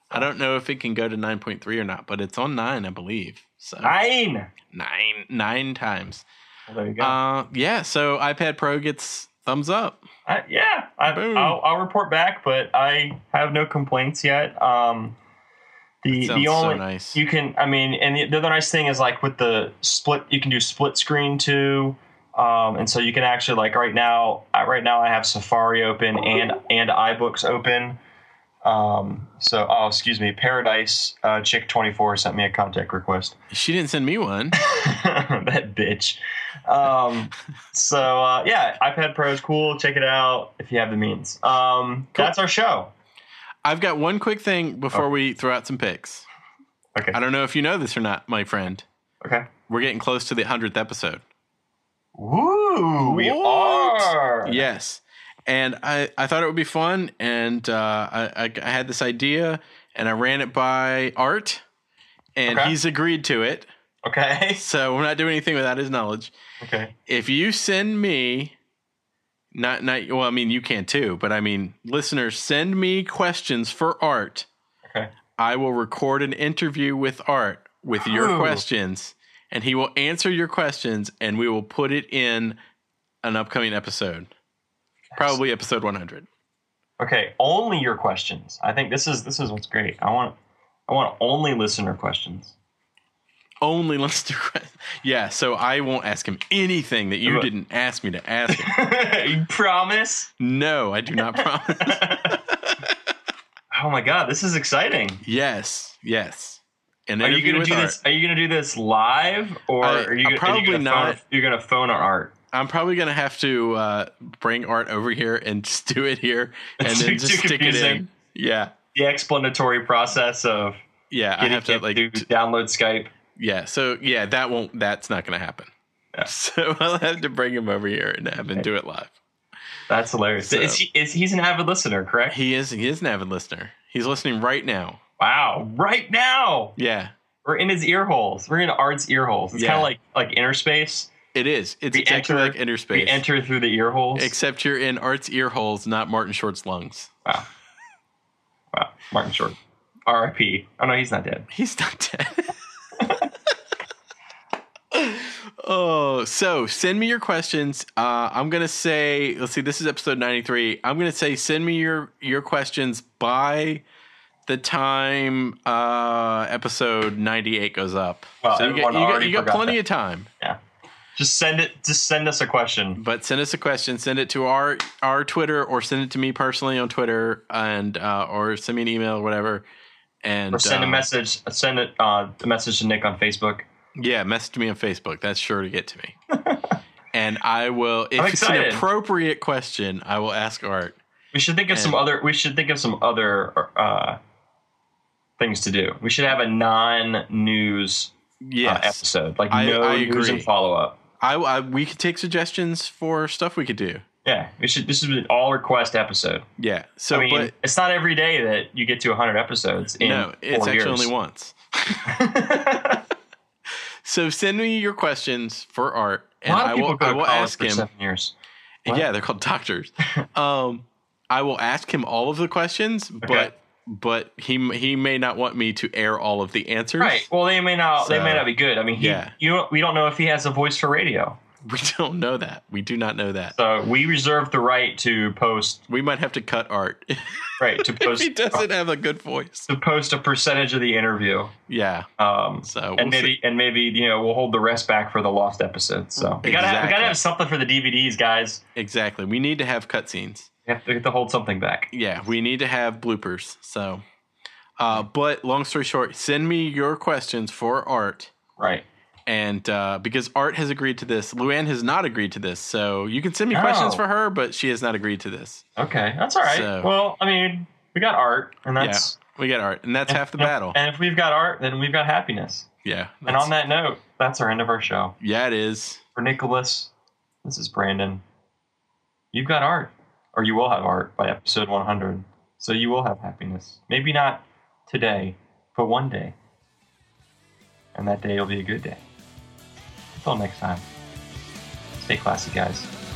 [SPEAKER 1] I don't know if it can go to nine point three or not, but it's on nine, I believe. So
[SPEAKER 2] Nine.
[SPEAKER 1] nine, nine times.
[SPEAKER 2] Well, there you go.
[SPEAKER 1] Uh, yeah. So iPad Pro gets thumbs up.
[SPEAKER 2] I, Uh, yeah, I,
[SPEAKER 1] Boom.
[SPEAKER 2] I'll, I'll report back, but I have no complaints yet. Um, the
[SPEAKER 1] Sounds
[SPEAKER 2] the only
[SPEAKER 1] so nice.
[SPEAKER 2] you can, I mean, and the, the other nice thing is like with the split, you can do split screen too, um, and so you can actually like right now, I, right now I have Safari open and and iBooks open. Um, so, oh, excuse me, Paradise uh, Chick twenty four sent me a contact request.
[SPEAKER 1] she didn't send me one.
[SPEAKER 2] that bitch. Um, so uh, yeah, iPad Pro is cool. Check it out if you have the means. Um,
[SPEAKER 1] Cool.
[SPEAKER 2] That's our show.
[SPEAKER 1] I've got one quick thing before
[SPEAKER 2] Oh.
[SPEAKER 1] we throw out some picks.
[SPEAKER 2] Okay.
[SPEAKER 1] I don't know if you know this or not, my friend.
[SPEAKER 2] Okay.
[SPEAKER 1] We're getting close to the hundredth episode.
[SPEAKER 2] Woo! We
[SPEAKER 1] What?
[SPEAKER 2] are.
[SPEAKER 1] Yes. And I, I thought it would be fun. And uh, I, I, I had this idea and I ran it by Art. And
[SPEAKER 2] Okay.
[SPEAKER 1] he's agreed to it.
[SPEAKER 2] Okay.
[SPEAKER 1] So we're not doing anything without his knowledge.
[SPEAKER 2] Okay.
[SPEAKER 1] If you send me, not, not, well, I mean, you can too, but I mean, listeners, send me questions for Art.
[SPEAKER 2] Okay.
[SPEAKER 1] I will record an interview with Art with your
[SPEAKER 2] Ooh.
[SPEAKER 1] questions, and he will answer your questions, and we will put it in an upcoming episode, probably episode 100.
[SPEAKER 2] Okay. Only your questions. I think this is this is what's great. I want I want only listener questions.
[SPEAKER 1] Only listener questions. Yeah, so I won't ask him anything that you
[SPEAKER 2] Right.
[SPEAKER 1] didn't ask me to ask him.
[SPEAKER 2] you promise?
[SPEAKER 1] No, I do not promise.
[SPEAKER 2] Oh my god, this is exciting.
[SPEAKER 1] Yes, yes. An
[SPEAKER 2] Are you
[SPEAKER 1] interview
[SPEAKER 2] gonna
[SPEAKER 1] with
[SPEAKER 2] do
[SPEAKER 1] Art.
[SPEAKER 2] this? Are you gonna do this live, or
[SPEAKER 1] I-
[SPEAKER 2] are you
[SPEAKER 1] I
[SPEAKER 2] gonna, are you
[SPEAKER 1] probably
[SPEAKER 2] gonna
[SPEAKER 1] not.
[SPEAKER 2] Phone, you're gonna phone our art.
[SPEAKER 1] I'm probably gonna have to uh, bring Art over here and just do it here, and
[SPEAKER 2] It's
[SPEAKER 1] then
[SPEAKER 2] too
[SPEAKER 1] just stick it in.
[SPEAKER 2] confusing.
[SPEAKER 1] Yeah,
[SPEAKER 2] the explanatory process of
[SPEAKER 1] yeah. I
[SPEAKER 2] getting
[SPEAKER 1] have to like
[SPEAKER 2] to download Skype.
[SPEAKER 1] Yeah. So yeah, that won't. That's not going to happen.
[SPEAKER 2] Yeah.
[SPEAKER 1] So I'll have to bring him over here and have him do it live.
[SPEAKER 2] That's hilarious.
[SPEAKER 1] So-
[SPEAKER 2] Is he, is he's an avid listener, correct?
[SPEAKER 1] He is. He is an avid listener. He's listening right now.
[SPEAKER 2] wow! Right now,
[SPEAKER 1] Yeah.
[SPEAKER 2] we're in his ear holes. We're in Art's ear holes. It's
[SPEAKER 1] Yeah.
[SPEAKER 2] kind of like like inner space.
[SPEAKER 1] It is. It's
[SPEAKER 2] We
[SPEAKER 1] exactly
[SPEAKER 2] enter-
[SPEAKER 1] like inner
[SPEAKER 2] We
[SPEAKER 1] space.
[SPEAKER 2] enter through the ear holes.
[SPEAKER 1] Except you're in Art's ear holes, not Martin Short's lungs.
[SPEAKER 2] wow! Wow! Martin Short, R.I.P. Oh no, he's not dead.
[SPEAKER 1] He's not dead. oh, so send me your questions. Uh, I'm gonna say, let's see, this is episode 93. I'm gonna say, send me your your questions by the time uh, episode 98 goes up.
[SPEAKER 2] Well,
[SPEAKER 1] so you
[SPEAKER 2] everyone
[SPEAKER 1] got, you got,
[SPEAKER 2] already
[SPEAKER 1] you got
[SPEAKER 2] forgot
[SPEAKER 1] plenty
[SPEAKER 2] that.
[SPEAKER 1] of time.
[SPEAKER 2] Just send it. Just send us a question.
[SPEAKER 1] But send us a question. Send it to our our Twitter, or send it to me personally on Twitter, and uh, or send me an email, or whatever. And
[SPEAKER 2] Or send a
[SPEAKER 1] uh,
[SPEAKER 2] message. Send it, uh, a message to Nick on Facebook.
[SPEAKER 1] Yeah, message me on Facebook. That's sure to get to me. and I will, if
[SPEAKER 2] I'm
[SPEAKER 1] it's an
[SPEAKER 2] excited.
[SPEAKER 1] appropriate question, I will ask Art.
[SPEAKER 2] We should think of some
[SPEAKER 1] And-
[SPEAKER 2] other. We should think of some other uh, things to do. We should have a non-news uh,
[SPEAKER 1] Yes,
[SPEAKER 2] episode, like
[SPEAKER 1] I-
[SPEAKER 2] no
[SPEAKER 1] I
[SPEAKER 2] news
[SPEAKER 1] agree.
[SPEAKER 2] and follow-up.
[SPEAKER 1] I, I we could take suggestions for stuff we could do.
[SPEAKER 2] Yeah, we should. This is an all-request episode.
[SPEAKER 1] Yeah. So,
[SPEAKER 2] I mean,
[SPEAKER 1] but
[SPEAKER 2] it's not every day that you get to 100 episodes. In
[SPEAKER 1] no, it's
[SPEAKER 2] four
[SPEAKER 1] actually
[SPEAKER 2] years.
[SPEAKER 1] only once. so send me your questions for Art,
[SPEAKER 2] A
[SPEAKER 1] and
[SPEAKER 2] lot of
[SPEAKER 1] I
[SPEAKER 2] people
[SPEAKER 1] will.
[SPEAKER 2] go
[SPEAKER 1] I
[SPEAKER 2] to
[SPEAKER 1] will
[SPEAKER 2] college
[SPEAKER 1] ask
[SPEAKER 2] for
[SPEAKER 1] him.
[SPEAKER 2] seven years. What?
[SPEAKER 1] Yeah, they're called doctors. um, I will ask him all of the questions,
[SPEAKER 2] Okay.
[SPEAKER 1] but but he he may not want me to air all of the answers.
[SPEAKER 2] Right. Well, they may not. they may
[SPEAKER 1] So-
[SPEAKER 2] not be good. I mean, he,
[SPEAKER 1] Yeah.
[SPEAKER 2] you don't, we don't know if he has a voice for radio,
[SPEAKER 1] We don't know that. We do not know that.
[SPEAKER 2] so we reserve the right to post.
[SPEAKER 1] We might have to cut art.
[SPEAKER 2] Right to
[SPEAKER 1] if
[SPEAKER 2] post.
[SPEAKER 1] he doesn't have a good voice.
[SPEAKER 2] to post a percentage of the interview.
[SPEAKER 1] Yeah.
[SPEAKER 2] Um,
[SPEAKER 1] So we'll
[SPEAKER 2] and maybe and maybe you know we'll hold the rest back for the lost episode. So we gotta have, we
[SPEAKER 1] Exactly.
[SPEAKER 2] gotta have something for the DVDs, guys.
[SPEAKER 1] see. exactly. We need to have cutscenes.
[SPEAKER 2] We have to, we have to hold something back.
[SPEAKER 1] Yeah, we need to have bloopers. So, uh, but long story short, send me your questions for art,
[SPEAKER 2] Right.
[SPEAKER 1] and uh, because Art has agreed to this, Luann has not agreed to this. So you can send me questions
[SPEAKER 2] Oh.
[SPEAKER 1] for her, but she has not agreed to this.
[SPEAKER 2] Okay, that's all right.
[SPEAKER 1] So-
[SPEAKER 2] well, I mean, we got art, and that's
[SPEAKER 1] yeah, we got Art, and that's half the battle.
[SPEAKER 2] And if we've got art, then we've got happiness.
[SPEAKER 1] Yeah,
[SPEAKER 2] And
[SPEAKER 1] that's-
[SPEAKER 2] on that note, that's our end of our show.
[SPEAKER 1] yeah, it is.
[SPEAKER 2] For Nicholas, this is Brandon. You've got art, or you will have art by episode 100. So you will have happiness. Maybe not today, but one day. And that day will be a good day. Until next time, stay classy, guys.